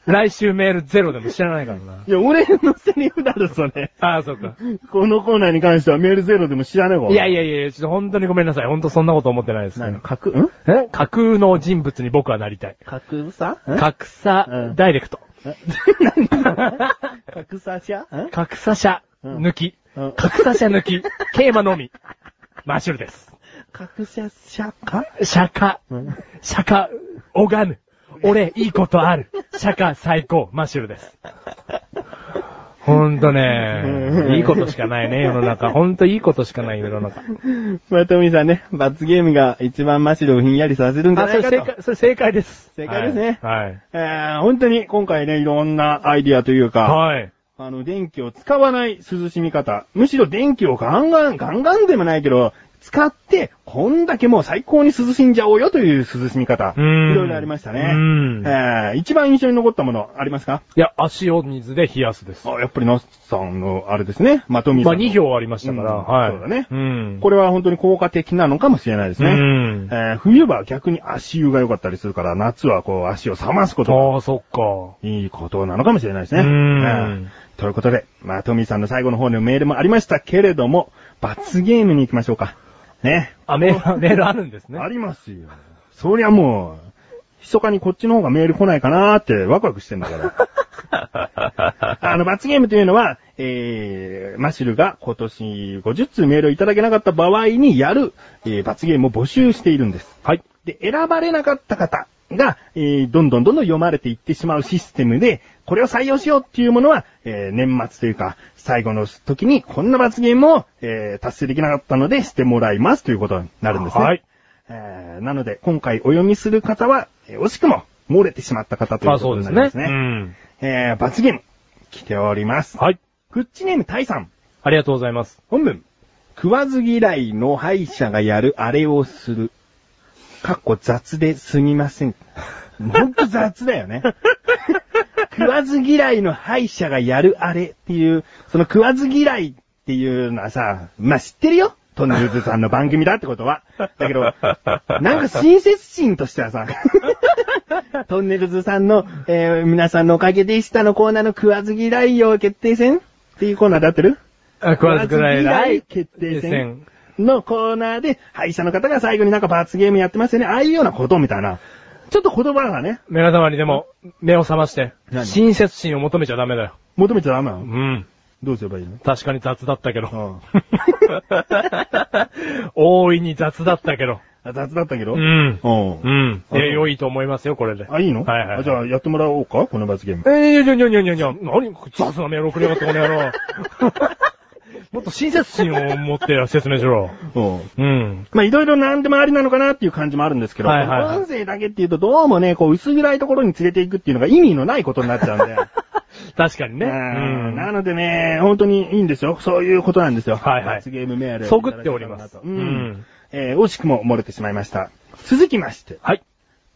S1: 来週メールゼロでも知らないからな。
S2: いや、俺のセリフだろ、それ。
S1: ああ、そっか。
S2: このコーナーに関してはメールゼロでも知らねえわ。
S1: いやい
S2: や。
S1: やいや、ちょっと本当にごめんなさい。本当そんなこと思ってないです。
S2: 何格、ん
S1: え架空の人物に僕はなりたい。
S2: 格差
S1: 格差、
S2: うん
S1: ダイレクト。
S2: 格差者ん
S1: 格差者、
S2: うん
S1: 抜き。
S2: うん
S1: 格差者抜き。桂馬のみ。マッシュルです。
S2: 格差者か
S1: 釈迦。
S2: うん
S1: 釈迦、拝む。俺、いいことある。釈迦、最高。マッシュルです。ほんとね、いいことしかないね、世の中。ほんといいことしかない、世の中。
S2: まあ、トミーさんね、罰ゲームが一番マシルをひんやりさせるんじゃ
S1: あ、
S2: な
S1: そ
S2: い
S1: れ正
S2: かと。
S1: 解、それ正解です。
S2: 正解ですね
S1: はい。
S2: えー、本当に今回ね、いろんなアイディアというか、
S1: はい。はい
S2: あの、電気を使わない涼しみ方。むしろ電気をガンガン、ガンガンでもないけど、使って、こんだけもう最高に涼しんじゃおうよという涼しみ方。
S1: うーん
S2: いろいろありましたね。
S1: うん
S2: えー一番印象に残ったものありますか
S1: いや、足を水で冷やすです
S2: あ。やっぱりナスさんの、あれですね。まとみさ
S1: ま
S2: ん
S1: あ、
S2: の。
S1: 2票ありましたから、
S2: うん
S1: はい。
S2: そうだね
S1: うん。
S2: これは本当に効果的なのかもしれないですね。
S1: うん
S2: えー冬は逆に足湯が良かったりするから、夏はこう足を冷ますことが
S1: ああ、そっか。
S2: いいことなのかもしれないですね。
S1: うーん
S2: ええということで、まあ、トミーさんの最後の方のメールもありましたけれども、罰ゲームに行きましょうか。ね。
S1: あ、メール、 *laughs* メールあるんですね。
S2: ありますよ。そりゃもう、密かにこっちの方がメール来ないかなーってワクワクしてんだ
S1: *laughs*
S2: から。あの、罰ゲームというのは、えー、マシルが今年50通メールをいただけなかった場合にやる、えー罰ゲームを募集しているんです。
S1: はい。
S2: で、選ばれなかった方が、えー、どんどんどんどん読まれていってしまうシステムで、これを採用しようっていうものは、えー、年末というか、最後の時に、こんな罰ゲームを、えー、達成できなかったので、してもらいますということになるんですね。
S1: はい。
S2: えー、なので、今回お読みする方は、えー惜しくも、漏れてしまった方とい
S1: ま
S2: う
S1: あ、
S2: こ
S1: そ
S2: と
S1: う
S2: に
S1: で
S2: な
S1: す
S2: りま
S1: ね。う
S2: すね。
S1: ん。
S2: えー、罰ゲーム、来ております。
S1: はい。
S2: グッチネームタイさん。
S1: ありがとうございます。
S2: 本文。食わず嫌いの歯医者がやるあれをする。かっこ雑ですみません。ほんと雑だよね。食わず嫌いの歯医者がやるあれっていう、その食わず嫌いっていうのはさ、まあ、知ってるよ。トンネルズさんの番組だってことは。だけど、なんか親切心としてはさ、トンネルズさんの、えー皆さんのおかげでしたのコーナーの食わず嫌いよ決定戦っていうコーナーだってる
S1: あ食わず食らい
S2: 食わず嫌
S1: ない
S2: い決定戦。のコーナーで、歯医者の方が最後になんか罰ゲームやってますよね。ああいうようなことみたいな。ちょっと言葉がね、
S1: 目がまにでも、目を覚まして、
S2: 何
S1: 親切心を求めちゃダメだよ。
S2: 求めちゃダメな
S1: う
S2: の
S1: ん。
S2: どうすればいいの
S1: 確かに雑だったけど。
S2: うん
S1: *laughs* 大いに雑だったけど。
S2: あ雑だったけど。
S1: う
S2: うん。
S1: ん。うんん。
S2: あ
S1: え、良いと思いますよ、これで。
S2: あ、いいの
S1: はいはい。
S2: あじゃあやってもらおうかこの罰ゲーム。
S1: えー、にょにょにょにょにょ、何雑なメール送りやがって、この野 *laughs* 郎。もっと親切心を持って説明しろ。
S2: うん。
S1: うん。
S2: まあ、いろいろ何でもありなのかなっていう感じもあるんですけど、
S1: はいはいはい
S2: 音声だけっていうとどうもね、こう薄暗いところに連れていくっていうのが意味のないことになっちゃうん
S1: *laughs*
S2: で。
S1: 確かにね。う。
S2: うんなんのでね、本当にいいんですよ。そういうことなんですよ。
S1: はいはい
S2: 罰ゲームメール。
S1: そぐっております
S2: う
S1: うん
S2: ん。えー惜しくも漏れてしまいました。続きまして、
S1: はい。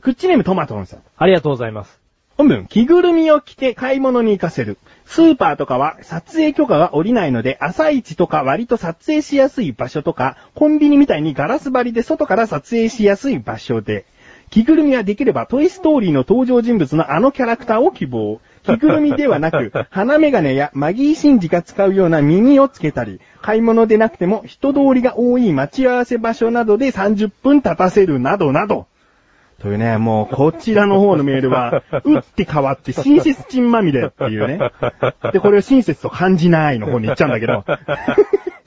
S2: クッチネームトマトンさん。
S1: ありがとうございます。
S2: 本文、着ぐるみを着て買い物に行かせる。スーパーとかは撮影許可が下りないので、朝市とか割と撮影しやすい場所とか、コンビニみたいにガラス張りで外から撮影しやすい場所で。着ぐるみはできればトイストーリーの登場人物のあのキャラクターを希望。着ぐるみではなく、鼻メガネやマギーシンジが使うような耳をつけたり、買い物でなくても人通りが多い待ち合わせ場所などで30分立たせるなどなど。というね、もう、こちらの方のメールは、打って変わって、親切チンまみれっていうね。で、これを親切と感じないの方に行っちゃうんだけど、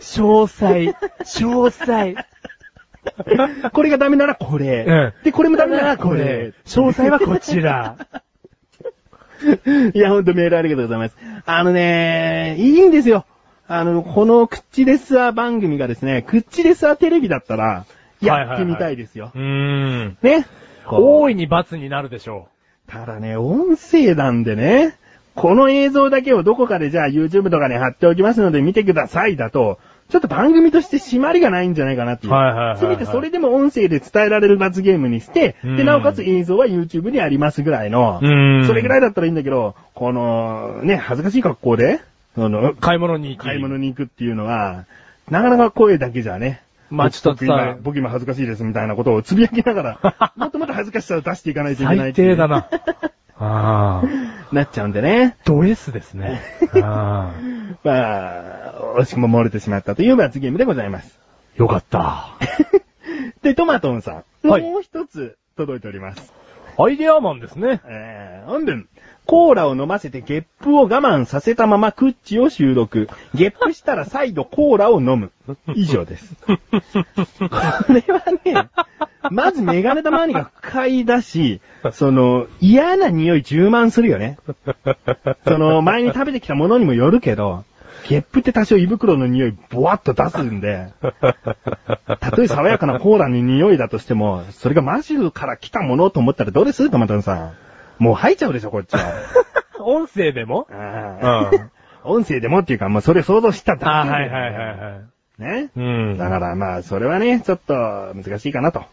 S1: 詳細、詳細。
S2: これがダメならこれ
S1: う。
S2: で、これもダメならこれ。
S1: 詳細はこちら。
S2: いや、ほんとメールありがとうございます。あのね、いいんですよ。あの、このクッチレスアー番組がですね、クッチレスアーテレビだったら、やってみたいですよ
S1: *laughs* う。ーん。
S2: ね。
S1: 大いに罰になるでしょ
S2: ただね、音声なんでね、この映像だけをどこかでじゃあ YouTube とかに貼っておきますので見てくださいだと、ちょっと番組として締まりがないんじゃないかなっていう。
S1: はいはいはいはい
S2: せめてそれでも音声で伝えられる罰ゲームにして、
S1: うん
S2: で、なおかつ映像は YouTube にありますぐらいの、
S1: うん
S2: それぐらいだったらいいんだけど、この、ね、恥ずかしい格好で、あの、
S1: 買い物に行き。
S2: 買い物に行くっていうのは、なかなか声だけじゃね。
S1: まあちょっと
S2: 僕
S1: 伝わ
S2: 今
S1: る、
S2: 僕今恥ずかしいですみたいなことをつぶやきなが
S1: *laughs*
S2: ら、もっともっと恥ずかしさを出していかないといけない
S1: 最
S2: っていう
S1: 低だ。な。 *laughs* ああ。
S2: なっちゃうんでね。
S1: ド S です *laughs* ね。ああ。
S2: まあ、惜しくも漏れてしまったという罰ゲームでございます。
S1: よかった。
S2: で、トマトンさん。
S1: はい
S2: もう一つ届いております。
S1: アイデアマンですね。
S2: えー、本文。コーラを飲ませてゲップを我慢させたままクッチを収録。ゲップしたら再度コーラを飲む。以上です。これはね、まずメガネ玉にが不快だし、その、嫌な匂い充満するよね。その、前に食べてきたものにもよるけど、ゲップって多少胃袋の匂いボワッと出すんで、たとえ爽やかなコーラの匂いだとしても、それがマシュルから来たものと思ったらどうですトマトンさん。もう吐いちゃうでしょ、こっ
S1: *laughs*
S2: ちは。
S1: 音声でも
S2: あー音声でもっていうか、もうそれ想像しただけ
S1: ああ、
S2: な
S1: は
S2: ん
S1: い
S2: だよ
S1: はいはいはい。
S2: ね。
S1: うん。
S2: だからまあ、それはね、ちょっと難しいかなと。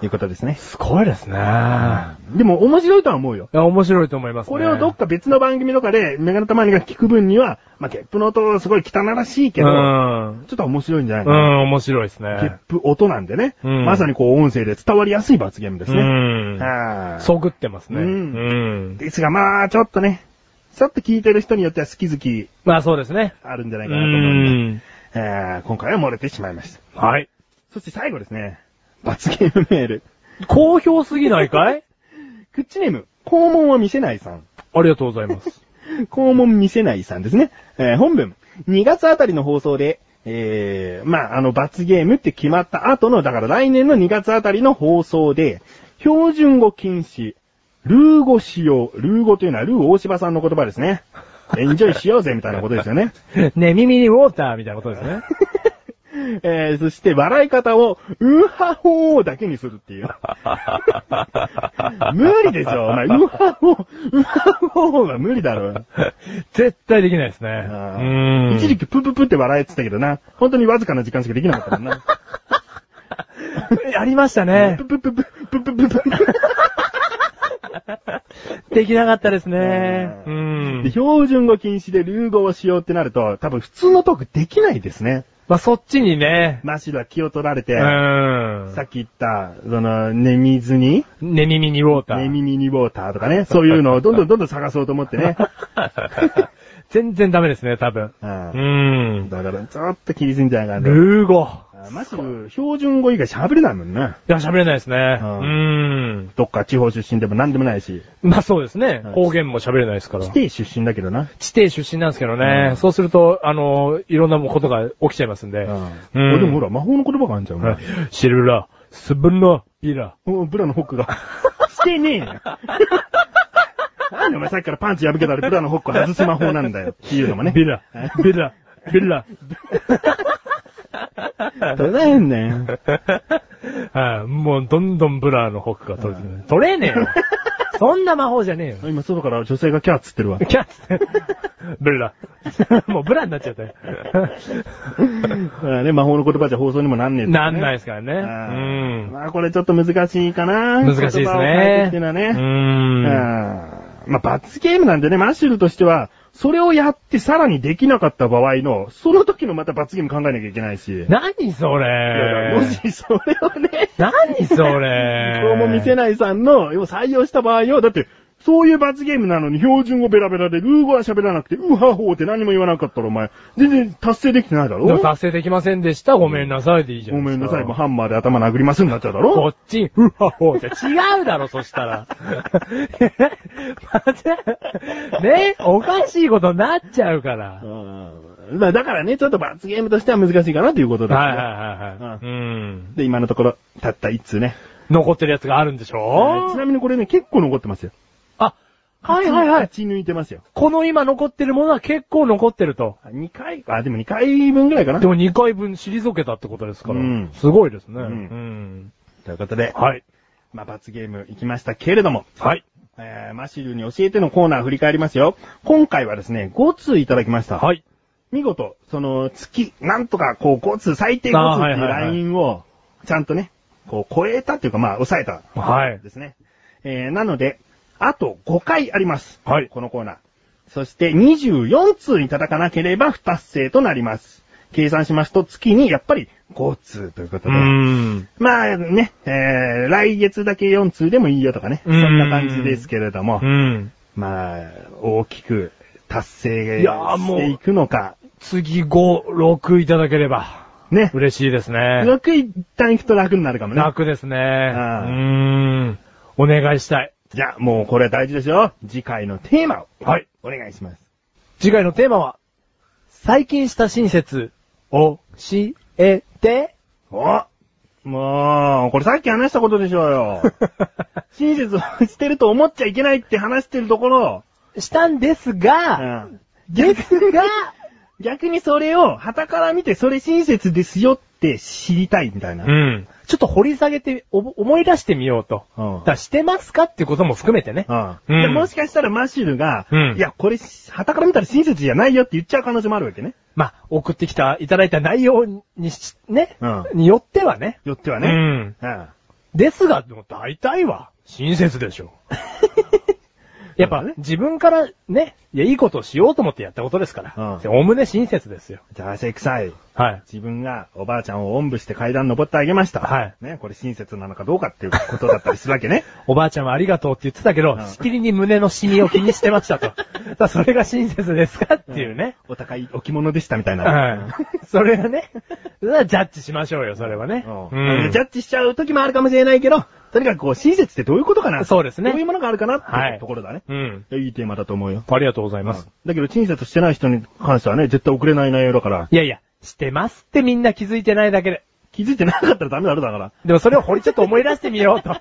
S2: いうことですね。
S1: すごいですね。いや、
S2: でも面白いとは思うよ。
S1: 面白いと思いますね。
S2: これをどっか別の番組とかで、メガネたまにが聞く分には、まあ、ゲップの音すごい汚らしいけど、
S1: うん。
S2: ちょっと面白いんじゃないか
S1: う
S2: な。
S1: ん、面白いです
S2: ゲ
S1: ね
S2: ッ。プ音なんでね、
S1: うん
S2: まさにこう音声で伝わりやすい罰ゲームです
S1: う
S2: ね。
S1: ん。
S2: はい
S1: そぐってますね。
S2: う
S1: うんん。
S2: ですがまあ、ちょっとね、ちょっと聞いてる人によっては好き好き
S1: まあそうですね。
S2: あるんじゃな
S1: う
S2: いかなと思うんで、
S1: ん。
S2: えー今回は漏れてしまいました。
S1: はい。
S2: そして最後ですね、罰ゲームメール。
S1: 好評すぎないかい *laughs*
S2: クッチネーム、肛門は見せないさん。
S1: ありがとうございます。
S2: 肛門見せないさんですね。えー本文。2月あたりの放送で、えー、まあ、あの、罰ゲームって決まった後の、だから来年の2月あたりの放送で、標準語禁止、ルー語使用、ルー語というのはルー大柴さんの言葉ですね。エンジョイしようぜみたいなことですよね。
S1: *laughs* ね、耳にウォーターみたいなことですね。
S2: えー、そして笑い方を、うはほーだけにするっていう。無理でしょ、お前。うはほー、うはほーは無理だろう。
S1: *laughs* 絶対できないですね。
S2: あ
S1: う
S2: ー
S1: ん。
S2: 一時期プープープーって笑えてたけどな。本当にわずかな時間しかできなかったもんな。
S1: ありましたね
S2: プ。ープープープープープープープー
S1: できなかったですね。
S2: う
S1: うん
S2: で。標準語禁止で流語をしようってなると、多分普通のトークできないですね。
S1: まあそっちにね。
S2: マシルは気を取られて
S1: う、ん。
S2: さっき言った、その、寝水に、
S1: ね耳にウォータ
S2: 寝
S1: ー。
S2: 耳にウォーターとかね、そういうのをどんどんどんどん探そうと思ってね。
S1: *laughs* 全然ダメですね、多分。
S2: う
S1: うんん。
S2: だから、ちょっと気にすんじゃないかなと。
S1: ルー語。
S2: あマシル、標準語以外喋れないもんな。
S1: いや、喋れないですね。うんん。
S2: どっか地方出身でも何でもないし、
S1: まあそうですね
S2: はい。
S1: 方言も喋れないですから
S2: 地。底出身だけどな。
S1: 地底出身なんですけど
S2: うん
S1: ね。そうすると、あの、いろんなことが起きちゃいますんで。
S2: うん。あでもほら、魔法の言葉があるんじゃん。お前
S1: シルラ、スブノ、ピラ。
S2: おブラのホックが。してねえよ。なんでお前さっきからパンチ破けたらブラのホック外す魔法なんだよっていうのもね。
S1: ビ *laughs* ラ、ビラ、ビラ。
S2: 取れないんだよ。
S1: はい、もうどんどんブラのホックが取れてる。取れねえよ。 *laughs* そんな魔法じゃねえよ。
S2: 今外から女性がキャーっつって
S1: *laughs*
S2: るわ。
S1: キャッツ。ブラ。もうブラになっちゃったよ。
S2: あね、魔法の言葉じゃ放送にもなんねえってね
S1: なんないですからね。
S2: うん。
S1: う
S2: まあこれちょっと難しいかな。
S1: ん。難しいですね。
S2: 言葉を変えてっていうのは
S1: う。
S2: ね。うんんまあ罰ゲームなんでね、マッシュルとしては、それをやってさらにできなかった場合の、その時のまた罰ゲーム考えなきゃいけないし。
S1: 何そ
S2: いや
S1: れ
S2: もしそれをね、
S1: 何そ
S2: ど
S1: れ
S2: うも見せないさんの、要は採用した場合を、だって、そういう罰ゲームなのに標準語ベラベラで、ルー語は喋らなくて、うはほうって何も言わなかったらお前、全然達成できてないだろ
S1: でも達成できませんでした。ごめんなさいでいいじゃ
S2: ご
S1: ん。
S2: めんなさい、もうハンマーで頭殴りますになっちゃうだろ
S1: こっち、うわほうじゃ違うだろ、そしたら。 *laughs* またね、おかしいことになっちゃうから。
S2: うんまあだからね、ちょっと罰ゲームとしては難しいかなということですね、
S1: はいはいはいはい。うん。
S2: で、今のところ、たった一通ね。
S1: 残ってるやつがあるんでし
S2: ち
S1: ょ
S2: なみにこれね、結構残ってますよ。
S1: あ、はいはいはい
S2: 勝。ち抜いてますよ。
S1: この今残ってるものは結構残ってると。
S2: 2回、あ、でも2回分ぐらいかな。
S1: で
S2: と
S1: も2回分退けたってことですから。
S2: うん
S1: すごいですね。
S2: う
S1: うんん。
S2: いうことで、
S1: はい。
S2: まあ罰ゲーム行きましたけれども、
S1: はい。
S2: えー、マシルに教えてのコーナー振り返りますよ。今回はですね、5通いただきました。
S1: はい。
S2: 見事、その、月、なんとか、こう、交通、最低交通っていうラインを、ちゃんとね、こう、超えたっていうか、まあ、抑えた。
S1: はい
S2: ですね。えー、なので、あと5回あります。
S1: はい
S2: このコーナー。そして、24通に叩かなければ、不達成となります。計算しますと、月に、やっぱり、5通ということ
S1: う
S2: で。
S1: ん。
S2: まあね、えー、来月だけ4通でもいいよとかね。そ
S1: うん
S2: んな感じですけれども
S1: う。ん。
S2: まあ、大きく達成
S1: いやーも
S2: し
S1: う
S2: ていくのか。
S1: 次5、6いただければ、
S2: ね。
S1: 嬉しいですね。
S2: 楽一旦行くと楽になるかもね。
S1: 楽ですね。う
S2: ああ
S1: ーん。お願いしたい。
S2: じゃあ、もうこれ大事ですよ。次回のテーマを。
S1: はい。
S2: お願いします。
S1: 次回のテーマは、最近した親切、
S2: お。
S1: 教え
S2: *laughs*
S1: て。
S2: おもう、これさっき話したことでしょうよ。
S1: *laughs*
S2: 親切をしてると思っちゃいけないって話してるところ、
S1: したんです
S2: う
S1: が、
S2: ん *laughs*
S1: ですが、
S2: 逆にそれを、旗から見て、それ親切ですよって知りたいみたいな。
S1: うん。ちょっと掘り下げて、おぼ思い出してみようと。
S2: うん
S1: だからしてますかっていうことも含めてね。
S2: うん。で、
S1: うん
S2: もしかしたらマッシュルが、
S1: うん
S2: いや、これ、旗から見たら親切じゃないよって言っちゃう可能性もあるわけね。
S1: まあ、送ってきた、いただいた内容にし、ね、
S2: う
S1: によってはね。
S2: よっては
S1: う
S2: ね。
S1: ん。
S2: うん。
S1: ですが、でも大体は、親切でし
S2: *laughs*
S1: ょ。やっぱ、
S2: そうだね
S1: 自分からね、いや、いいことをしようと思ってやったことですから。
S2: う
S1: おむね親切ですよ。
S2: じゃあ、汗臭い。
S1: はい。
S2: 自分がおばあちゃんをおんぶして階段登ってあげました。
S1: はい
S2: ね、これ親切なのかどうかっていうことだったりする
S1: *laughs*
S2: わけね。
S1: おばあちゃんはありがとうって言ってたけど、
S2: うん
S1: しきりに胸のシミを気にしてました
S2: *laughs*
S1: と。だからそれが親切ですかっていうね。
S2: お高い置物でしたみたいな。
S1: はい。 *laughs* それはね、それはジャッジしましょうよ、それはね。
S2: うん
S1: うん
S2: ジャッジしちゃう時もあるかもしれないけど、とにかくこう、親切ってどういうことかな
S1: そうですね
S2: どういうものがあるかなって
S1: はい
S2: いうところだね。
S1: うん。
S2: いやいいテーマだと思うよ。
S1: ありがとうございます。
S2: だけど、親切してない人に関してはね、絶対遅れない内容だから、
S1: いやいや、してますってみんな気づいてないだけで。
S2: 気づいてなかったらダメだろ、だから。
S1: でもそれを掘りちょっと思い出してみよう
S2: *laughs*
S1: と。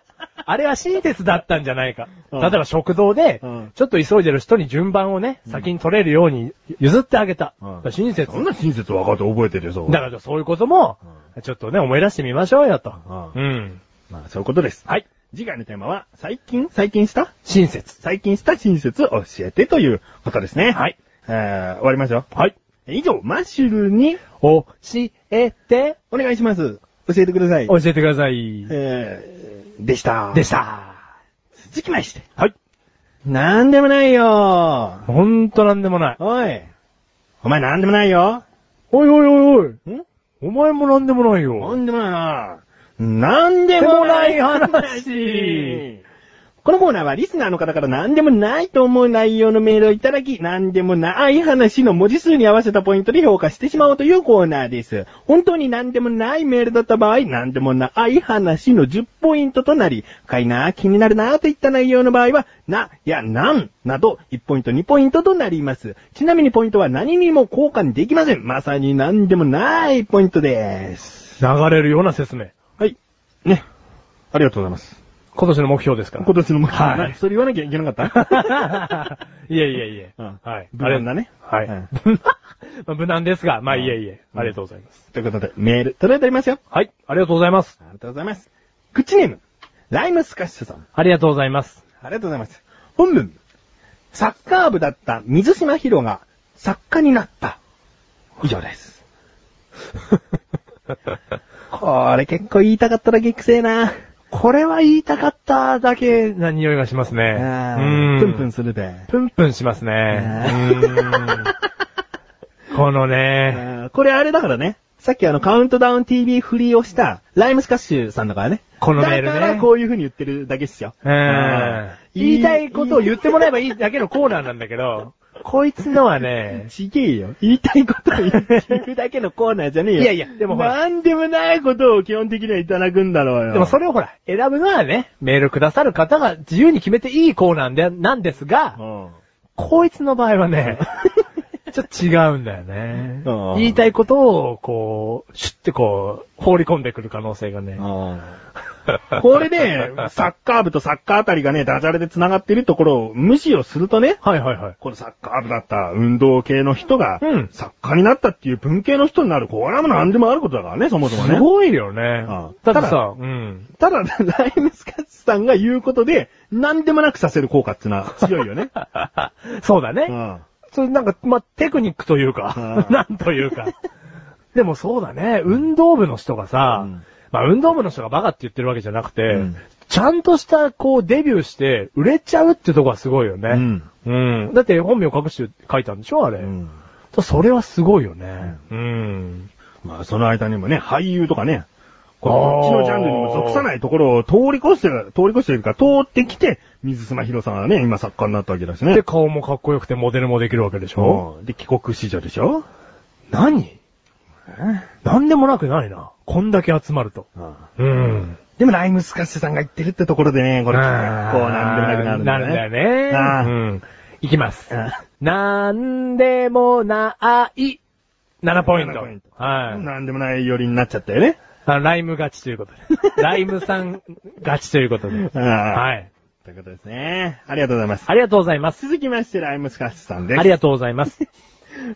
S1: あれは親切だったんじゃないか。
S2: うん
S1: 例えば食堂で
S2: うん、
S1: ちょっと急いでる人に順番をね、先に取れるように譲ってあげた。
S2: うん
S1: だから親切。
S2: そんな親切分かって覚えてるよ、そう。
S1: だからそういうことも、ちょっとね、思い出してみましょうよと。
S2: う
S1: うん。
S2: まあ、そういうことです。
S1: はい。
S2: 次回のテーマは、最近最近した
S1: 親切。
S2: 最近した親切を教えてということですね。
S1: はい。
S2: えー、終わりましょう。
S1: はい。
S2: 以上、マッシュルに
S1: 教えて、
S2: お願いします。教えてください。
S1: 教えてください。
S2: えー、でした。
S1: でし。た。
S2: 続きまして。
S1: はい。
S2: なんでもないよ
S1: ほんとなんでもない。
S2: おい。お前なんでもないよ
S1: おいおいおいおい。
S2: ん
S1: お前もなんでもない
S2: な
S1: よ。
S2: んでもないな。なん
S1: で
S2: で
S1: も
S2: も
S1: な
S2: ないい
S1: 話
S2: 話。このコーナーはリスナーの方から何でもないと思う内容のメールをいただき、何でもない話の文字数に合わせたポイントで評価してしまおうというコーナーです。本当に何でもないメールだった場合、何でもない話の10ポイントとなり、深いな、気になるな、といった内容の場合は、な、いや、なん、など、1ポイント、2ポイントとなります。ちなみにポイントは何にも交換できません。まさに何でもないポイントです。
S1: 流れるような説明。
S2: はい。ね。ありがとうございます。
S1: 今年の目標ですから。
S2: 今年の目標、
S1: はい
S2: なそれ言わなきゃいけなかった
S1: いえいえいえ。
S2: うん
S1: はい。
S2: 無難だね
S1: あれ
S2: う
S1: は
S2: ん
S1: い。無難 *laughs* まあ無難ですが、まあいえいえ。
S2: うん
S1: ありがとうございます。
S2: *laughs* ということで、メール届いておりますよ。
S1: はい。ありがとうございます。
S2: ありがとうございます。口ネーム、ライムスカッシュさん。
S1: ありがとうござい *laughs* ます。
S2: ありがとうございます。本文、サッカー部だった水島ヒロが作家になった。以上です。これ結構言いたかっただけくせえな。
S1: これは言いたかっただけな匂いがしますね。
S2: あ
S1: う
S2: ー
S1: ん
S2: プンプンするで。
S1: プンプンしますね。
S2: ね
S1: うーんこのね、
S2: あーこれあれだからね。さっきあのカウントダウン TV フリーをしたライムスカッシュさんだからね。
S1: このメールね
S2: だからこういう風に言ってるだけっすよ。
S1: うん
S2: あー
S1: 言いたいことを言ってもらえばいいだけのコーナーなんだけど、こいつのはね、
S2: ちげえよ。言いたいことを言ってるだけのコーナーじゃねえよ。
S1: いやいやでもほら
S2: なんでもないことを基本的にはいただくんだろうよ。
S1: でもそれをほら、選ぶのはね、メールくださる方が自由に決めていいコーナーでなんです
S2: う
S1: が、
S2: ん。
S1: こいつの場合は *laughs* ね、ちょっと違うんだよね
S2: うん。
S1: 言いたいことを、こう、シュッてこう、放り込んでくる可能性が *laughs* ね。
S2: これね、サッカー部とサッカーあたりがね、ダジャレで繋がってるところを無視をするとね、
S1: はいはいはい。
S2: このサッカー部だった運動系の人が
S1: うん、
S2: 作家になったっていう文系の人になる、これはもう何でもあることだからね、そもそも
S1: す
S2: ね。
S1: ごいよね
S2: うん。
S1: だって
S2: ただ
S1: さ、うん。
S2: ただ、ライムスカッツさ
S1: *laughs*
S2: んが言うことで、何でもなくさせる効果っていうのは強いよね。
S1: そうだね。
S2: うん
S1: それなんか、まあ、テクニックというか
S2: あ、
S1: *laughs*
S2: ー
S1: なんというか。でもそうだね、運動部の人がさ、
S2: うん
S1: まあ運動部の人がバカって言ってるわけじゃなくて、
S2: うん
S1: ちゃんとした、こう、デビューして、売れちゃうってとこはすごいよね。
S2: うん。
S1: うんだって本名隠して書いたんでしょあれ。
S2: うん。
S1: それはすごいよね。うん。
S2: まあ、その間にもね、俳優とかね、
S1: あ
S2: こ
S1: ー
S2: っちのジャンルにも属さないところを通り越して、通り越してるか、通ってきて、水島ひろさんはね、今作家になったわけだしね。
S1: で、顔もかっこよくてモデルもできるわけでしょ
S2: うんで、帰国子女でしょ
S1: 何何でもなくないな。こんだけ集まると。うん。
S2: でも、ライムスカッシュさんが言ってるってところでね、これ、こう、なんでもなくなるん
S1: な
S2: だ
S1: る
S2: よね。
S1: んだよね。
S2: あー
S1: うん。いきます
S2: うん。
S1: なんでもない。7ポイント。
S2: 7ポイント
S1: はい。
S2: なんでもない寄りになっちゃったよね。
S1: あライム勝ちということ
S2: *laughs*
S1: で。ライムさん勝ちということで。
S2: は。
S1: はいい。
S2: ということですね。ありがとうございます。
S1: ありがとうございます。
S2: 続きまして、ライムスカッシュさんです。
S1: ありがとうござい
S2: *laughs*
S1: ます。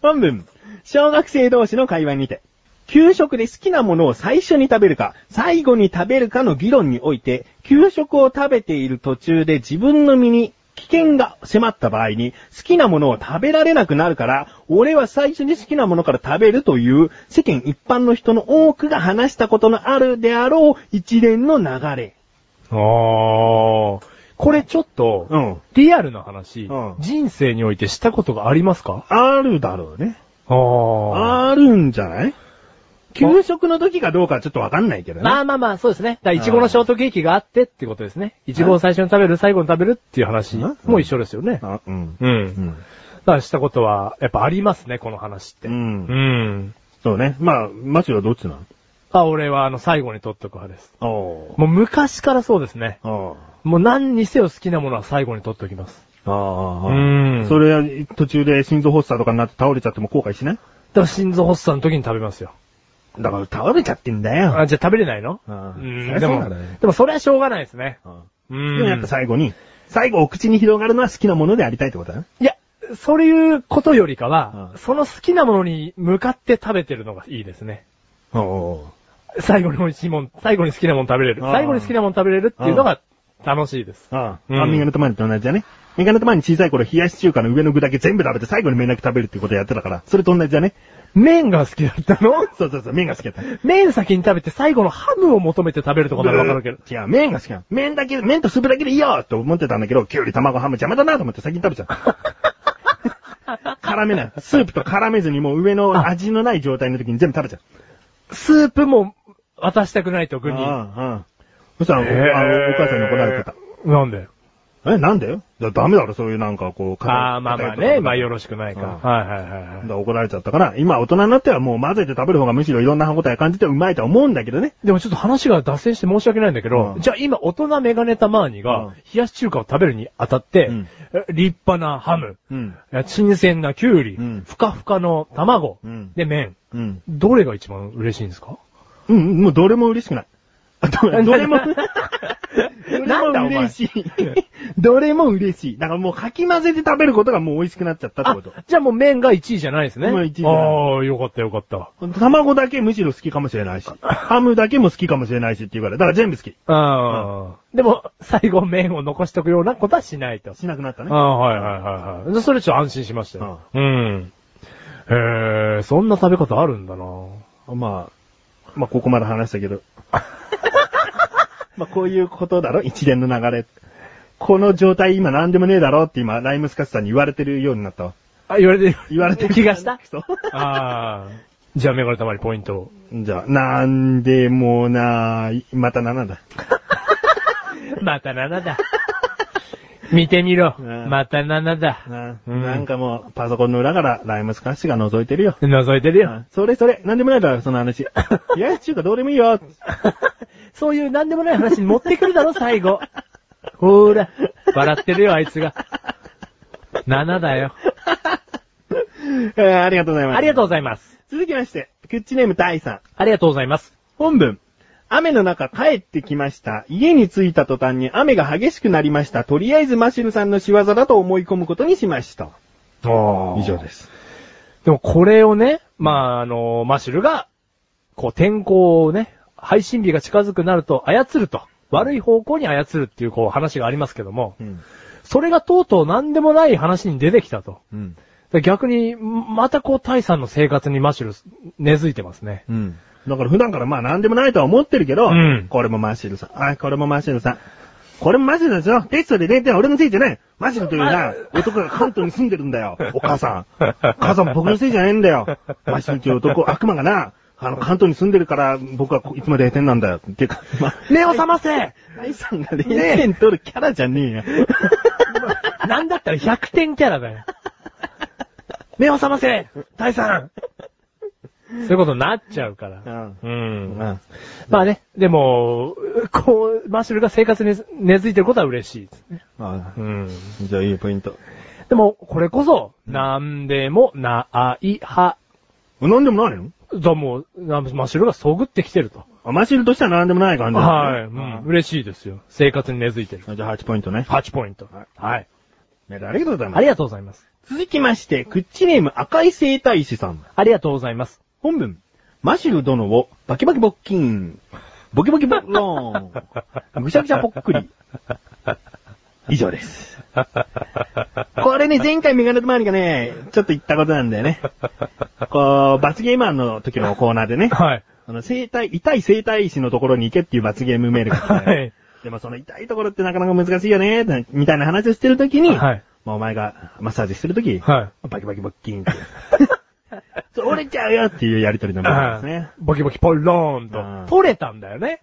S2: 本文。小学生同士の会話にて、給食で好きなものを最初に食べるか、最後に食べるかの議論において、給食を食べている途中で自分の身に危険が迫った場合に、好きなものを食べられなくなるから、俺は最初に好きなものから食べるという、世間一般の人の多くが話したことのあるであろう一連の流れ。
S1: あー。これちょっと、
S2: うん。
S1: リアルな話、
S2: うん
S1: 人生においてしたことがありますか
S2: あるだろうね。
S1: あー。
S2: あるんじゃない給食の時かどうかはちょっとわかんないけどね。
S1: まあまあまあ、そうですね。だから、いちごのショートケーキがあってってことですね。いちごを最初に食べる、最後に食べるっていう話
S2: うん
S1: も一緒ですよね。
S2: あ、うん。
S1: う。
S2: うんん。
S1: だからしたことは、やっぱありますね、この話って。
S2: う
S1: うんん。
S2: そうね。まあ、マチュはどっちな
S1: あ、俺は、あの、最後に取っとく派です。
S2: のお
S1: もう昔からそうですね。
S2: あ
S1: もう何にせよ好きなものは最後に取っときます。
S2: あ。あ
S1: うん
S2: それ、途中で心臓発作とかになって倒れちゃっても後悔しない
S1: だから、心臓発作の時に食べますよ。
S2: だから倒れちゃってんだよ。
S1: あ、じゃあ食べれないの
S2: う
S1: うん
S2: そり
S1: ん。
S2: ゃ
S1: で
S2: そう
S1: も
S2: だね、
S1: でもそれはしょうがないですね。
S2: うん
S1: う
S2: で
S1: ん。
S2: もやっぱ最後に、最後お口に広がるのは好きなものでありたいってことだね。
S1: いや、そういうことよりかは、
S2: うん
S1: その好きなものに向かって食べてるのがいいですね。
S2: おお。
S1: 最後に美味しいもん、最後に好きなもん食べれる。
S2: うん
S1: 最後に好きなもん食べれるっていうのが楽しいです。
S2: ああ。
S1: うん
S2: あ、メガネとマニと同じだね。メガネとマニ小さい頃冷やし中華の上の具だけ全部食べて最後に麺だけ食べるってことやってたから、それと同じだね。
S1: 麺が好きだったの
S2: そうそうそう、麺が好きだった。
S1: 麺先に食べて最後のハムを求めて食べるとかならわかるけど。
S2: 違う、麺が好きなの。麺だけ、麺とスープだけでいいよと思ってたんだけど、きゅうり、卵、ハム邪魔だなと思って先に食べちゃう。絡めない。スープと絡めずにもう上の味のない状態の時に全部食べちゃう。
S1: スープも渡したくないと具に。
S2: うんうん。そしたら、お
S1: へー
S2: あのお母さんに怒られて
S1: なんで
S2: た。え、なんだよだダメだろ、そういうなんかこう、片
S1: ああ、まあまあ
S2: 片言
S1: ね。
S2: とか
S1: まあよろしくないから。
S2: うん
S1: はいはいはいはい。
S2: だ怒られちゃったから、今大人になってはもう混ぜて食べる方がむしろいろんな歯応え感じてうまいとは思うんだけどね。
S1: でもちょっと話が脱線して申し訳ないんだけど、
S2: うん
S1: じゃあ今大人メガネタマーニ
S2: うん
S1: が冷やし中華を食べるにあたって、
S2: うん
S1: え立派なハム、
S2: うん。
S1: え新鮮なキュウリ、
S2: うん
S1: ふかふかの卵、
S2: うん
S1: で麺、
S2: うん。
S1: どれが一番嬉しいんですか、
S2: うんうん、もうどれも嬉しくない。どれどれも
S1: *laughs* なんだ
S2: ど
S1: お前
S2: れも嬉し
S1: *laughs*
S2: い。どれも嬉しい。だからもうかき混ぜて食べることがもう美味しくなっちゃったって
S1: あ
S2: こと。、
S1: じゃあもう麺が1位じゃないですね。
S2: もう一位じゃない
S1: ああ、よかったよかった。
S2: 卵だけむしろ好きかもしれないし、ハムだけも好きかもしれないしっていうから、だから全部好き。
S1: あーでも、最後麺を残しとくようなことはしないと。
S2: しなくなったね
S1: あ。あ、はいはいはいはい。でそれちょっと安心しましたよ。うん。へえ、そんな食べ方あるんだな
S2: まあ、まあここまで話した
S1: *laughs*
S2: けど。まあこういうことだろ一連の流れ。この状態今何でもねえだろって今、ライムスカスさんに言われてるようになったわ。
S1: あ、言われてる。
S2: 言われてる
S1: 気がした
S2: そう
S1: ああ。 *laughs* じゃあ、メガネたまにポイントを。
S2: *laughs* じゃあ、なんでもない、また7だ。
S1: また7だ。 *laughs* 見てみろ。
S2: うん
S1: また7だ。
S2: な
S1: うん
S2: なんかもう、パソコンの裏からライムスカッシュが覗いてるよ。
S1: 覗いてるよ。
S2: それそれ、なんでもないだろ、その *laughs* 話。いや、中華どうでもいいよ。
S1: *laughs* そういう何でもない話に持ってくるだろ、最後。ほーら。笑ってるよ、あいつが。7だよ。
S2: *laughs* えーありがとうございます。
S1: ありがとうご
S2: う。
S1: ざいます。
S2: 続きまして、クッチネーム大さん。
S1: ありがとうございます。。
S2: 本文。雨の中帰ってきました。家に着いた途端に雨が激しくなりました。とりあえずマシルさんの仕業だと思い込むことにしました。以上ですす。
S1: でも、これをね、まあ、あの、マシュルが、こう、天候をね、配信日が近づくなると操ると。悪い方向に操るっていう、こう、話がありますけども。
S2: うん。
S1: それがとうとう何でもない話に出てきたと。
S2: うん。
S1: で逆に、またこう、タイさんの生活にマシュル、根付いてますね。
S2: うん。だから普段からまあ何でもないとは思ってるけど、
S1: うん
S2: これもマシルさん。あ、これもマシルさん。これもマシルですよ。テストで0点は俺のせいじゃない。マシルというな、男が関東に住んでるんだよ。お母さん。母さんも僕のせいじゃないんだよ。マシルという男、悪魔がな、あの、関東に住んでるから、僕はこいつも0点なんだよ。っていうか、まあ、
S1: 目を覚ませ
S2: ナイさんが0点取るキャラじゃねえよ。
S1: *laughs* なんだったら100点キャラだよ。目を覚ませタイさんそういうことになっちゃうから。うん
S2: うん
S1: まあね、でも、こう、マッシュルが生活に根付いてることは嬉しいですね。
S2: あ
S1: うん。
S2: じゃあいいポイント。
S1: でも、これこそ、なんでもないは、
S2: 何でもないの
S1: だもう、なマッシュルがそぐってきてると。
S2: あマシルとしては何でもない感じだ
S1: は
S2: ね
S1: い、うん。嬉しいですよ。生活に根付いてる。
S2: あじゃあ8ポイントね。
S1: 8ポイント。はい。
S2: メールありがとうございます
S1: あ。りがとうございます。
S2: 続きまして、クッチネーム赤い生態師さん。
S1: ありがとうございます。
S2: 本文。マシュル殿をバキバキボッキン。ボキボキボッロー *laughs* ン。ぐしゃぐしゃぽっくり。以上です。これね、前回メガネと周りがね、ちょっと言ったことなんだよね。こう、罰ゲーマーの時のコーナー *laughs* でね、
S1: はい。
S2: あの、生態、痛い生態師のところに行けっていう罰ゲームメールが来て、
S1: はい。
S2: でもその痛いところってなかなか難しいよね、みたいな話をしてるときに、
S1: はい
S2: まあお前がマッサージしてるとき、
S1: は
S2: バキバキバッキンって。 *laughs* そう折れちゃうよっていうやりとりの
S1: い。
S2: ものですね。
S1: ボキボキポローン
S2: うん
S1: と。取れたんだよ
S2: *laughs*
S1: ね。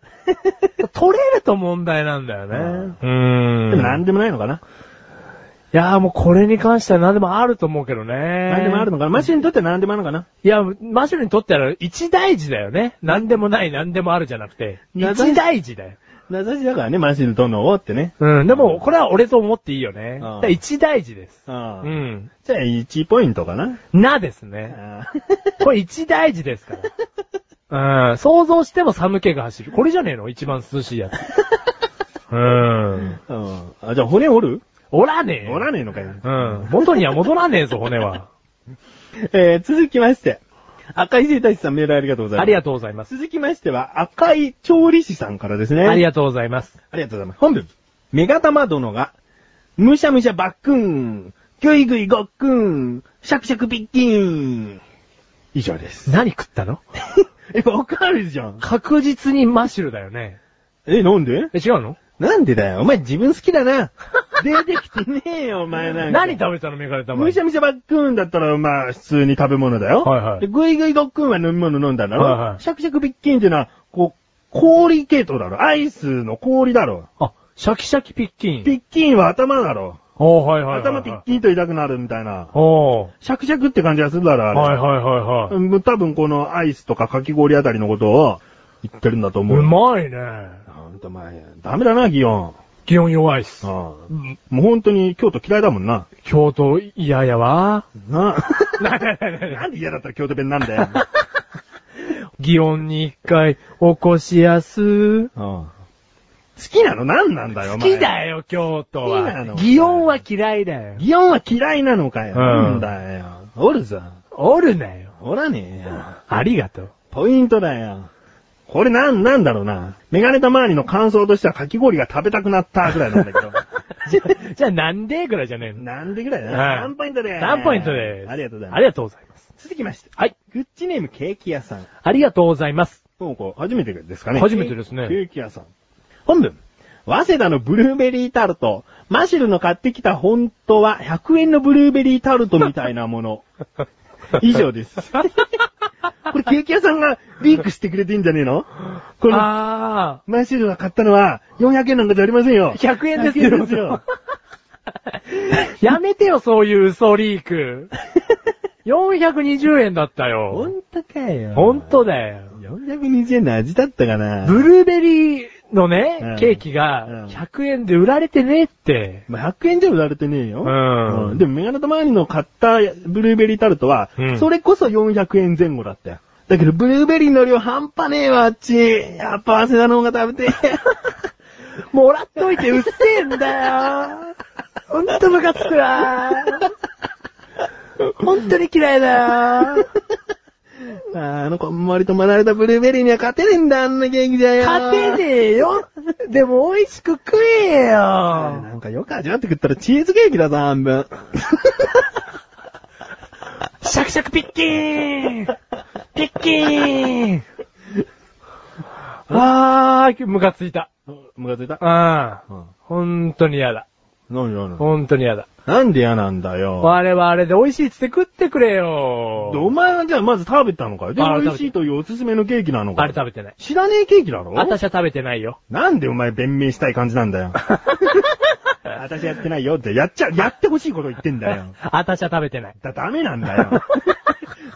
S1: 取れると問題なんだよね。う
S2: でも何
S1: ん。い
S2: でもないのかな、
S1: やーもうこれに関しては何でもあると思うけどね。
S2: 何
S1: 何
S2: でもあるのかなマシュルにとっては何でもあるのかない
S1: や、マシュルにとっては一大事だよね。何でもない何でもあるじゃなくて。
S2: なぜ
S1: 一大事だよ。
S2: 名指しだからね、マシュル殿をってね。
S1: うん。でも、これは俺と思っていいよね。
S2: ん
S1: だから一大事です。
S2: ああ
S1: うん。
S2: じゃあ1ポイントかな
S1: なですね。
S2: あ
S1: これ一大事ですから。うん。想像しても寒気が走る。これじゃねえの一番涼しいやつ。
S2: *laughs*
S1: うん。
S2: あうんあじゃあ骨折る
S1: おらねえ。
S2: 折らねえのかよ。
S1: うん。元には戻らねえ
S2: *laughs*
S1: ぞ、骨は。
S2: えー、続きまして。赤い生態師さんメールありがとうございます。
S1: ありがとうございます。
S2: 続きましては、赤い調理師さんからですね。
S1: ありがとうございます。
S2: ありがとうございます。本文。メガ玉殿が、むしゃむしゃばっくん、ぐいぐいごっくん、しゃくしゃくびっきん。以
S1: *laughs*
S2: 上です。
S1: 何食ったの
S2: え、わかるじゃん。
S1: 確実にマシュルだよね。
S2: え、なんで
S1: え、違うの
S2: なんでだよ。お前自分好き
S1: *laughs*
S2: だな。出てきてねえよ、お前なんか。
S1: 何食べたのメガネ玉。
S2: むしゃむしゃばっくんだったら、まあ、普通に食べ物だよ。
S1: はいはい
S2: で、ぐいぐいごっくんは飲み物飲んだんだろ。
S1: はいはい
S2: しゃくしゃくびっきんっていうのは、こう、氷系統だろ。アイスの氷だろ。
S1: あ、シャキシャキピッキン。
S2: ピッキンは頭だろ。
S1: おー、はいはいはい、はい。
S2: 頭ピッキンと痛くなるみたいな。
S1: おー。
S2: シャクシャクって感じがするだろ、あ
S1: はい
S2: れ。
S1: はいはいはい。
S2: うん多分このアイスとかかき氷あたりのことを言ってるんだと思う。
S1: うまいね。
S2: ほんと前、ダメだな、ギオン。
S1: 気温弱いっす。
S2: も
S1: うん
S2: う本当に京都嫌いだもんな。
S1: 京都嫌や
S2: *laughs*
S1: わ。
S2: ななんで嫌だったら京都弁なん
S1: *laughs*
S2: だよ。
S1: 祇園に一回起こしやす。
S2: 好きなの何なんだよ、お
S1: 好き
S2: 前。
S1: だよ、京都
S2: 好きな
S1: は。
S2: の
S1: 祇園は嫌いだよ。
S2: ギオンは嫌いなのかよ。
S1: うん
S2: なんだよ。おるぞ。
S1: おるなよ。
S2: おらねえよ。
S1: ありがとう。
S2: ポイントだよ。これなん、なんだろうな。メガネたまわりの感想としてはかき氷が食べたくなったぐらいなんだけど。
S1: *laughs* じゃ、じゃあなんでぐらいじゃねえの
S2: なんでぐらいだ
S1: は
S2: な。
S1: い
S2: 3ポイントで。
S1: 3ポイントです。
S2: ありがとうござい
S1: あ
S2: ま
S1: り
S2: す。
S1: がとうございます。
S2: 続きまして。
S1: はい。
S2: グッチネームケーキ屋さん。
S1: ありがとうございます。
S2: もうこう、初めてですかね。
S1: 初めてですね
S2: ケーキ屋さん。本文。早稲田のブルーベリータルト。マシルの買ってきた本当は100円のブルーベリータルトみたいなも *laughs* の。以上 *laughs* です。これケーキ屋さんがリークしてくれていいんじゃねえのこの
S1: あ
S2: マシルが買ったのは400円なんかじゃありませんよ
S1: ー。。100円ですけ
S2: 100円
S1: ど
S2: です *laughs* よ。
S1: *laughs* やめてよ、そういう嘘リーク。420円だったよ。
S2: んとかよ
S1: 本当だよ。
S2: 420円の味だったかな
S1: ブルーベリーのね、
S2: うん
S1: ケーキ
S2: うん
S1: が100円で売られてねえって。
S2: まあ、100円じゃ売られてねえよ。
S1: うん
S2: でも、メガネと周りの買ったブルーベリータルトは、
S1: うん
S2: それこそ400円前後だったよ。だけど、ブルーベリーの量半端ねえわ、あっち。やっぱ、汗だの方が食べて
S1: *laughs*
S2: え。
S1: もらっといてうっせえんだ
S2: *laughs*
S1: よ。ほんとムカつくわ。ほんとに嫌いだよ。
S2: ああの、こんまりと学れたブルーベリーには勝てねえんだ、あんなケーキじゃよ。
S1: 勝てね
S2: え。
S1: えよ。でも美味しく食え
S2: な
S1: よ。
S2: んかよく味わって食ったらチーズケーキだぞ、半分。シャクシャクピッキーン
S1: *laughs*
S2: ピッキーン
S1: わー、ムカついた。
S2: ムカついた
S1: あ
S2: う
S1: あ
S2: ん。
S1: 本当に嫌だ。
S2: 何何
S1: 本当に嫌だ。
S2: なんで嫌なんだよ。
S1: あれはあれで美味しいって食ってくれよ。
S2: お前はじゃあまず食べたのかいで、
S1: あ食べ
S2: 美
S1: た
S2: 味しいというおすすめのケーキなのかい
S1: あれ食べてない。
S2: 知らねえケーキだろ
S1: 私は食べてないよ。
S2: なんでお前弁明したい感じなん
S1: *laughs*
S2: だよ。私やってないよって、やっちゃ、やってほしいこと言ってんだよ。
S1: 私は食べてない。
S2: だ、ダメなん
S1: *laughs*
S2: だよ。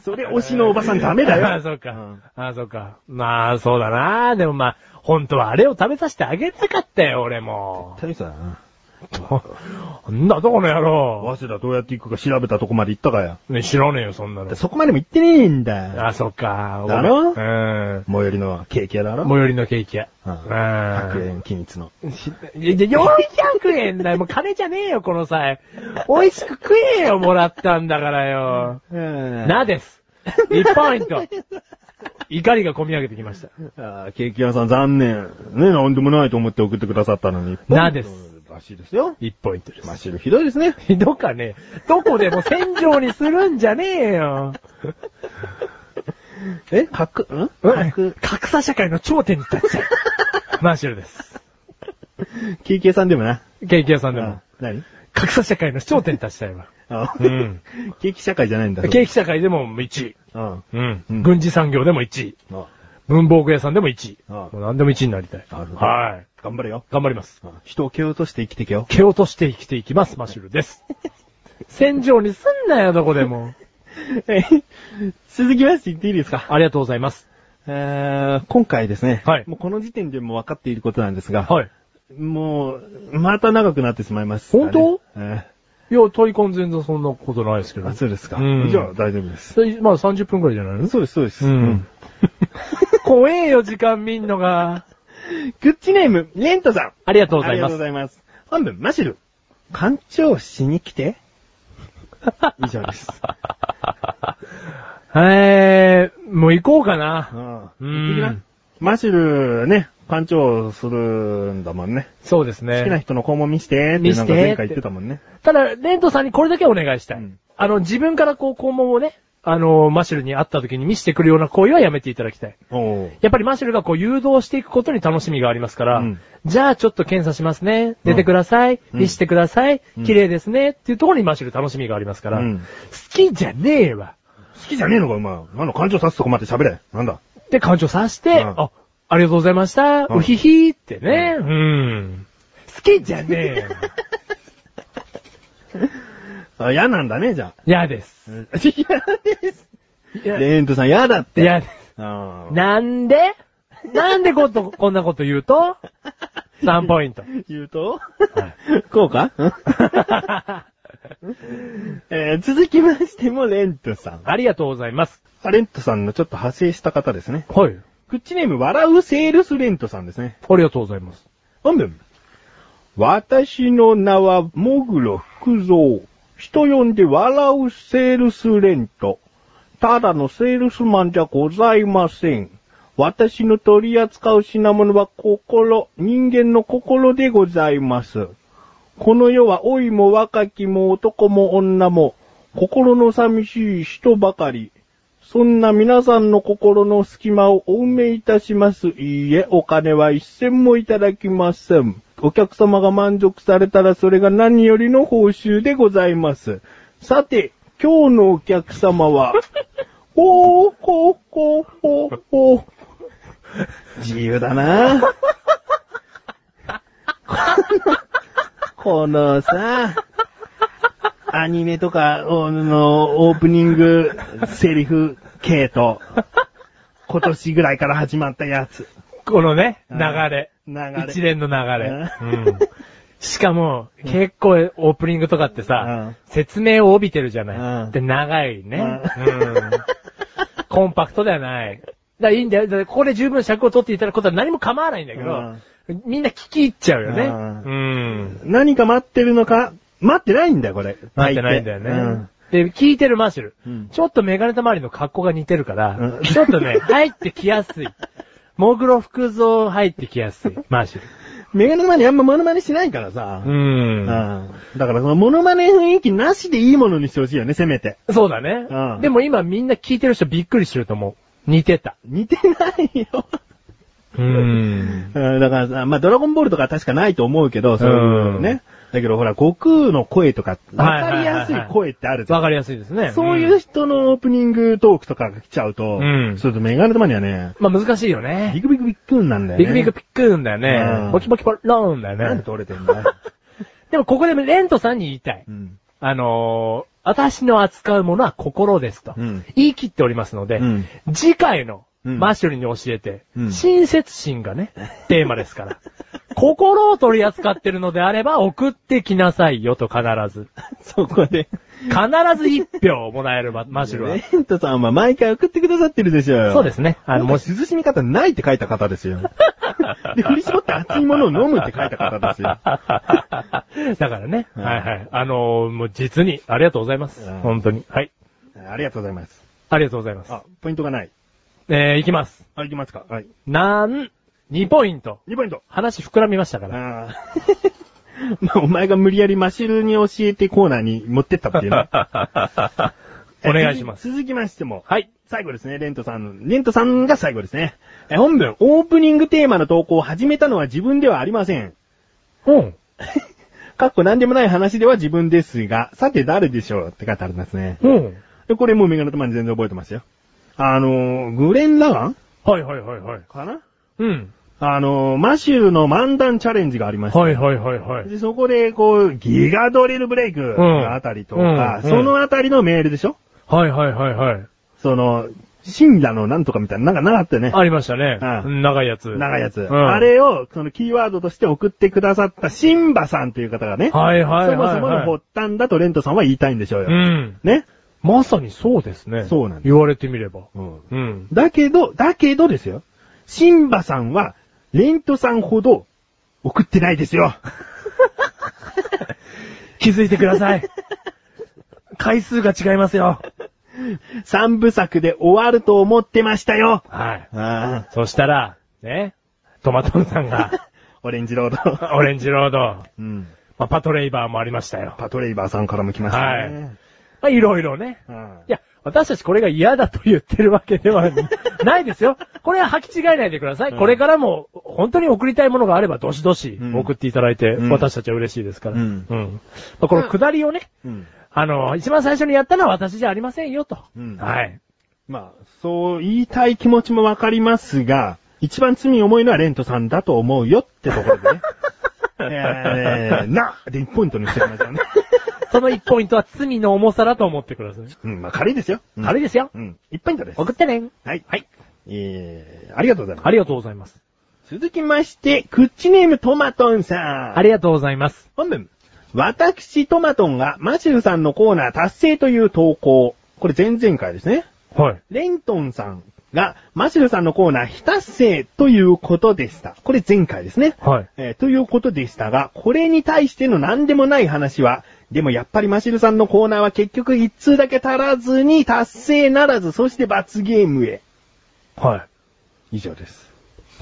S2: それ推しのおばさんダメだよ。
S1: ああ、そうか。
S2: ん
S1: ああ、そうか。まあ、そうだな。でもまあ、本当はあれを食べさせてあげたかったよ、俺も。
S2: 絶対さ、
S1: *laughs* なんだ、どこの野郎。
S2: 早稲田どうやって行くか調べたとこまで行ったかよ。
S1: ね、知らねえよ、そんなの。
S2: そこまでも行ってねえんだよ。
S1: ああ、そうか。
S2: だろ
S1: ごめんうん。
S2: 最寄りのケーキ屋だろ
S1: 最寄りのケーキ屋。
S2: うん100
S1: う
S2: 円均一の。
S1: ん。しいや、400円だよ。もう金じゃねえよ、この際。美味しく食えよ、もらったんだからよ。な
S2: な
S1: です。1ポイント。怒りが込み上げてきました。
S2: ケーキ屋さん残念。ね、なんでもないと思って送ってくださったのに。
S1: なです
S2: らしいですよ。
S1: 1ポイントです。
S2: マシルひどいですね。
S1: ひどかねえ。どこでも戦場にするんじゃねえよ。
S2: え格、ん
S1: 格差社会の頂点に立っちゃう。マーシュルです。
S2: ケーキ屋さんでもな。
S1: ケーキ屋さんでも
S2: あ。何
S1: 格差社会の頂点に立ちたいわ。
S2: あ
S1: うん。
S2: ケーキ社会じゃないんだ。
S1: ケー
S2: ーキ。
S1: キ社会でも1位。
S2: うん。
S1: うん。
S2: うん
S1: 軍事産業でも1位。
S2: あ
S1: 文房具屋さんでも1位。
S2: あ
S1: もう何でも1位になりたい。
S2: なるほど
S1: はい。
S2: 頑張れよ。
S1: 頑張ります。
S2: うん人を蹴落として生きてけよ。
S1: 蹴落として生きていきます、マーシュル
S2: *laughs*
S1: です。戦場にすんなよ、どこでも。
S2: 続きまして言っていいですか
S1: ありがとうございます。
S2: えー、今回ですね。
S1: はい
S2: もうこの時点でもう分かっていることなんですが。
S1: はい。
S2: もう、また長くなってしまいます、ね。
S1: 本
S2: 当え
S1: いや、トイコン全然そんなことないですけ
S2: ー
S1: ど。
S2: あ、そうですか。
S1: うん
S2: じゃあ大丈夫です。
S1: それまあ30分くらいじゃないの
S2: そうです、そうです。
S1: うん。 *laughs* 怖えよ、時間見んのが。
S2: うんグッチネーム、レントさん。
S1: ありがとうご
S2: あ
S1: ざい
S2: り
S1: ま
S2: がとうご
S1: す。
S2: ざいます。本文、マシ *laughs* ル。干潮しに来て。以上です。
S1: えー、もう行こうか
S2: う
S1: な。
S2: ん。
S1: うん
S2: 行ってきなマシル、ね、干潮するんだもんね。
S1: そうです
S2: 好きな
S1: ね。
S2: 人の肛門見してって、
S1: 見
S2: な
S1: せ
S2: ん
S1: て
S2: か
S1: って
S2: 前回言ってたもんね。
S1: ただ、レントさんにこれだけはお願いしたい。
S2: うん
S1: あの、自分からこう、肛門をね、あの、マシュルに会った時に見せてくるような行為はやめていただきたい。
S2: おう
S1: やっぱりマシュルがこう誘導していくことに楽しみがありますから、
S2: うん
S1: じゃあちょっと検査しますね。出てください。
S2: うん
S1: 見せてください。
S2: うん
S1: 綺麗ですね。っていうところにマシュル楽しみがありますから、
S2: うん
S1: 好きじゃねえわ。
S2: 好きじゃねえのか、お前。なんだ、感情刺すとこまで喋れ。なんだ。
S1: で、感情察して、
S2: うん
S1: あ、ありがとうございました、
S2: うん
S1: うひひーってね、うん。好きじゃねえ
S2: *laughs*
S1: よ。
S2: あ、嫌なんだね、じゃ
S1: 嫌です。
S2: あ。 *laughs* 嫌です。
S1: 嫌
S2: レントさん嫌だって。
S1: 嫌です。
S2: あー
S1: なんでなんでこと、 *laughs* こんなこと言うと ?3 ポイ *laughs* ント。
S2: 言うと、こうか *laughs* えー続きましても、レントさん。
S1: ありがとうございます。
S2: あレントさんのちょっと派生した方ですね。
S1: はい。
S2: クッチネーム、笑うセールスレントさんですね。
S1: ありがとうございます。
S2: 本文。私の名は、もぐろ福蔵。人呼んで笑うセールスレント。ただのセールスマンじゃございません。私の取り扱う品物は心、人間の心でございます。この世は老いも若きも男も女も、心の寂しい人ばかり。そんな皆さんの心の隙間をお埋めいたします。いいえ、お金は一銭もいただきません。お客様が満足されたらそれが何よりの報酬でございます。さて、今日のお客様 *laughs* は、ほーほーほーほーほー。自由だ *laughs* なぁ。このさ、アニメとかおのオープニングセリフ系統。今年ぐらいから始まったやつ。
S1: このね、
S2: うん
S1: 流れ。
S2: 流れ
S1: 一連の流れ。
S2: う
S1: うんしかも、結構オープニングとかってさ、説明を帯びてるじゃな
S2: うん
S1: い。で、長いね。
S2: う
S1: うんコンパクトではない。だからいいんだよ。だからここで十分尺を取っていただくことは何も構わないんだけど、みんな聞き入っちゃうよね。
S2: う
S1: うん。
S2: 何か待ってるのか待ってないんだよ、これ。
S1: 待ってないんだよね。で、聞いてるマッシュル
S2: うん。
S1: ちょっとメガネた周りの格好が似てるから
S2: う、ん
S1: ちょっとね、入ってきやすい。モグロ福蔵入ってきやすい。マッシュル。
S2: 大体。メガネの前にあんまモノマネしないからさ。
S1: ん
S2: うんだからそのモノマネ雰囲気なしでいいものにしてほしいよね、せめて。
S1: そうだね
S2: うん。
S1: でも今みんな聞いてる人びっくりしてると思う。似てた。
S2: 似てないよ。
S1: うん。
S2: うんだからさ、まあ、ドラゴンボールとかは確かないと思うけど、そういうの
S1: う
S2: ね
S1: ん。
S2: だけどほら、悟空の声とか、わ
S1: はいはい
S2: か
S1: はい
S2: り
S1: はい
S2: やすい声ってあるじゃん
S1: わかりやすいですね。
S2: そういう人のオープニングトークとかが来ちゃうと、
S1: うん
S2: そうするとメガネ玉にはね、
S1: まあ難しいよ
S2: ビ
S1: ね。
S2: クビクビックンなんだよね。
S1: ビクビクピックーンだよ
S2: うん
S1: ね。ポキポキポローンだ
S2: な
S1: よ
S2: んで
S1: ね。
S2: 取れてんだよ。
S1: でもここでレントさんに言いたい。
S2: うん
S1: あのー、私の扱うものは心ですと
S2: うん。
S1: 言い切っておりますので
S2: うん、
S1: 次回の
S2: うん
S1: マッシュルに教えて
S2: う、ん
S1: 親切心がね、テーマですから。 *laughs* 心を取り扱ってるのであれば送ってきなさいよと必ず。
S2: *laughs* そこで。
S1: 必ず一票をもらえるマ *laughs* マッシュルは
S2: レ。ントさんは毎回送ってくださってるでしょうよ。
S1: そうですね。あの、もし、
S2: 涼しみ方ないって書いた方ですよ。で、振り絞って熱いものを飲むって書いた方ですよ。
S1: だからね。
S2: うん
S1: はいはい。あのーもう実にありがとうございます
S2: うん。
S1: 本当に。はい。
S2: ありがとうございます。
S1: ありがとうございます。
S2: あ、ポイントがない。
S1: えー、いきます。
S2: あ、いきますか。はい。
S1: なん、2ポイント。
S2: 2ポイント。
S1: 話膨らみましたから。
S2: ああ。まあ、お前が無理やりマシルに教えてコーナーに持ってったっていうね。
S1: お願いします。
S2: え。続きましても、
S1: はい。
S2: 最後ですね、レントさん。レントさんが最後ですね。え、本文、オープニングテーマの投稿を始めたのは自分ではありません。
S1: うん。
S2: かっこ何でもない話では自分ですが、さて誰でしょうって書いてありますね。
S1: うん。
S2: で、これもうメガネ玉に全然覚えてますよ。あのー、グレン・ラガン
S1: はいはいはいはい。
S2: かな
S1: うん。
S2: あのー、マシューの漫談チャレンジがありました。
S1: はいはいはいはい。
S2: で、そこで、こう、ギガドリルブレイクのあたりとか、
S1: うんうん
S2: そのあたりのメールでしょ
S1: はいはいはいはい。
S2: その、信者のなんとかみたいな、なんかなかったよね。
S1: ありましたね。
S2: うん
S1: 長いやつ。
S2: 長いやつ。
S1: ん
S2: あれを、そのキーワードとして送ってくださったシンバさんという方がね、
S1: はいはいはい、はい。
S2: そもそもの発端だとレントさんは言いたいんでしょうよ。
S1: うん。
S2: ね、
S1: まさにそうですね。
S2: そうなんです
S1: 言われてみれば。うん。
S2: だけど、だけどですよ。シンバさんは、レントさんほど送ってないですよ。 *laughs*
S1: 気づいてくだ
S2: *laughs*
S1: さい。回数が違いますよ。
S2: 三部作で終わると思ってましたよ。
S1: はい。
S2: ああ、
S1: そしたら、ね、トマトンさん
S2: *laughs*
S1: が、
S2: オレンジロード。 *laughs*
S1: オレンジロード、
S2: うん。
S1: まあ、パトレイバーもありましたよ。
S2: パトレイバーさんからも来ましたね。
S1: まあ、いろいろね。
S2: はい
S1: や、私たちこれが嫌だと言ってるわけでは
S2: *laughs*
S1: ないですよ。これは履き違えないでください。
S2: うん
S1: これからも、本当に送りたいものがあれば、どしどし
S2: うん
S1: 送っていただいて、
S2: うん
S1: 私たちは嬉しいですから。
S2: うん
S1: まあ、この下りをね、
S2: うん。
S1: あの、一番最初にやったのは私じゃありませんよと。
S2: うん
S1: はい。
S2: まあ、そう言いたい気持ちもわかりますが、一番罪重いのはレントさんだと思うよってところ *laughs* でね。えー、なで1ポイントにしてきま *laughs* したね。
S1: その1ポイントは罪の重さだと思ってください。
S2: うん、まあ軽いですよ。
S1: 軽いですよ。
S2: うん。1ポイントです。
S1: 送ってね。
S2: はい。
S1: はい。
S2: えー、ありがとうございます。
S1: ありがとうございます。
S2: 続きまして、クッチネームトマトンさん。
S1: ありがとうございます。
S2: 本文。私トマトンがマシューさんのコーナー達成という投稿。これ前々回ですね。
S1: はい。
S2: レントンさんがマシュルさんのコーナー非達成ということでした。これ前回ですね。
S1: はい。
S2: えーということでしたが、これに対しての何でもない話は、でもやっぱりマシュルさんのコーナーは結局一通だけ足らずに達成ならず、そして罰ゲームへ。
S1: はい。
S2: 以上です。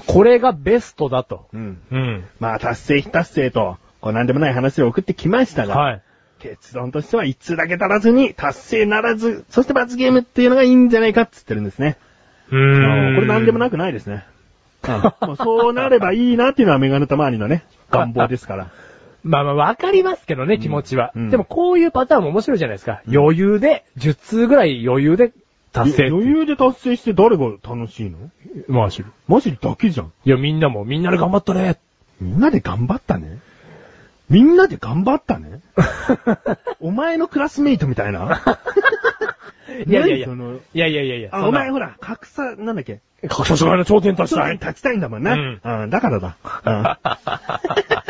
S1: これがベストだと。
S2: うん。
S1: うん。
S2: まあ達成非達成と、こう何でもない話を送ってきましたが、
S1: はい。
S2: 結論としては一通だけ足らずに達成ならず、そして罰ゲームっていうのがいいんじゃないかって言ってるんですね。
S1: う
S2: あのこれ何でもな
S1: く。
S2: くないですね。もうそうなればいいなっていうのはメガネたまわりのね、願望ですから。
S1: まあまあ、わかりますけどね、気持ちは。
S2: うん
S1: でも、こういうパターンも面白いじゃないですか。余裕で、10通ぐらい余裕で達成。
S2: え余裕で達成して誰が楽しいの
S1: まあ、知る。
S2: マジだけじゃん。
S1: いや、みんなも、みんなで頑張った
S2: *laughs*
S1: ね。
S2: みんなで頑張ったね。みんなで頑張ったね。お前のクラスメイトみた
S1: *laughs*
S2: いな。
S1: いやいやいや
S2: 何その。
S1: いやいやいやいや。
S2: あ、お前ほら、格差、なんだっけ
S1: 各所の頂点達
S2: 格
S1: した
S2: 差に
S1: い。
S2: 立ちたいんだもんな。
S1: うん
S2: あだからだ。
S1: *laughs*
S2: うん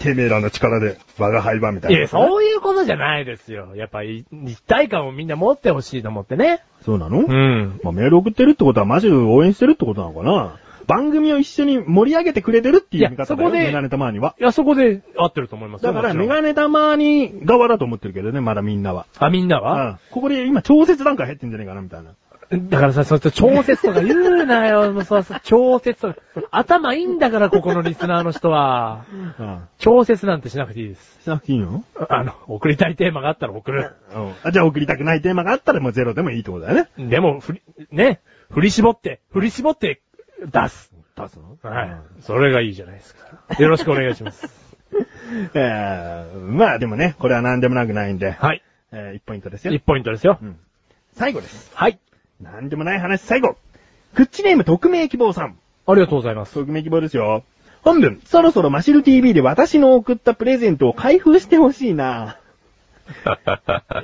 S2: てめえらの力で我が輩はみたい
S1: い
S2: な。
S1: や、そういうことじゃないですよ。やっぱり、一体感をみんな持ってほしいと思ってね。
S2: そうなの
S1: ん。
S2: まあ、メール送ってるってことはマジで応援してるってことなのかな番組を一緒に盛り上げてくれてるっていう見方だ
S1: い
S2: よ
S1: やそこで
S2: メガネたまーには。
S1: いや、そこで合ってると思います
S2: だ
S1: よ
S2: から、
S1: も
S2: メ
S1: ちろん
S2: ガネたまーに側だと思ってるけどね、まだみんなは。
S1: あ、みんな
S2: う
S1: は、
S2: ん。ここで今、調節段階入ってんじゃねえかな、みたいな。
S1: だからさ、そうすると調節とか言うなよ、 *laughs* もうそうそう、調節とか。頭いいんだから、ここのリスナーの人は。
S2: あ
S1: 調節なんてしなくていいです。
S2: しなくていいの
S1: あの、送りたいテーマがあったら送る。
S2: うんあじゃあ送りたくないテーマがあったらもうゼロでもいいってことだよね。
S1: でも、ふり、ね、振り絞って、振り絞って出す。
S2: 出すの
S1: は
S2: うん
S1: い。それがいいじゃないですか。よろしくお願いします。
S2: *laughs* えー、まあでもね、これは何でもなくないんで、
S1: *laughs* はい。
S2: えー、1ポイントですよ
S1: 1。ポイントですよ
S2: う。ん最後です。
S1: はい。
S2: 何でもない話、最後。クッチネーム匿名希望さん。
S1: ありがとうございます。
S2: 匿名希望ですよ。本文、そろそろマシル TV で私の送ったプレゼントを開封してほし
S1: *laughs*
S2: いな。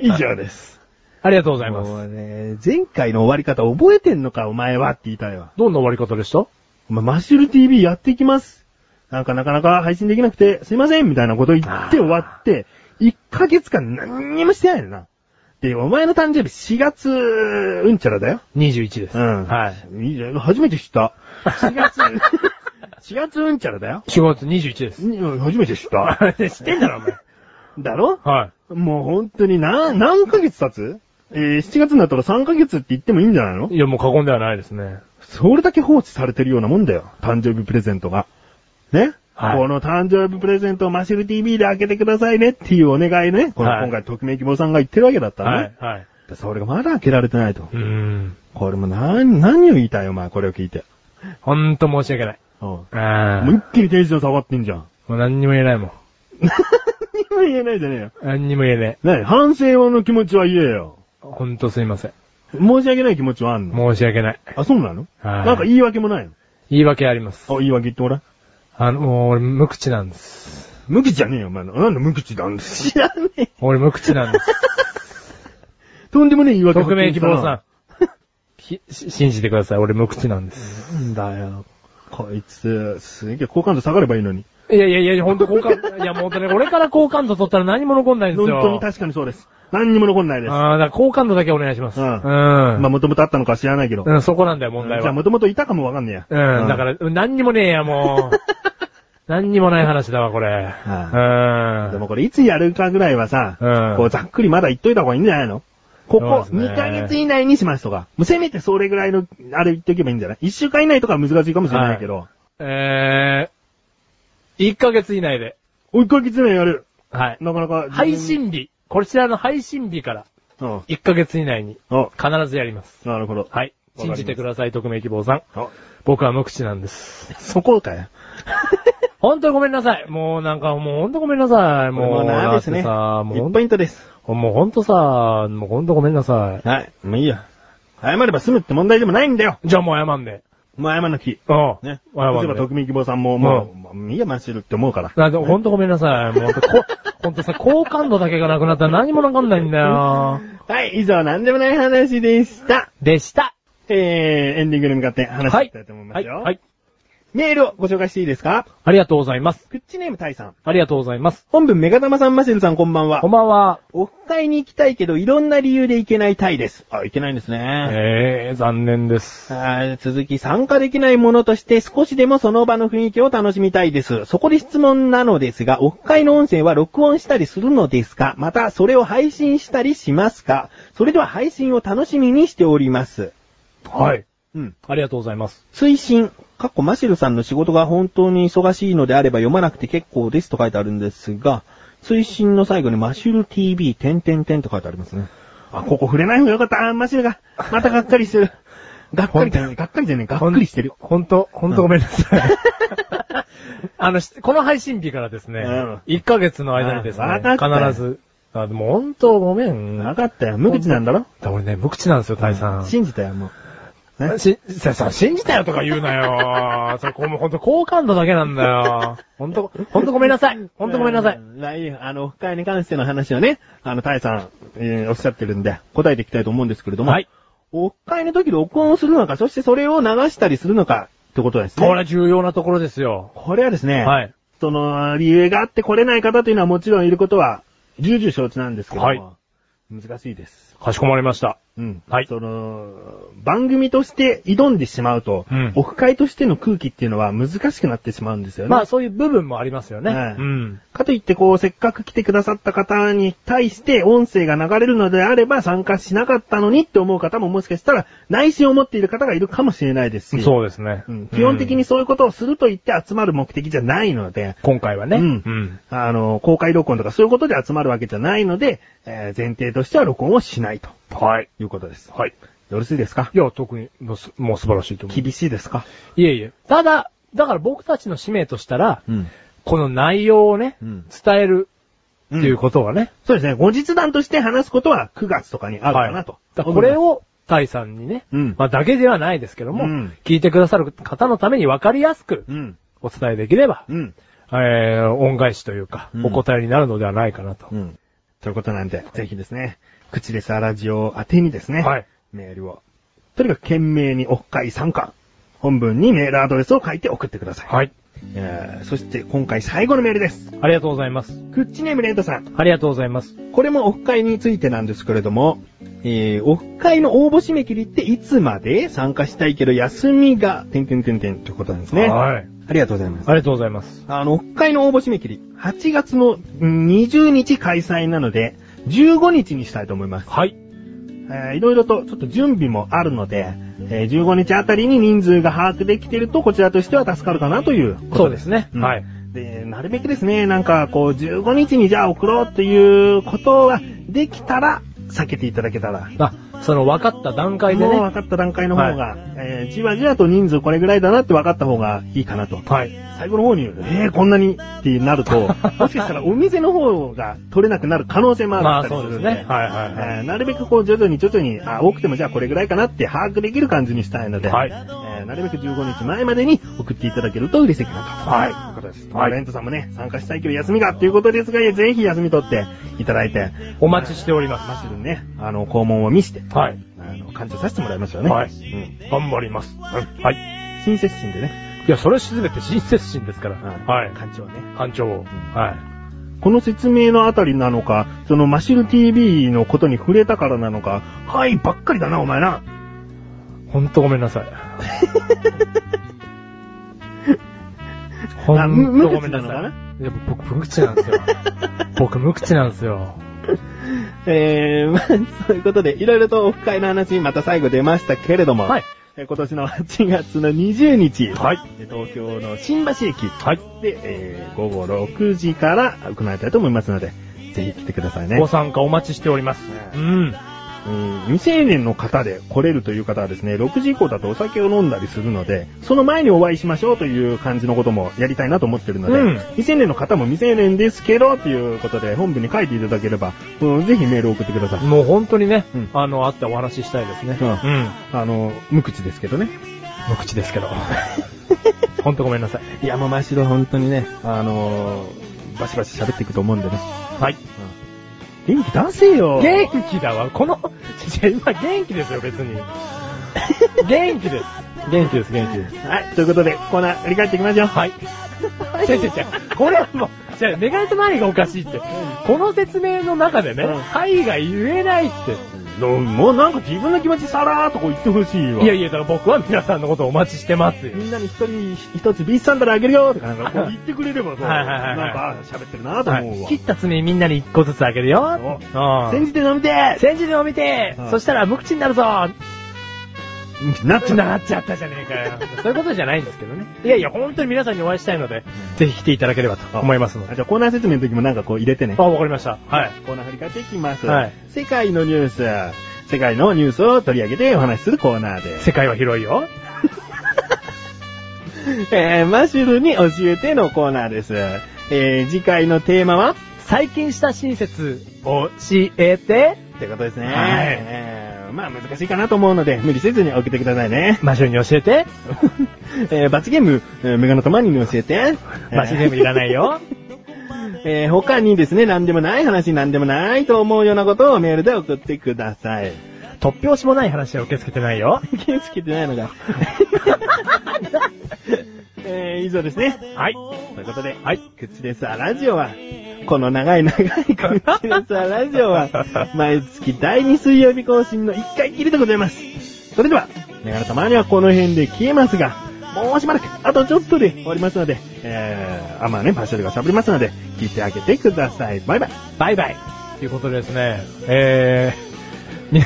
S2: 以上です。
S1: ありがとうございま
S2: も
S1: す。
S2: うね、前回の終わり方覚えてんのか、お前はって言いたいわ。
S1: どんな終わり方でした
S2: お前マシル TV やっていきます。なんかなかなか配信できなくて、すいませんみたいなこと言って終わって、1ヶ月間何にもしてないのな。で、お前の誕生日4月、うんちゃらだよ。
S1: ?21 です。
S2: うん。
S1: はい。
S2: いいね。初めて知った。4月、4月うんちゃらだよ。
S1: 4月21です。
S2: うん初めて知った。
S1: *laughs* 知ってんだろ、お前。
S2: *laughs* だろ
S1: はい。
S2: もう本当にな、何ヶ月経つえー、7月になったら3ヶ月って言ってもいいんじゃないの
S1: いや、もう過言ではないですね。
S2: それだけ放置されてるようなもんだよ。誕生日プレゼントが。ね、
S1: はい
S2: この誕生日プレゼントをマシル TV で開けてくださいねっていうお願いね。この
S1: はい
S2: 今回、匿名希望さんが言ってるわけだったのね。
S1: はい、はい。
S2: でそれがまだ開けられてないと。
S1: うーん。
S2: これも何、何を言いたいお前、これを聞いて。
S1: ほんと申し訳ない。
S2: うんも
S1: あ
S2: う一気にテンション下がってんじゃん。
S1: もう何にも言えないもん。
S2: *laughs* 何も言えないじゃねえよ。
S1: 何にも言えね
S2: ね反省用の気持ちは言えよ。
S1: え。ほんとすいません。
S2: 申し訳ない気持ちはあんの
S1: 申し訳ない。
S2: あ、そうなの
S1: はい
S2: なんか言い訳もないの
S1: 言い訳あります。
S2: あ、言い訳言ってごらん。
S1: あの、もう俺無口なんです。
S2: 無口じゃねえよ、お前の。なんで無口なんだ知らねえ。
S1: 俺無口なんです。 *laughs*
S2: とんでもねえ言い訳
S1: 匿名希望 *laughs* さん。ひし信じてください。俺無口なんです。
S2: ん。なんだよ。こいつ、すげえ好感度下がればいいのに。
S1: いやいやいや、ほんと好 *laughs* 感度、いやもうほんとね、俺から好感度取ったら何も残んないんで
S2: 本
S1: すよ。
S2: 当に確かにそうです。何にも残んないです。
S1: ああ、だから好感度だけお願いします。
S2: う
S1: うんん。
S2: まあ、もともとあったのか知らないけど。
S1: うん、そこなんだよ、問
S2: じ
S1: 題
S2: ゃあ、
S1: は。
S2: もともといたかもわかんねえや。。
S1: うん、だからら、何にもねえや、も *laughs* う。何にもない話だわ、これ。うん。
S2: でもこれ、いつやるかぐらいはさ、
S1: うん
S2: こう、ざっくりまだ言っといた方がいいんじゃないのここ
S1: そうですね
S2: 2ヶ月以内にしますとか、もうせめてそれぐらいの、あれ言っておけばいいんじゃない ?1 週間以内とかは難しいかもしれないけど、
S1: えー、1ヶ月以内で。
S2: お1ヶ月以内やる。
S1: はい。
S2: なかなか。
S1: 配信日。こちらの配信日から
S2: うん。
S1: 1ヶ月以内に
S2: あ、
S1: 必ずやります。
S2: なるほど。
S1: はい。
S2: わかり
S1: 信
S2: ます
S1: じてください、匿名希望さん。
S2: あ、
S1: 僕は無口なんです。
S2: そこかよ。
S1: 本当にごめんなさい。もうなんか、もう本当ごめんなさい。もう、
S2: な
S1: だ
S2: で
S1: っ
S2: す
S1: て
S2: ね。
S1: さ、もうほ
S2: 1
S1: ん
S2: ポイントです。
S1: もう本当さ、もう本当ごめんなさ
S2: はい。もういいよ。謝れば済むって問題でもないんだよ。
S1: い。じゃあもう謝んで。
S2: もう謝るのき。
S1: うん。
S2: ね。
S1: 謝
S2: 例え
S1: ん
S2: ば、
S1: で。
S2: 徳見希望さんも、もう、もういいや、マシルって思うから。
S1: なんで、ほんとごめんなさい。もうほんと、こ、 *laughs* ほんとさ、好感度だけがなくなったら何もなかんないんだよ。
S2: はい、以上、なんでもない話でした。
S1: でした。
S2: えー、エンディングに向かって話していきたいと思いま
S1: は
S2: す
S1: い。
S2: よ。
S1: はい。
S2: メールをご紹介していいですか
S1: ありがとうございます。
S2: クッチネームタイさん。
S1: ありがとうございます。
S2: 本文メガタマさん、マシルさん、こんばんは
S1: こん。ばんは。
S2: オフ会に行きたいけど、いろんな理由で行けないタイです。あ、行けないんですね。
S1: えー、残念です。
S2: あー続き、参加できないものとして少しでもその場の雰囲気を楽しみたいです。そこで質問なのですが、オフ会の音声は録音したりするのですかまた、それを配信したりしますかそれでは配信を楽しみにしております。
S1: はい。
S2: うん。
S1: ありがとうございます。
S2: 推進、かっこマシルさんの仕事が本当に忙しいのであれば読まなくて結構ですと書いてあるんですが、推進の最後にマシル TV、点点点と書いてありますね。あ、ここ触れない方がよかった。あー、マシルが。またがっかりす *laughs* る。がっかりじゃない、がっかりじゃない、がっくりしてる。
S1: ほんと、ほんとごめんな *laughs* さい。あの、しこの配信日からですね、
S2: うん
S1: 1ヶ月の間にですね
S2: あわかっ、たよ
S1: 必ず、あ、でもほんとごめん。
S2: わかったよ。無口なんだろ
S1: だ俺ね、無口なんですよ、タイさん。
S2: 信じたよ、もう。ね
S1: し、さ、さ、信じたよとか言うな
S2: *laughs*
S1: よ。そこもうほんと好感度だけなんだよ。ほんと、ほんとごめんなさい。ほんとごめんなさい。
S2: うまあいいよあの、オフ会に関しての話はね、あの、タイさん、えーおっしゃってるんで、答えていきたいと思うんですけれども、
S1: はい。
S2: オフ会の時録音をするのか、そしてそれを流したりするのか、ってことですね。
S1: これは重要なところですよ。
S2: これはですね、
S1: はい。
S2: その、理由があって来れない方というのはもちろんいることは、重々承知なんですけども、
S1: はい
S2: 難しいです。
S1: かしこまりました。
S2: うん。
S1: はい
S2: その、番組として挑んでしまうと、
S1: うん
S2: オフ会としての空気っていうのは難しくなってしまうんですよね。
S1: まあそういう部分もありますよね。
S2: はい
S1: うん。
S2: かといって、こう、せっかく来てくださった方に対して音声が流れるのであれば参加しなかったのにって思う方ももしかしたら内心を持っている方がいるかもしれないですし。
S1: そうですね。
S2: うん基本的にそういうことをすると言って集まる目的じゃないので、
S1: 今回はね。
S2: うん
S1: うん。
S2: あの、公開録音とかそういうことで集まるわけじゃないので、えー前提としては録音をしないと
S1: はい。
S2: いうことです。
S1: はい。
S2: よろしいですか
S1: いや、特に、もうすもう素晴らしいと思う。
S2: 厳しいですか
S1: いえいえ。ただ、だから僕たちの使命としたら、
S2: うん。
S1: この内容をね、
S2: うん
S1: 伝えるっていうことはね、
S2: そうですね。後日談として話すことは9月とかにあるかなと。
S1: だからこれを、タイさんにね、
S2: うん
S1: まあだけではないですけども、
S2: うん
S1: 聞いてくださる方のために分かりやすく
S2: うん。
S1: お伝えできれば、
S2: うん。
S1: えー、恩返しというか、
S2: うん
S1: お答えになるのではないかなと。
S2: うん。ということなんで、ぜひですね、口でさラジオ宛てにですね、
S1: はい
S2: メールを。とにかく懸命にオフ会参加。本文にメールアドレスを書いて送ってください。
S1: はい。
S2: えーそして今回最後のメールです。
S1: ありがとうございます。
S2: クッチネームレントさん。
S1: ありがとうございます。
S2: これもオフ会についてなんですけれども、えー、オフ会の応募締め切りっていつまで参加したいけど休みが、てんてんてんてんってことなんですね。
S1: はい。
S2: ありがとうございます。
S1: ありがとうございます。
S2: あの、オフ会の応募締め切り、8月のうん20日開催なので、15日にしたいと思います。
S1: はい。
S2: えーいろいろとちょっと準備もあるので、えー15日あたりに人数が把握できてると、こちらとしては助かるかなというこ
S1: そう
S2: と
S1: で
S2: です。
S1: すね。
S2: うん
S1: はい。
S2: で、なるべくですね、なんかこう、15日にじゃあ送ろうっていうことができたら、避けていただけたら。
S1: あ、その分かった段階で
S2: もう
S1: ね
S2: 分。かった段階の方が、えーじわじわと人数これぐらいだなって分かった方がいいかなと。
S1: はい。
S2: 最後の方に、えー、こんなにってなる
S1: *laughs*
S2: と、もしかしたらお店の方が取れなくなる可能性も
S1: ま
S2: あ
S1: あ
S2: るん
S1: そうですね。はいはいはい。
S2: えーなるべくこう徐々に徐々に、あ、多くてもじゃあこれぐらいかなって把握できる感じにしたいので、
S1: はい
S2: えーなるべく15日前までに送っていただけると嬉しいかなと。
S1: はい
S2: ということです。
S1: はい
S2: タレントさんもね、参加したいけど休みがということですが、ぜひ休み取っていただいて、
S1: お待ちしておりま
S2: マシルにね、あの、肛門を見して、
S1: す。はい。
S2: あの、感謝させてもらいましょうね。
S1: はい
S2: うん。
S1: 頑張ります。はい。
S2: 親切心でね、
S1: いや、それ全て親切心ですから。はい。
S2: 感謝をね。
S1: 班長。はい。
S2: この説明のあたりなのか、そのマシル TV のことに触れたからなのか、はいばっかりだな、お前な。
S1: ほんとごめんなさい。ほ
S2: あむ
S1: んと
S2: 無
S1: ごめ
S2: 口
S1: ん
S2: な
S1: な
S2: の
S1: さ
S2: か
S1: い。
S2: ない
S1: や、僕、無口なんです *laughs* よ。僕、無口なんですよ。
S2: えー、ま *laughs* あ、そういうことで、いろいろとオフ会の話、また最後出ましたけれども、
S1: はい。
S2: えー今年の8月の20日、
S1: はい。
S2: えー東京の新橋駅
S1: はい。
S2: で、えー午後6時から行いたいと思いますので、ぜひ来てくださいね。
S1: ご参加お待ちしております。
S2: う
S1: うん。
S2: うん未成年の方で来れるという方はですね、6時以降だとお酒を飲んだりするので、その前にお会いしましょうという感じのこともやりたいなと思ってるので、
S1: うん
S2: 未成年の方も未成年ですけど、ということで本部に書いていただければ、うんぜひメールを送ってください。
S1: もう本当にね
S2: うん、
S1: あの、会ってお話ししたいですね。
S2: うん
S1: うん。
S2: あの、無口ですけどね。
S1: 無口です *laughs* けど。ほんとごめんなさい。
S2: 山真城本当にね、あのーバシバシ喋っていくと思うんでね。
S1: はい。
S2: 元気出せよ
S1: 元気だわ。この、違う今元気ですよ、別 *laughs* に。元気です。元気です、元気です。
S2: はい、ということで、コーナー振り返っていきましょう。
S1: はい。違う違う違う。これはもう、違う、メガネとマリがおかしいって。この説明の中でね、
S2: うん
S1: はいが言えないって。
S2: のもうなんか自分の気持ちさらーっとこう言ってほしいわ。
S1: いやいや、だから僕は皆さんのことをお待ちしてますよ。
S2: みんなに一人一つビーチサンダルあげるよとかなんか *laughs* こう言ってくれればさ、
S1: はいはいはいはい
S2: なんかあ喋ってるなと
S1: は
S2: 思う
S1: い
S2: わ。
S1: 切った爪みんなに一個ずつあげるよ。う
S2: 煎
S1: ん。
S2: じて飲みてー
S1: 戦時でも見て、
S2: うん
S1: そしたら無口になるぞ
S2: なっちゃ
S1: なっちゃったじゃねえかよ。そういうことじゃないんですけどね。いやいや、本当に皆さんにお会いしたいので、ぜひ来ていただければと思いますの
S2: あ
S1: で。
S2: じゃあコーナー説明の時もなんかこう入れてね。
S1: あ、わかりました。はい。
S2: コーナー振り返っていきます。
S1: はい
S2: 世界のニュース。世界のニュースを取り上げてお話しするコーナーです。
S1: 世界は広いよ。
S2: えー、マシュルに教えてのコーナーです。えー、次回のテーマは
S1: 最近した親切、教えて、
S2: ってことですね。
S1: はい
S2: えーまあ難しいかなと思うので、無理せずに送ってくださいね。
S1: マシュルに教えて、
S2: えー、罰ゲーム、えーメガネとマニに教えて。
S1: *laughs* マシュルゲームいらないよ。
S2: えー他にですね、何でもない話、何でもないと思うようなことをメールで送ってください。
S1: *laughs* 突拍子もない話は受け付けてない *laughs* よ。
S2: 気つけてないのが。えー以上ですね。
S1: はい。
S2: ということで、
S1: はい。
S2: 口ですラジオは、この長い長い口のさ、ラジオは、毎月第2水曜日更新の1回きりでございます。それでは、メガネたまにはこの辺で消えますが、もうしばらく、あとちょっとで終わりますので、えー、あ、まあね、パシャルが喋りますので、聞いてあげてください。バイバイ。
S1: バイバイということでですね、えー、みな、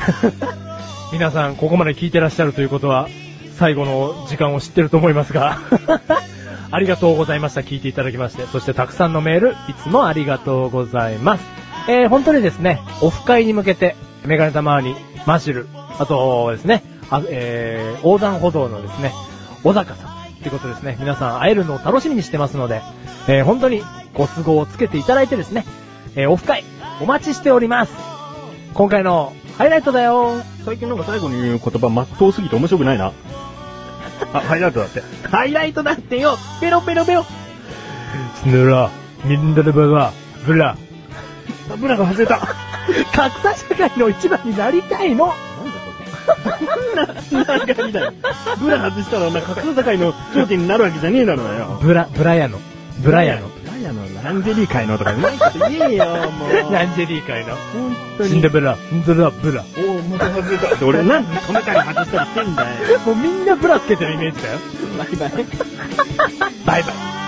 S1: *laughs* 皆さんここまで聞いてらっしゃるということは、最後の時間を知ってると思いますが、ありがとうございました。聞いていただきまして、そしてたくさんのメール、いつもありがとうございます。えー、本当にですね、オフ会に向けて、メガネたまに、マシュル、あとですね、あえー、横断歩道のですね、小坂さん、ってことですね。皆さん会えるのを楽しみにしてますので、えー、本当にご都合をつけていただいてですね、えー、オフ会、お待ちしております。今回のハイライトだよ
S2: 最近なんか最後に言う言葉、まっとうすぎて面白くないな。あ、ハイライトだって。ハイライトだってよペロペロペロ
S1: スヌラ、ミンドルブは、ブラ。
S2: あブラが外れた。
S1: 格差社会の一番になりたいの
S2: なんだそれ。 *laughs* なんかみたいな。ブラ外したら、なんか格差高いの頂点になるわけじゃねえだろうよ。
S1: ブラ、ブラヤの。ブラヤの。
S2: ブラヤのランジェリー界のとかうまいこと言えよ、もう。
S1: ランジェリー界の。
S2: 本当
S1: シン
S2: に
S1: デ。ブラ、ンドラ、ブラ。
S2: おお、また外れたって俺なんでこの回外 *laughs* したりしてんだよ。
S1: もうみんなブラつけてるイメージだよ。
S2: バイバイ。
S1: バイバイ。